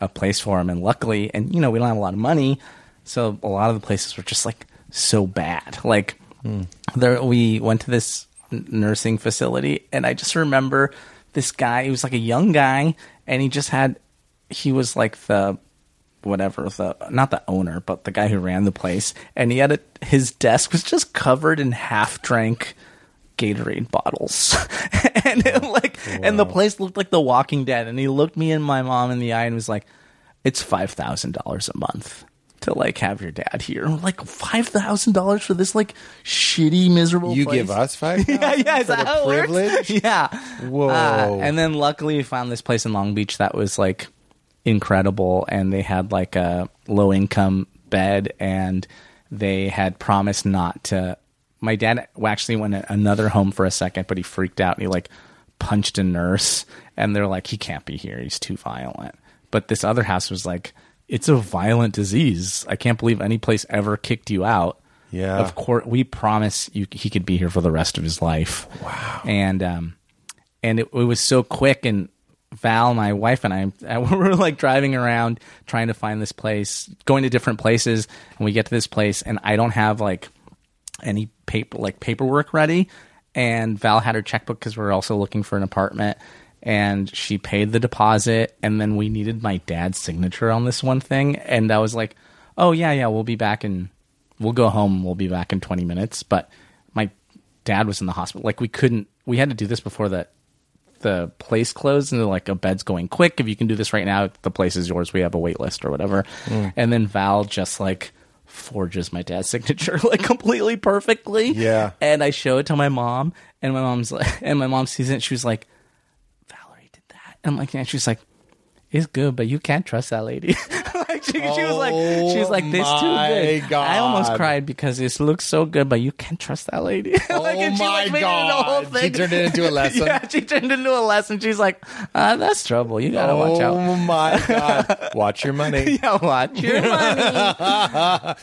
S2: a place for him. And luckily, and you know, we don't have a lot of money. So a lot of the places were just like so bad. Like there, we went to this n- nursing facility and I just remember this guy, he was like a young guy and he just had, he was like the, whatever the not the owner but the guy who ran the place and he had a his desk was just covered in half drank Gatorade bottles, and
S4: Oh,
S2: it, like, and the place looked like The Walking Dead. And he looked me and my mom in the eye and was like, "It's five thousand dollars a month to like have your dad here." And we're like five thousand dollars for this like shitty, miserable.
S4: you
S2: place?
S4: give us five
S2: yeah, yeah, is
S4: for
S2: that
S4: the
S2: how it works?
S4: privilege
S2: yeah.
S4: Whoa.
S2: Uh, and then luckily we found this place in Long Beach that was like incredible and they had like a low income bed and they had promised not to my dad actually went to another home for a second but he freaked out and he like punched a nurse and they're like he can't be here he's too violent but this other house was like it's a violent disease i can't believe any place ever kicked you out
S4: Yeah.
S2: of course we promise you he could be here for the rest of his life wow and um and it, it was so quick and val my wife and i we were like driving around trying to find this place going to different places and we get to this place and i don't have like any paper like paperwork ready and val had her checkbook because we were also looking for an apartment and she paid the deposit and then we needed my dad's signature on this one thing and i was like oh yeah yeah we'll be back in we'll go home we'll be back in 20 minutes but my dad was in the hospital like we couldn't we had to do this before the the place closed and they're like a bed's going quick if you can do this right now the place is yours we have a wait list or whatever
S1: Mm.
S2: and then val just like forges my dad's signature like completely perfectly
S4: Yeah.
S2: and i show it to my mom and my mom's like and my mom sees it and she was like valerie did that and i'm like and she's like it's good but you can't trust that lady like she, she was like she was like this too
S1: Oh
S2: good
S1: my
S2: i almost
S1: God.
S2: cried because this looks so good but you can't trust that lady like, and she,
S1: Oh
S2: like,
S1: my
S2: made it a whole
S1: God. She
S2: thing.
S1: turned it into a lesson.
S2: yeah, she turned into a lesson. She's like, uh, that's trouble. You gotta watch out.
S1: Oh my god.
S4: watch your money
S2: Yeah, watch your money.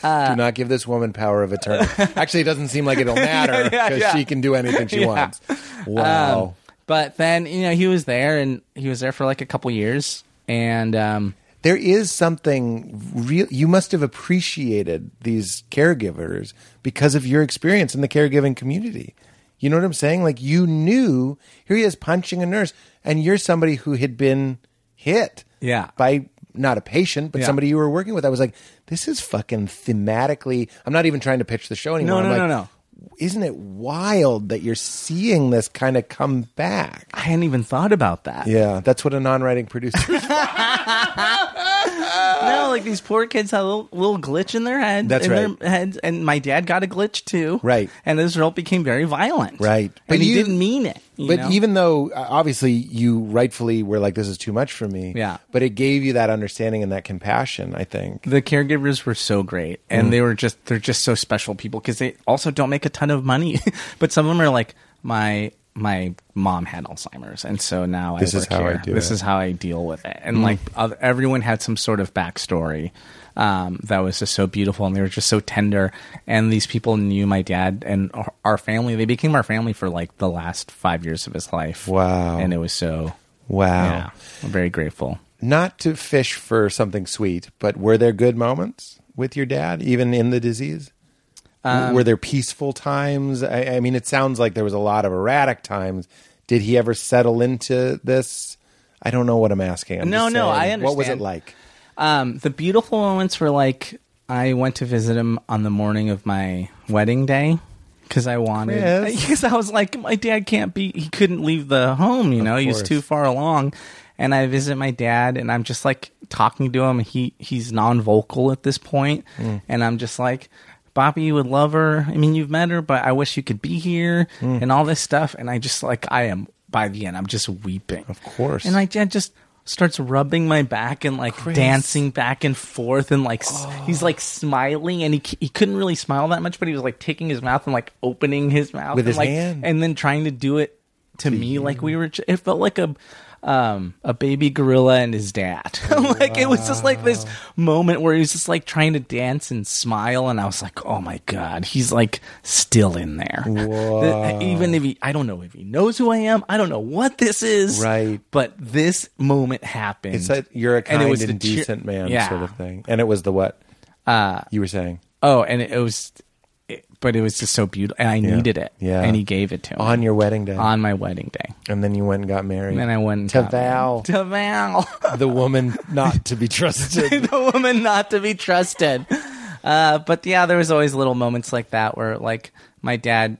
S2: Uh,
S4: do not give this woman power of attorney
S1: Actually, it doesn't seem like it'll matter because
S2: Yeah, yeah. Um,
S1: she can do anything she wants. Wow.
S2: but then you know he was there, and he was there for like a couple years, and um,
S4: there is something real you must have appreciated these caregivers because of your experience in the caregiving community you know what i'm saying like you knew here he is punching a nurse and you're somebody who had been hit
S2: Yeah.
S4: by not a patient but
S2: Yeah.
S4: somebody you were working with i was like this is fucking thematically i'm not even trying to pitch the show anymore
S2: No,
S4: I'm
S2: no,
S4: like,
S2: no, no.
S4: isn't it wild that you're seeing this kind of come back
S2: I hadn't even thought about that.
S4: yeah that's what a non-writing producer is
S2: No, like these poor kids had a little, little glitch in their head.
S4: That's
S2: in
S4: right.
S2: Their heads, and my dad got a glitch too.
S4: Right.
S2: And this result became very violent.
S4: Right.
S2: But
S4: But
S2: he
S4: you-
S2: didn't mean it. you
S1: But
S2: know?
S1: even though uh, obviously you rightfully were like, "This is too much for me,"
S2: Yeah.
S1: But it gave you that understanding and that compassion. I think
S2: the caregivers were so great and
S1: Mm.
S2: they were just they're just so special people because they also don't make a ton of money but some of them are like my my mom had alzheimer's and so now
S1: This
S2: I
S1: is
S2: work
S1: how I
S2: here.
S1: do
S2: this
S1: it. Mm.
S2: is how i deal with it and like oth- everyone had some sort of backstory um, that was just so beautiful and they were just so tender and these people knew my dad and our- our family they became our family for like the last five years of his life
S1: Wow.
S2: and it was so
S1: Wow.
S2: yeah i'm very grateful
S1: Not to fish for something sweet, but were there good moments with your dad, even in the disease?
S2: Um,
S1: W- were there peaceful times? I, I mean, it sounds like there was a lot of erratic times. Did he ever settle into this? I don't know what I'm asking. I'm
S2: No,
S1: just
S2: no,
S1: saying,
S2: I
S1: What was it
S2: understand.
S1: like?
S2: Um, the beautiful moments were like I went to visit him on the morning of my wedding day because I wanted
S1: Chris.
S2: because I was like my dad can't be he couldn't leave the home you know he was
S1: course.
S2: too far along and I visit my dad and I'm just like talking to him he he's non-vocal at this point
S1: Hmm.
S2: and I'm just like Bobby would love her I mean you've met her but I wish you could be here
S1: Hmm.
S2: and all this stuff and I just like I am by the end I'm just weeping of
S1: course.
S2: and my dad just starts rubbing my back and like dancing back and forth and like s
S1: Oh.
S2: he's like smiling and he c- he couldn't really smile that much but he was like taking his mouth and like opening his mouth
S1: With
S2: and,
S1: his
S2: like,
S1: hand.
S2: and then trying to do it to me like we were j- it felt like a um a baby gorilla and his dad like it was just like this moment where he was just like trying to dance and smile and i was like oh my god he's like still in there The- even if he i don't know if he knows who i am i don't know what this is
S1: Right.
S2: but this moment happened
S1: It's that you're a kind
S2: it was
S1: and,
S2: the cheer-
S1: decent man
S2: Yeah.
S1: sort of thing. And it was the what uh, you were saying
S2: oh and it, it was it, but it was just so beautiful and i needed it
S1: Yeah.
S2: and he gave it to me
S1: on your wedding day,
S2: on my wedding day
S1: and then you went and got married.
S2: and i went and
S1: to
S2: got married.
S1: Val,
S2: to val
S1: the woman not to be trusted.
S2: the woman not to be trusted. Uh, but yeah, there was always little moments like that where like my dad,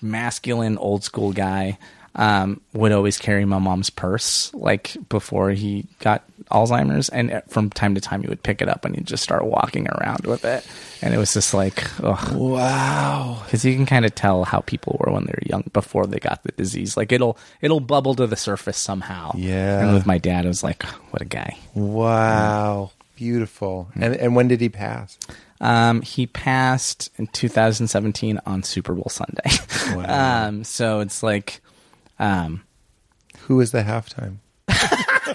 S2: masculine old school guy, um, would always carry my mom's purse like before he got Alzheimer's, and uh, from time to time he would pick it up and he'd just start walking around with it, and it was just like, ugh.
S1: wow,
S2: Because you can kind of tell how people were when they were young before they got the disease. Like it'll it'll bubble to the surface somehow.
S1: Yeah.
S2: And with my dad, it was like, what a guy.
S1: wow, beautiful.
S2: Mm-hmm.
S1: And and when did he pass?
S2: Um, he passed in 2017 on Super Bowl Sunday. um, so it's like, um,
S1: Who was the halftime?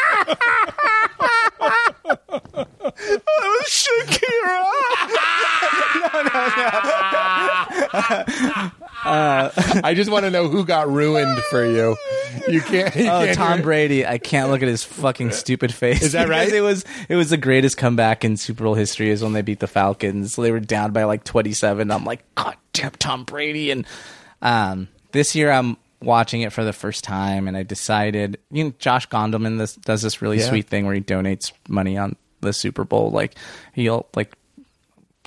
S1: Oh, Uh, I just want to know who got ruined for you. You can't. You
S2: oh,
S1: can't
S2: Tom
S1: hear-
S2: Brady. I can't look at his fucking stupid face.
S1: Is that right?
S2: Because it was it was the greatest comeback in Super Bowl history. Is when they beat the Falcons. They were down by like 27. I'm like, God damn, Tom Brady. And um, this year I'm watching it for the first time, and I decided, you know, Josh Gondelman this, does this really
S1: Yeah.
S2: sweet thing where he donates money on the Super Bowl. Like he'll like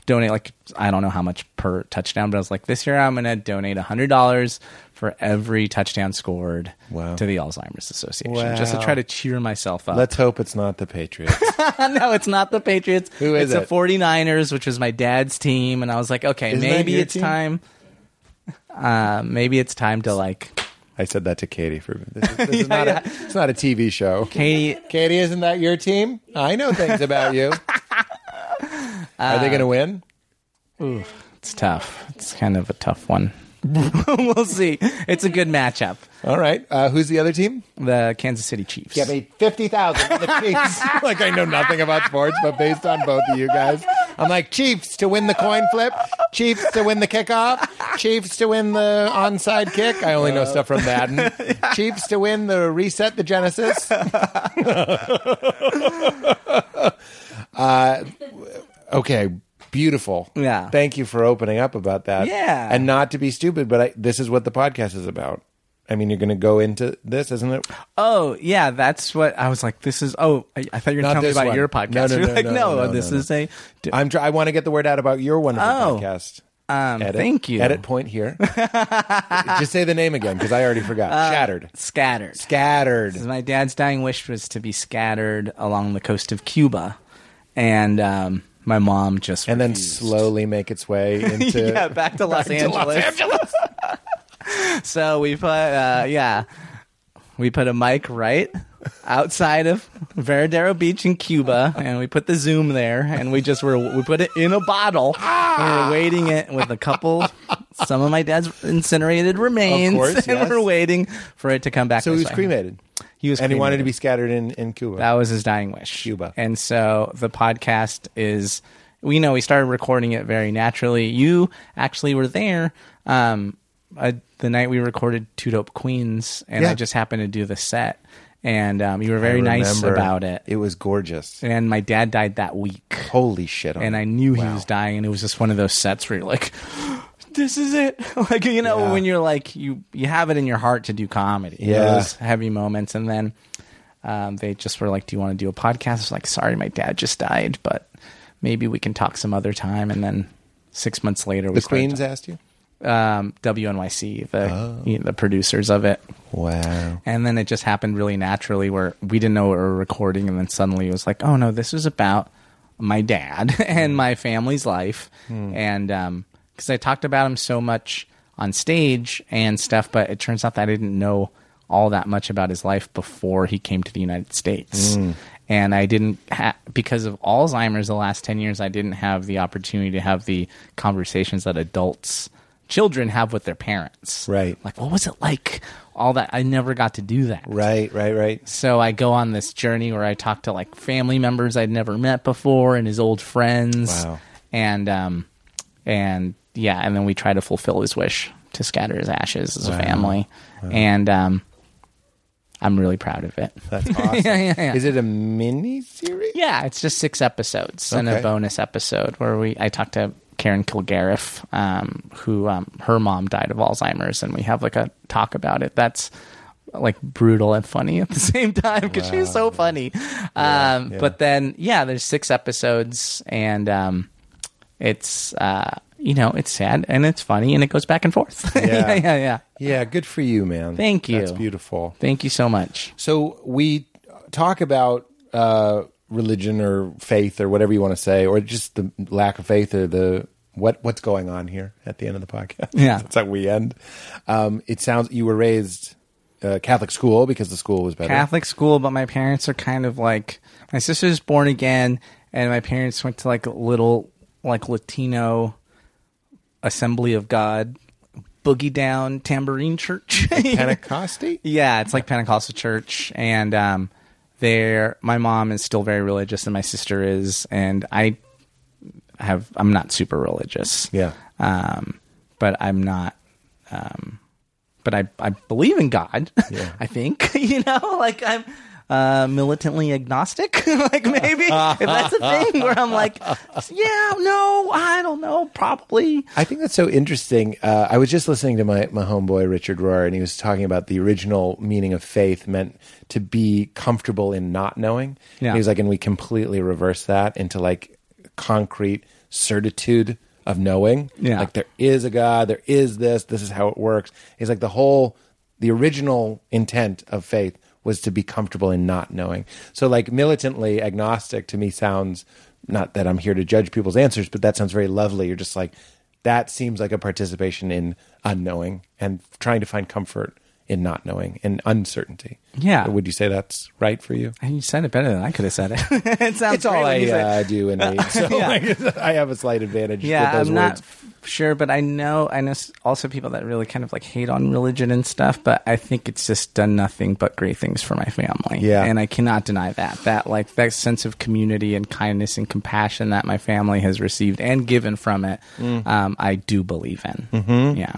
S2: donate like I don't know how much per touchdown, but I was like, this year I'm gonna donate hundred dollars for every touchdown scored
S1: Wow.
S2: to the Alzheimer's Association, just to
S1: Wow.
S2: try to cheer myself up.
S1: Let's hope it's not the Patriots.
S2: no, it's not the Patriots.
S1: Who is
S2: it's
S1: it?
S2: the 49ers, which was my dad's team, and I was like, okay,
S1: Isn't that
S2: maybe
S1: your
S2: it's
S1: team?
S2: time. Uh, maybe it's time to like,
S1: I said that to Katie for this. Is, this is not a, it's not a TV show.
S2: Katie.
S1: Katie, isn't that your team? I know things about you. Are they going to win?
S2: It's tough. It's kind of a tough one. we'll see. It's a good matchup.
S1: All right. Uh, who's the other team?
S2: The Kansas City Chiefs.
S1: Get me fifty thousand for the Chiefs. like I know nothing about sports, but based on both of you guys, I'm like Chiefs to win the coin flip, Chiefs to win the kickoff, Chiefs to win the onside kick. I only know
S2: Uh,
S1: stuff from Madden. Chiefs to win the reset the Genesis. uh, okay, beautiful.
S2: Yeah.
S1: Thank you for opening up about that.
S2: Yeah.
S1: and not to be stupid, but I, this is what the podcast is about. I mean, you're going to go into this, isn't it?
S2: Oh yeah, that's what I was like. This is oh, I, I thought you were
S1: Not
S2: telling me
S1: this
S2: about
S1: one.
S2: your podcast.
S1: No, no,
S2: You're
S1: no,
S2: like,
S1: no,
S2: no,
S1: no, no,
S2: this
S1: no.
S2: is a. d-
S1: I'm. Try- I want to get the word out about your wonderful
S2: Oh.
S1: podcast.
S2: Um, thank you.
S1: Edit point here. Just say the name again because I already forgot.
S2: Uh,
S1: Shattered.
S2: Scattered.
S1: Scattered.
S2: My dad's dying wish was to be scattered along the coast of Cuba, and um, my mom just
S1: And then
S2: refused.
S1: slowly make its way into
S2: yeah back to Los Angeles.
S1: Angeles.
S2: so we put, uh, yeah, we put a mic right outside of Veradero Beach in Cuba, and we put the Zoom there, and we just were we put it in a bottle.
S1: Ah!
S2: and we were waiting it with a couple, some of my dad's incinerated remains,
S1: Of course,
S2: and
S1: yes.
S2: we're waiting for it to come back.
S1: So he
S2: this
S1: was
S2: way.
S1: cremated,
S2: He was
S1: and he wanted
S2: cremated.
S1: to be scattered in in Cuba.
S2: That was his dying wish.
S1: Cuba.
S2: And so the podcast is, we know we started recording it very naturally. You actually were there um, uh, the night we recorded Two Dope Queens, and
S1: Yeah.
S2: I just happened to do the set. And um, you were very
S1: I
S2: nice
S1: remember.
S2: about it.
S1: It was gorgeous.
S2: And my dad died that week.
S1: Holy shit!
S2: And I
S1: Arnold.
S2: knew he was dying, and it was just one of those sets where you're like, this is it. like, you know,
S1: Yeah.
S2: when you're like, you, you have it in your heart to do comedy. You know,
S1: Yeah.
S2: Those heavy moments. And then um, they just were like, do you want to do a podcast? I was like, sorry, my dad just died, but maybe we can talk some other time. And then six months later, we
S1: the
S2: started
S1: Queens Oh. asked you.
S2: talk- um, WNYC, the, you know, the producers of it.
S1: Wow.
S2: And then it just happened really naturally where we didn't know what we were recording. And then suddenly it was like, oh no, this is about my dad and my family's life. And because I talked about him so much on stage and stuff, but it turns out that I didn't know all that much about his life before he came to the United States. And I didn't, ha- because of Alzheimer's the last 10 years, I didn't have the opportunity to have the conversations that adults, children have with their parents
S1: Right.
S2: like what was it like all that i never got to do that
S1: Right, right, right.
S2: so i go on this journey where i talk to like family members i'd never met before and his old friends
S1: Wow.
S2: and um and yeah and then we try to fulfill his wish to scatter his ashes as a family and um i'm really proud of it
S1: That's awesome.
S2: Yeah, yeah, yeah.
S1: Is it a mini series?
S2: yeah it's just six episodes and a
S1: Okay.
S2: bonus episode where we i talked to karen kilgariff um, who um, her mom died of alzheimer's and we have like a talk about it that's like brutal and funny at the same time because she's so funny um,
S1: yeah.
S2: but then yeah there's six episodes and um, it's uh, you know it's sad and it's funny and it goes back and forth yeah yeah yeah
S1: Yeah, good for you, man.
S2: Thank you.
S1: That's beautiful.
S2: thank you so much
S1: So we talk about uh, religion or faith or whatever you want to say, or just the lack of faith or the what what's going on here at the end of the podcast.
S2: Yeah.
S1: that's how we end. Um, it sounds you were raised uh, Catholic school because the school was better.
S2: Catholic school, but my parents are kind of like my sister's born again, and my parents went to like a little like Latino Assembly of God boogie down tambourine church.
S1: Pentecostal.
S2: yeah, it's like Pentecostal church, and um, there my mom is still very religious, and my sister is, and I have I'm not super religious
S1: Yeah.
S2: um, but I'm not. Um, but I I believe in God. I think you know, like I'm uh, militantly agnostic. like maybe if that's a thing where I'm like, yeah, no, I don't know, probably.
S1: I think that's so interesting. Uh, I was just listening to my, my homeboy Richard Rohr, and he was talking about the original meaning of faith meant to be comfortable in not knowing.
S2: Yeah.
S1: He was like, and we completely reverse that into like concrete certitude of knowing.
S2: Yeah.
S1: Like there is a God, there is this, this is how it works. He's like the whole, the original intent of faith was to be comfortable in not knowing. So like militantly agnostic to me sounds not that I'm here to judge people's answers, but that sounds very lovely. You're just like, that seems like a participation in unknowing and trying to find comfort in not knowing and uncertainty.
S2: Yeah.
S1: Would you say that's right for you?
S2: And you said it better than I could have said it. it sounds
S1: It's all
S2: great when
S1: I
S2: you say it.
S1: uh, do and read. So
S2: Yeah.
S1: like, I have a slight advantage
S2: yeah,
S1: with those
S2: I'm
S1: words.
S2: not f- sure, but I know I know s- also people that really kind of like hate on religion and stuff. But I think it's just done nothing but great things for my family.
S1: Yeah.
S2: and I cannot deny that. That like that sense of community and kindness and compassion that my family has received and given from it,
S1: Mm.
S2: um, I do believe in. Mm-hmm. Yeah,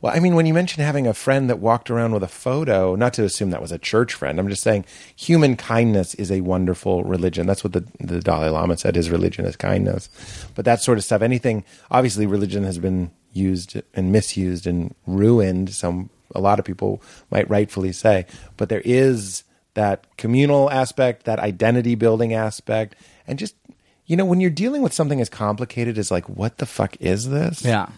S1: Well, I mean, when you mentioned having a friend that walked around with a photo, not to assume that was a church friend, I'm just saying human kindness is a wonderful religion. That's what the, the Dalai Lama said his religion is kindness. But that sort of stuff, anything, obviously, religion has been used and misused and ruined, some, a lot of people might rightfully say. But there is that communal aspect, that identity building aspect, and just, you know, when you're dealing with something as complicated as like, what the fuck is this?
S2: yeah,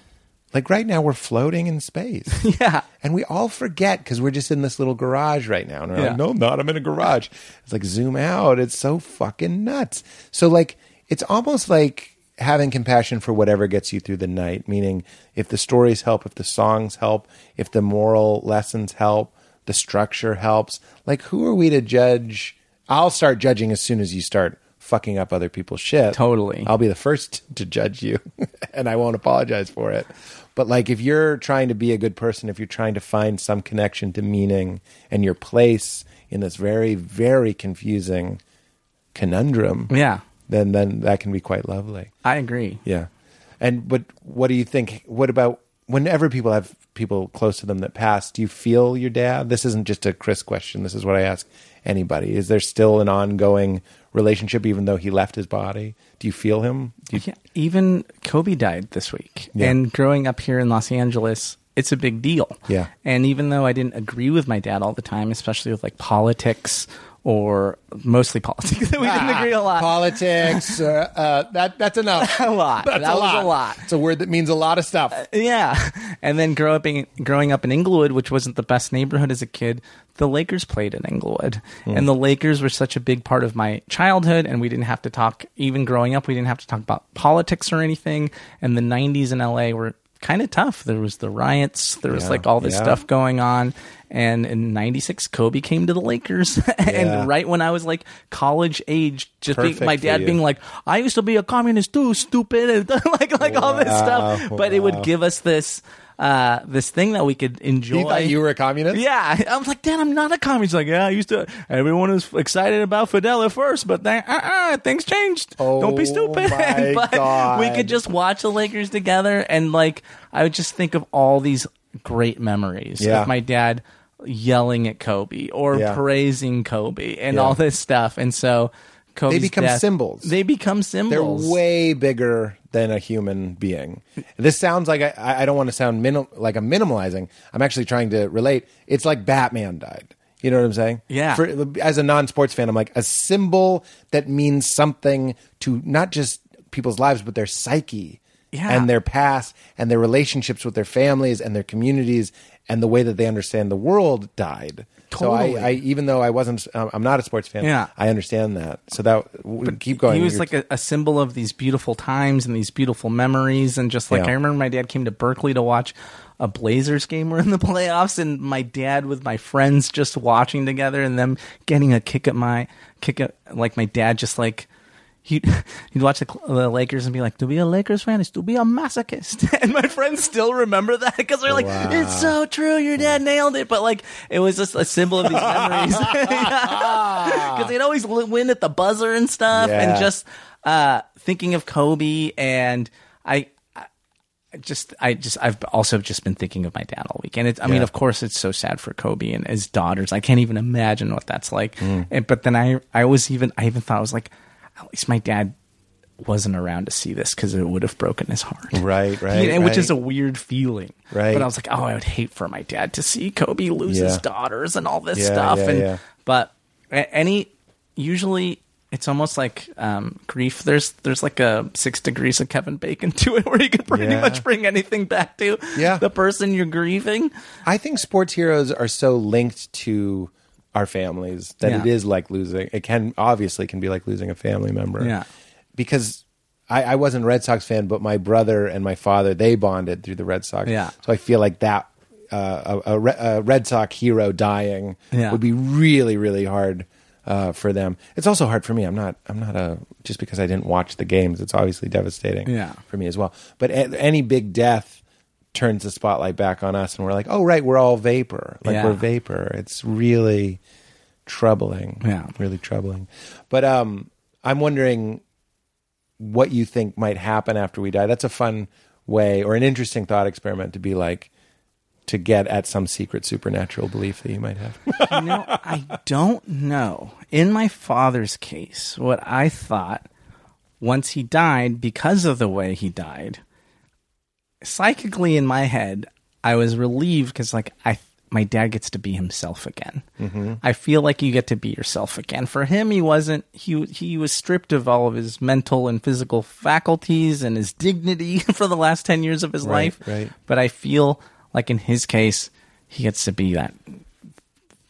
S1: Like right now, we're floating in space.
S2: yeah.
S1: And we all forget because we're just in this little garage right now. And we're
S2: Yeah.
S1: like, no, I'm not. I'm in a garage. It's like, zoom out. It's so fucking nuts. So, like, it's almost like having compassion for whatever gets you through the night. Meaning, if the stories help, if the songs help, if the moral lessons help, the structure helps. Like, who are we to judge? I'll start judging as soon as you start fucking up other people's shit.
S2: Totally.
S1: I'll be the first to judge you and I won't apologize for it. But like if you're trying to be a good person, if you're trying to find some connection to meaning and your place in this very very confusing conundrum,
S2: Yeah,
S1: then then that can be quite lovely.
S2: I agree.
S1: Yeah. And but what do you think what about whenever people have people close to them that pass, do you feel your dad? This isn't just a Chris question. This is what I ask anybody. Is there still an ongoing relationship even though he left his body? Do you feel him? Do you
S2: Yeah, even Kobe died this week.
S1: Yeah.
S2: And growing up here in Los Angeles, it's a big deal.
S1: Yeah.
S2: And even though I didn't agree with my dad all the time, especially with like politics or mostly politics, we didn't agree a lot.
S1: Ah, Politics. uh, uh, that that's enough.
S2: a lot.
S1: That's
S2: that was a lot. Uh,
S1: It's a word that means a lot of stuff.
S2: Yeah. And then grow up in, growing up in Inglewood, which wasn't the best neighborhood as a kid, the Lakers played in Inglewood.
S1: Hmm.
S2: And the Lakers were such a big part of my childhood and we didn't have to talk even growing up, we didn't have to talk about politics or anything. And the 90s in LA were kind of tough. There was the riots, there was
S1: Yeah,
S2: like all this
S1: yeah.
S2: stuff going on. And in 96 Kobe came to the Lakers
S1: Yeah.
S2: and right when I was like college age just being,
S1: Perfect
S2: my
S1: for
S2: dad
S1: you.
S2: being like I used to be a communist too, stupid and like like all this stuff,
S1: Wow,
S2: but it would
S1: wow.
S2: give give us this uh, this thing that we could enjoy.
S1: You thought you were a communist?
S2: yeah, I was like, Dad, I'm not a communist. He's like, yeah, I used to. Everyone was excited about Fidel at first, but then uh-uh, things changed.
S1: Oh
S2: Don't be stupid.
S1: my
S2: but we
S1: God.
S2: could just watch the Lakers together, and like, I would just think of all these great memories
S1: Yeah.
S2: of my dad yelling at Kobe or
S1: Yeah.
S2: praising Kobe and
S1: Yeah.
S2: all this stuff, and so. Kobe's
S1: become
S2: death-
S1: symbols.
S2: They become
S1: They're
S2: symbols.
S1: way bigger than a human being. This sounds like I, I don't want to sound minim, like I'm minimalizing. I'm actually trying to relate. It's like Batman died. You know what I'm saying?
S2: Yeah.
S1: For, as a non-sports fan, I'm like a symbol that means something to not just people's lives, but their psyche
S2: Yeah.
S1: and their past and their relationships with their families and their communities and the way that they understand the world died.
S2: Totally.
S1: So I, I, even though I wasn't, um, I'm not a sports fan.
S2: Yeah.
S1: I understand that. So that keep going.
S2: He was
S1: You're-
S2: like a, a symbol of these beautiful times and these beautiful memories. And just like
S1: Yeah.
S2: I remember my dad came to Berkeley to watch a Blazers game. We're in the playoffs, and my dad with my friends just watching together and them getting a kick at my kick at like my dad just like. He'd, he'd watch the, Cl- the Lakers and be like, "To be a Lakers fan is to be a masochist," and my friends still remember that because they're like, "It's so true, your dad nailed it." But like, it was just a symbol of these memories. because they'd always li- win at the buzzer and stuff, and
S1: Yeah.
S2: just uh, thinking of Kobe and I. I- I Just, I just, I've also just been thinking of my dad all week, and it's. I mean,
S1: Yeah.
S2: of course, it's so sad for Kobe and his daughters. I can't even imagine what that's like.
S1: Mm.
S2: And, but then I, I was even, I even thought I was like, at least my dad wasn't around to see this because it would have broken his heart,
S1: Right, right,
S2: and, Which
S1: right.
S2: is a weird feeling,
S1: Right.
S2: But I was like, oh, I would hate for my dad to see Kobe lose his
S1: Yeah.
S2: daughters and all this
S1: Yeah,
S2: stuff,
S1: yeah,
S2: and
S1: yeah.
S2: but a- any usually it's almost like um, grief. There's there's like a six degrees of Kevin Bacon to it, where you can pretty
S1: Yeah.
S2: much bring anything back to
S1: Yeah.
S2: the person you're grieving.
S1: I think sports heroes are so linked to our families that
S2: Yeah.
S1: it is like losing. It can obviously can be like losing a family member.
S2: Yeah.
S1: because I, I wasn't a Red Sox fan, but my brother and my father they bonded through the Red Sox.
S2: Yeah.
S1: so I feel like that uh, a, a, Re- a Red Sox hero dying
S2: Yeah.
S1: would be really really hard. Uh, for them, it's also hard for me. I'm not. I'm not a just because I didn't watch the games. It's obviously devastating
S2: Yeah.
S1: for me as well. But a- any big death turns the spotlight back on us, and we're like, oh right, we're all vapor. Like
S2: Yeah.
S1: we're vapor. It's really troubling.
S2: Yeah.
S1: really troubling. But um, I'm wondering what you think might happen after we die. That's a fun way or an interesting thought experiment to be like to get at some secret supernatural belief that you might have.
S2: you know, I don't know. In my father's case, what I thought once he died, because of the way he died, psychically in my head, I was relieved because, like, I my dad gets to be himself again.
S1: Mm-hmm.
S2: I feel like you get to be yourself again. For him, he wasn't. He he was stripped of all of his mental and physical faculties and his dignity for the last ten years of his
S1: Right,
S2: life.
S1: right.
S2: But I feel like in his case, he gets to be that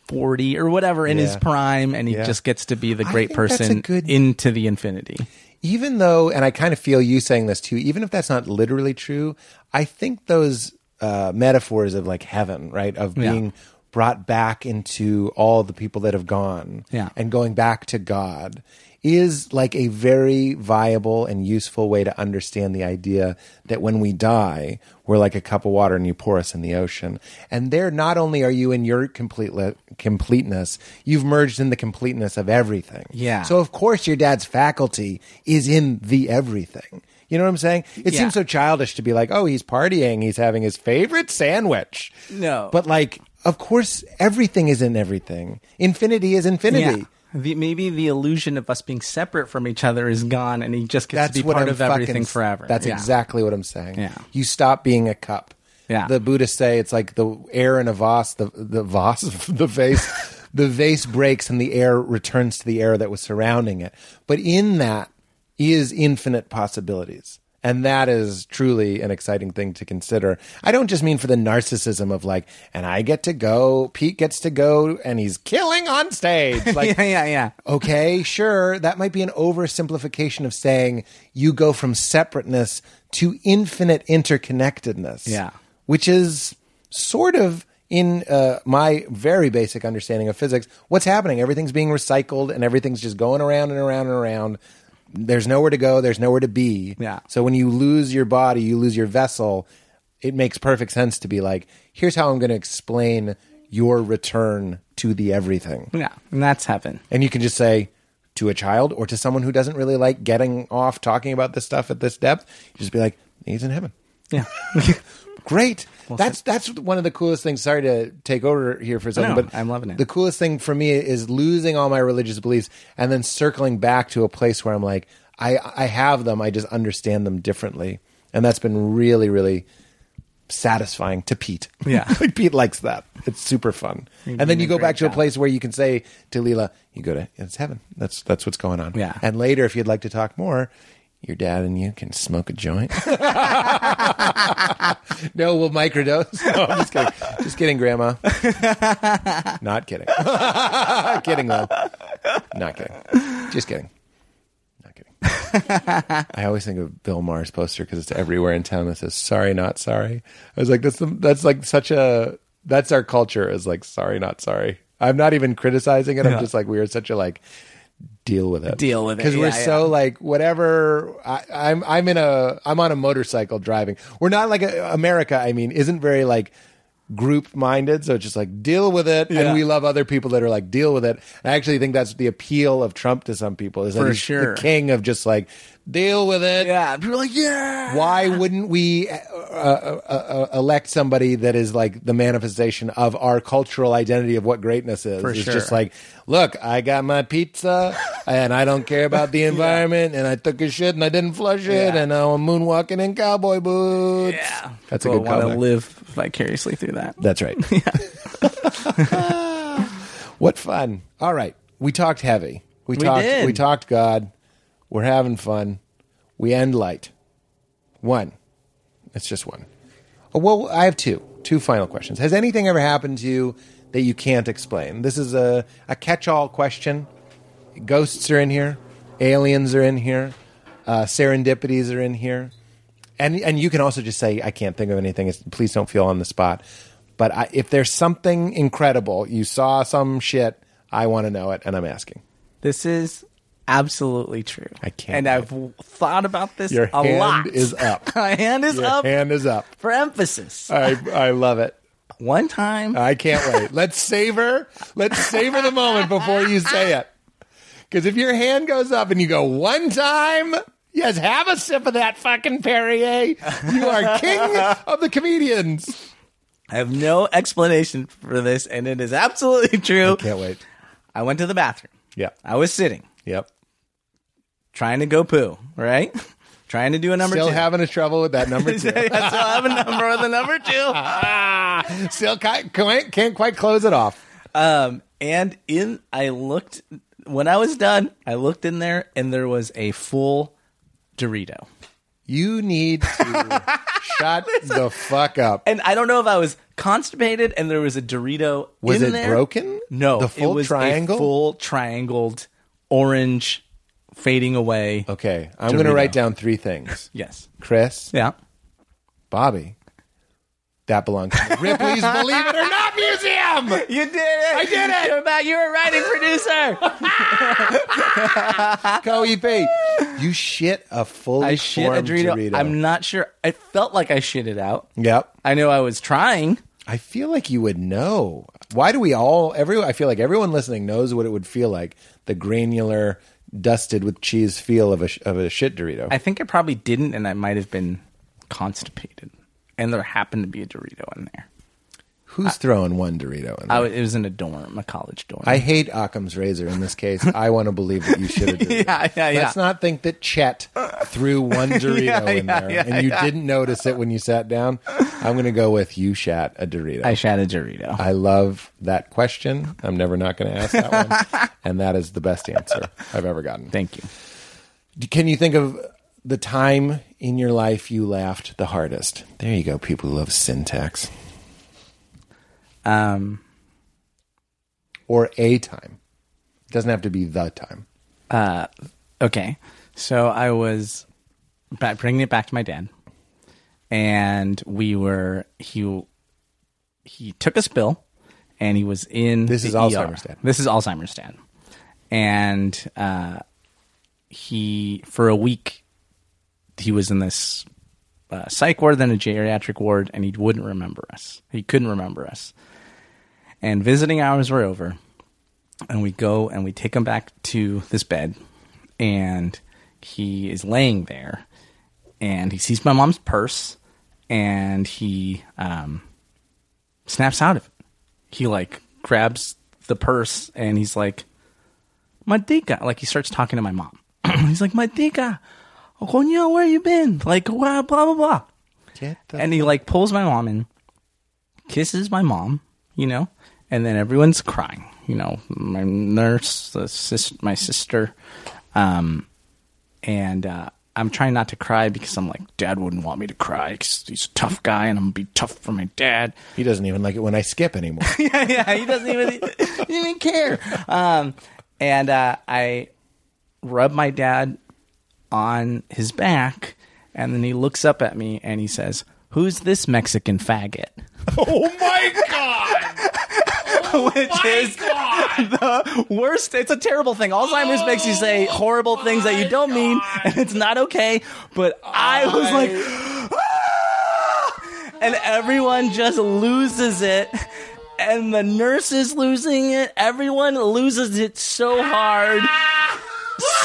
S2: 40 or whatever in his
S1: Yeah.
S2: prime and he
S1: Yeah.
S2: just gets to be the
S1: I
S2: great
S1: think that's a
S2: person
S1: good-
S2: into the infinity
S1: even though, and I kind of feel you saying this too, even if that's not literally true, I think those uh, metaphors of like heaven, right, of
S2: Yeah.
S1: being brought back into all the people that have gone
S2: Yeah.
S1: and going back to God is like a very viable and useful way to understand the idea that when we die, we're like a cup of water and you pour us in the ocean. And there, not only are you in your complete completeness, you've merged in the completeness of everything.
S2: Yeah.
S1: So of course your dad's faculty is in the everything. You know what I'm saying? It
S2: Yeah.
S1: seems so childish to be like, oh, he's partying, he's having his favorite sandwich.
S2: No.
S1: But like, of course, everything is in everything. Infinity is infinity.
S2: Yeah. The, maybe the illusion of us being separate from each other is gone, and he just gets
S1: That's
S2: to be
S1: what
S2: part
S1: I'm
S2: of everything
S1: fucking-
S2: forever.
S1: That's
S2: Yeah.
S1: exactly what I'm saying.
S2: Yeah.
S1: You stop being a cup.
S2: Yeah.
S1: The Buddhists say it's like the air in a vase, the the vase, the vase, the vase breaks and the air returns to the air that was surrounding it. But in that is infinite possibilities. And that is truly an exciting thing to consider. I don't just mean for the narcissism of like, and I get to go, Pete gets to go, and he's killing on stage. Like,
S2: yeah, yeah, yeah.
S1: okay, sure, that might be an oversimplification of saying you go from separateness to infinite interconnectedness.
S2: Yeah.
S1: Which is sort of in uh, my very basic understanding of physics, what's happening? Everything's being recycled and everything's just going around and around and around. There's nowhere to go, there's nowhere to be.
S2: Yeah.
S1: So when you lose your body, you lose your vessel, it makes perfect sense to be like, here's how I'm going to explain your return to the everything.
S2: Yeah, and that's heaven.
S1: And you can just say to a child or to someone who doesn't really like getting off talking about this stuff at this depth, you just be like, he's in heaven.
S2: Yeah.
S1: Great. that's that's one of the coolest things. Sorry to take over here for a second,
S2: No,
S1: but
S2: I'm loving it.
S1: The coolest thing for me is losing all my religious beliefs and then circling back to a place where I'm like, I I have them. I just understand them differently, and that's been really really satisfying to Pete.
S2: Yeah.
S1: like Pete likes that. It's super fun. And then
S2: did
S1: you
S2: a
S1: go
S2: great
S1: back to a
S2: job.
S1: place where you can say to Leela, you go to it's heaven. That's that's what's going on.
S2: Yeah.
S1: And later, if you'd like to talk more. Your dad and you can smoke a joint. No, we'll microdose. No, I'm just kidding. Just kidding, Grandma. Not kidding. kidding though. Not kidding. Just kidding. Not kidding. I always think of Bill Maher's poster because it's everywhere in town that says "Sorry, not sorry." I was like, that's the, that's like such a that's our culture is like sorry, not sorry. I'm not even criticizing it. I'm just like we are such a like deal with it
S2: Deal with it.
S1: because we're
S2: Yeah,
S1: so like whatever I, i'm i'm in a i'm on a motorcycle driving we're not like a, america i mean isn't very like group minded so it's just like deal with it
S2: Yeah.
S1: and we love other people that are like deal with it i actually think that's the appeal of trump to some people is that
S2: For
S1: he's
S2: sure.
S1: the king of just like deal with it
S2: Yeah. People are like, yeah.
S1: why wouldn't we uh, uh, uh, uh, elect somebody that is like the manifestation of our cultural identity of what greatness is?
S2: For
S1: it's
S2: sure.
S1: just like, look, I got my pizza and I don't care about the environment and I took a shit and I didn't flush it
S2: Yeah.
S1: and now I'm moonwalking in cowboy boots.
S2: Yeah.
S1: That's a
S2: People
S1: good
S2: want to
S1: callback.
S2: live vicariously through that.
S1: That's right. what fun. All right. We talked heavy. We, talked
S2: did.
S1: we talked God. We're having fun. We end light. One. It's just one. Oh, well, I have two. Two final questions. Has anything ever happened to you that you can't explain? This is a, a catch all question. Ghosts are in here. Aliens are in here. Uh, serendipities are in here. And and you can also just say, I can't think of anything. It's, please don't feel on the spot. But I, if there's something incredible, you saw some shit, I want to know it, and I'm asking.
S2: This is absolutely true.
S1: I can't
S2: And
S1: wait.
S2: I've w- thought about this
S1: Your
S2: a
S1: hand
S2: lot.
S1: is up.
S2: My hand is
S1: Your
S2: up
S1: hand is up. Uh,
S2: for emphasis.
S1: I, I love it.
S2: One time,
S1: I can't wait. Let's savor. Let's savor the moment before you say it. Because if your hand goes up and you go one time, yes, have a sip of that fucking Perrier. You are king of the comedians.
S2: I have no explanation for this, and it is absolutely true.
S1: Can't wait.
S2: I went to the bathroom.
S1: Yeah.
S2: I was sitting,
S1: Yep.
S2: trying to go poo, right? trying to do a number
S1: Still
S2: two.
S1: having a trouble with that number two. Ah,
S2: I still have a number with a number two.
S1: Still can't, can't can't quite close it off.
S2: Um, and in I looked when I was done, I looked in there and there was a full Dorito.
S1: You need to shut the fuck up.
S2: And I don't know if I was constipated and there was a Dorito.
S1: Was
S2: in
S1: it
S2: there.
S1: broken?
S2: No,
S1: The full
S2: it was
S1: triangle?
S2: a full triangled orange fading away.
S4: Okay,
S1: I'm going to write down three things.
S2: Yes.
S1: Chris,
S2: Yeah.
S1: Bobby, that belongs to Ripley's Believe It or Not Museum.
S2: You did it. I did it. You're back. You were writing producer.
S1: Co-EP. You shit a fully
S2: I shit a
S1: formed
S2: Dorito.
S1: Dorito.
S2: I'm not sure. It felt like I shit it out.
S1: Yep.
S2: I know I was trying.
S1: I feel like you would know. Why do we all every I feel like everyone listening knows what it would feel like the granular dusted with cheese feel of a sh- of a shit Dorito.
S2: I think I probably didn't, and I might have been constipated. And there happened to be a Dorito in there.
S1: Who's throwing one Dorito in there?
S2: I
S1: I,
S2: was, it was in a dorm, a college dorm.
S1: hate Occam's razor in this case. I want to believe that you should have Dorito.
S2: yeah, yeah, yeah.
S1: Let's not think that Chet threw one Dorito in
S2: yeah,
S1: there
S2: yeah,
S1: and you didn't notice it when you sat down. I'm going to go with you shat a Dorito.
S2: I shat a Dorito.
S1: I love that question. I'm never not going to ask that one. and that is the best answer I've ever gotten.
S2: Thank you.
S1: Can you think of the time in your life you laughed the hardest? There you go, people who love syntax.
S2: Um,
S1: Or a time. It doesn't have to be the time.
S2: Okay. So I was ba bringing it back to my dad, and we were he he took a spill, and he was in
S1: This
S2: the
S1: is Alzheimer's
S2: ER.
S1: dad.
S2: This is Alzheimer's dad, and uh, he for a week he was in this uh, psych ward, then a geriatric ward, and he wouldn't remember us. He couldn't remember us, and visiting hours were over and we go and we take him back to this bed and he is laying there and he sees my mom's purse and he um, snaps out of it he like grabs the purse and he's like madika like he starts talking to my mom he's like madika Konya, where you been like wha- blah blah blah
S1: Get the
S2: and he like pulls my mom in, kisses my mom, you know, and then everyone's crying. You know, my nurse, the sis- my sister, um, and uh, I'm trying not to cry because I'm like, Dad wouldn't want me to cry because he's a tough guy and I'm gonna be tough for my dad.
S1: he doesn't even like it when I skip anymore.
S2: yeah, yeah, he doesn't even he doesn't even care. Um, and uh, I rub my dad on his back, and then he looks up at me and he says, "Who's this Mexican faggot?"
S1: oh my god! Oh
S2: Which is the worst. It's a terrible thing. Alzheimer's makes you say
S1: Oh
S2: horrible things that you don't mean, and it's not okay. But I was like, and everyone just loses it. And the nurse is losing it. Everyone loses it so hard.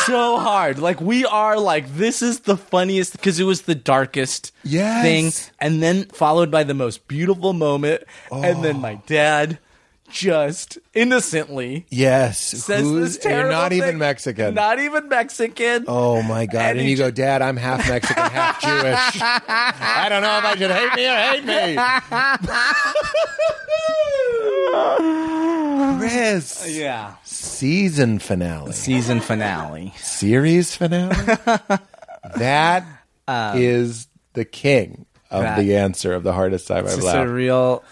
S2: So hard. Like, we are like, this is the funniest because it was the darkest
S1: Yes.
S2: thing. And then followed by the most beautiful moment. And then
S1: Oh.
S2: my dad just innocently
S1: Yes.
S2: says
S1: who's-
S2: this terrible
S1: You're not even
S2: thing.
S1: Mexican.
S2: Not even Mexican.
S1: oh my god! And,
S2: And he
S1: you go, Dad, I'm half Mexican, half Jewish. I don't know if I should hate me or hate me. Chris,
S2: Yeah.
S1: season finale.
S2: Season finale.
S1: series finale. That is the king of
S2: Um, that-
S1: the answer of the hardest time I've
S2: It's just a
S1: laughed.
S2: real,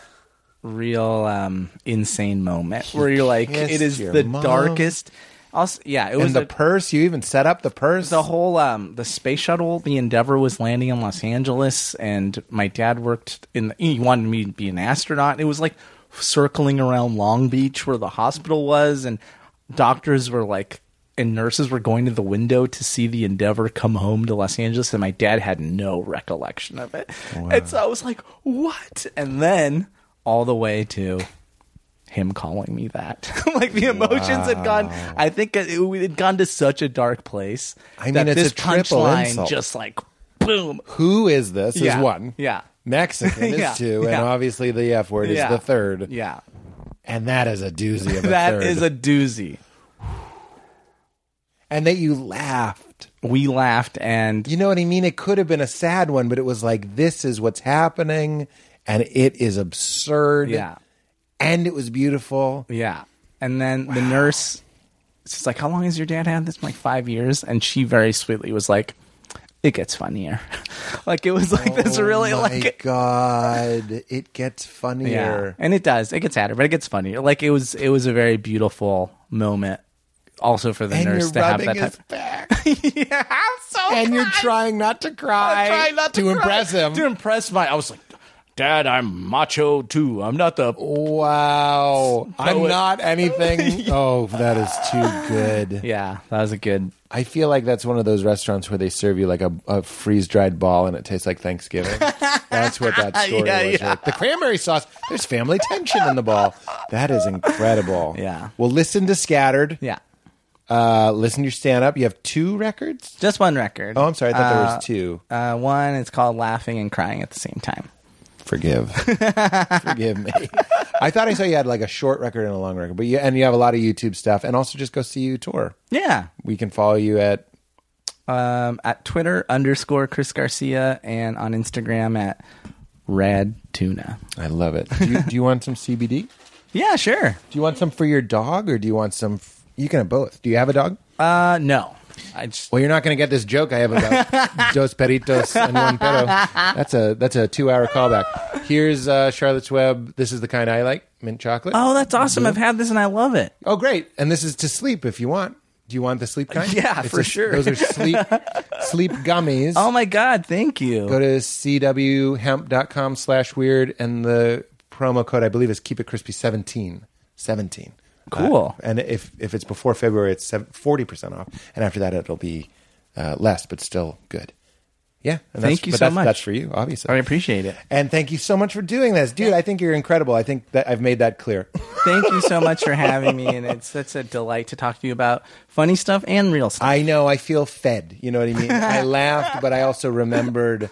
S2: real um, insane moment where you're like, it
S1: kissed
S2: is
S1: your
S2: the
S1: mom.
S2: darkest. Also, yeah, it was
S1: And the
S2: the,
S1: purse, you even set up the purse.
S2: the whole um, the space shuttle, the Endeavor was landing in Los Angeles, and my dad worked in. The, he wanted me to be an astronaut. It was like circling around Long Beach where the hospital was, and doctors were like. And nurses were going to the window to see the Endeavor come home to Los Angeles, and my dad had no recollection of it. And so I was like, "What?" And then all the way to him calling me that. like the emotions had gone. I think it, it had gone to such a dark place.
S1: I mean,
S2: that
S1: it's
S2: this
S1: a triple
S2: punchline
S1: insult.
S2: just like boom.
S1: Who is this?
S2: Yeah.
S1: Is one.
S2: Yeah.
S1: Mexican is
S2: Yeah.
S1: two, and
S2: Yeah.
S1: obviously the F word
S2: Yeah.
S1: is the third.
S2: Yeah,
S1: And that is a doozy of a
S2: that
S1: third.
S2: is a doozy.
S1: and that you laughed.
S2: We laughed and
S1: You know what I mean? It could have been a sad one, but it was like this is what's happening, and it is absurd.
S2: yeah,
S1: And it was beautiful.
S2: yeah. And then the nurse, she's like, "How long has your dad had this?" I'm like five years, and she very sweetly was like. It gets funnier. like it was like this really
S1: oh my
S2: like
S1: god, it gets
S2: Yeah.
S1: funnier.
S2: And it does. It gets sadder, but it gets funnier. Like it was it was a very beautiful moment also for the
S1: and
S2: nurse
S1: you're
S2: to have
S1: rubbing
S2: that type.
S1: his back, and
S2: yeah, I'm so.
S1: you're trying not to cry,
S2: trying not to, cry.
S1: impress him.
S2: To impress my, I was like, Dad, I'm macho too. I'm not the.
S1: Oh. Wow, I'm
S2: Poet.
S1: not anything. oh, that is too good.
S2: Yeah, that was a good.
S1: I feel like that's one of those restaurants where they serve you like a, a freeze dried ball and it tastes like Thanksgiving. that's what that story
S2: Yeah,
S1: was.
S2: yeah.
S1: Like. The cranberry sauce, there's family tension in the ball. That is incredible.
S2: Yeah.
S1: Well, listen to Scattered.
S2: Yeah,
S1: Uh, listen to your stand up. You have two records?
S2: just one record.
S1: Oh, I'm sorry. I thought there was two.
S2: Uh, one, it's called "Laughing and Crying at the Same Time."
S1: Forgive. Forgive me. I thought I saw you had like a short record and a long record, but you, and you have a lot of YouTube stuff. And also just go see you tour.
S2: Yeah,
S1: We can follow you at
S2: um, at Twitter underscore Chris Garcia and on Instagram at Rad Tuna.
S1: I love it. Do you, do you want some CBD?
S2: Yeah, sure.
S1: Do you want some for your dog or do you want some? F- you can have both. Do you have a dog?
S2: Uh, no, I just
S1: Well, you're not going to get this joke I have about dos peritos and one pedo. That's a that's a two hour callback. Here's uh, Charlotte's Web. This is the kind I like, mint chocolate.
S2: Oh, that's awesome. I've had this and I love it.
S1: Oh, great! And this is to sleep if you want. Do you want the sleep kind?
S2: Yeah, for
S1: a-
S2: sure.
S1: Those are sleep sleep gummies.
S2: Oh my god, thank you.
S1: Go to cwhemp.com slash weird and the promo code I believe is keep it crispy 17. 17.
S2: Cool.
S1: Uh, and if if it's before February, it's forty percent off, and after that, it'll be uh, less, but still good. Yeah, and that's-
S2: Thank you
S1: but
S2: so
S1: that's,
S2: much.
S1: That's for you, obviously.
S2: I appreciate it.
S1: And thank you so much for doing this, dude. I think you're incredible. I think that I've made that clear.
S2: Thank you so much for having me, and it's such a delight to talk to you about funny stuff and real stuff.
S1: I know. I feel fed. You know what I mean. I laughed, but I also remembered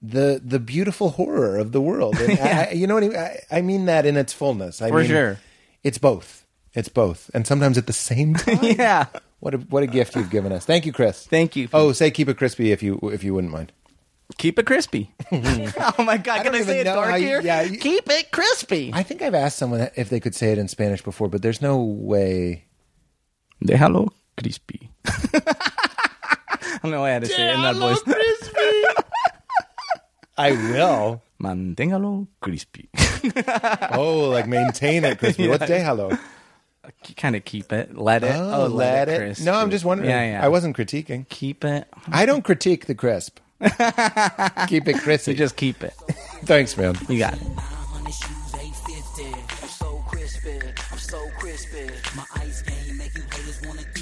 S1: the the beautiful horror of the world. And I, I- you know what I mean. I, I mean that in its fullness. I
S2: For
S1: mean,
S2: sure.
S1: It's both. It's both, and sometimes at the same time.
S2: yeah.
S1: What a what a gift you've given us. Thank you, Chris.
S2: Thank you.
S1: Oh, say keep it crispy if you if you wouldn't mind.
S2: Keep it crispy. oh my god,
S1: don't
S2: can I
S1: even
S2: say it
S1: know how
S2: dark
S1: you-
S2: here?
S1: yeah, you-
S2: Keep it crispy.
S1: I think I've asked someone if they could say it in Spanish before, but there's no way.
S2: Déjalo crispy. I don't know why I had to say it in that voice.
S1: I will.
S2: Manténgalo crispy.
S1: Oh, like maintain it crispy. What's de hello?
S2: kind of keep it. Let it.
S1: Oh, let it.
S2: crispy.
S1: No, I'm just wondering.
S2: Yeah, yeah.
S1: I wasn't critiquing.
S2: keep it.
S1: I don't critique the crisp. keep it crispy.
S2: You just keep it.
S1: thanks, man.
S2: You got it.
S5: 900 shoes, 850. I'm so crispy, I'm so crispy. My ice game make you haters wanna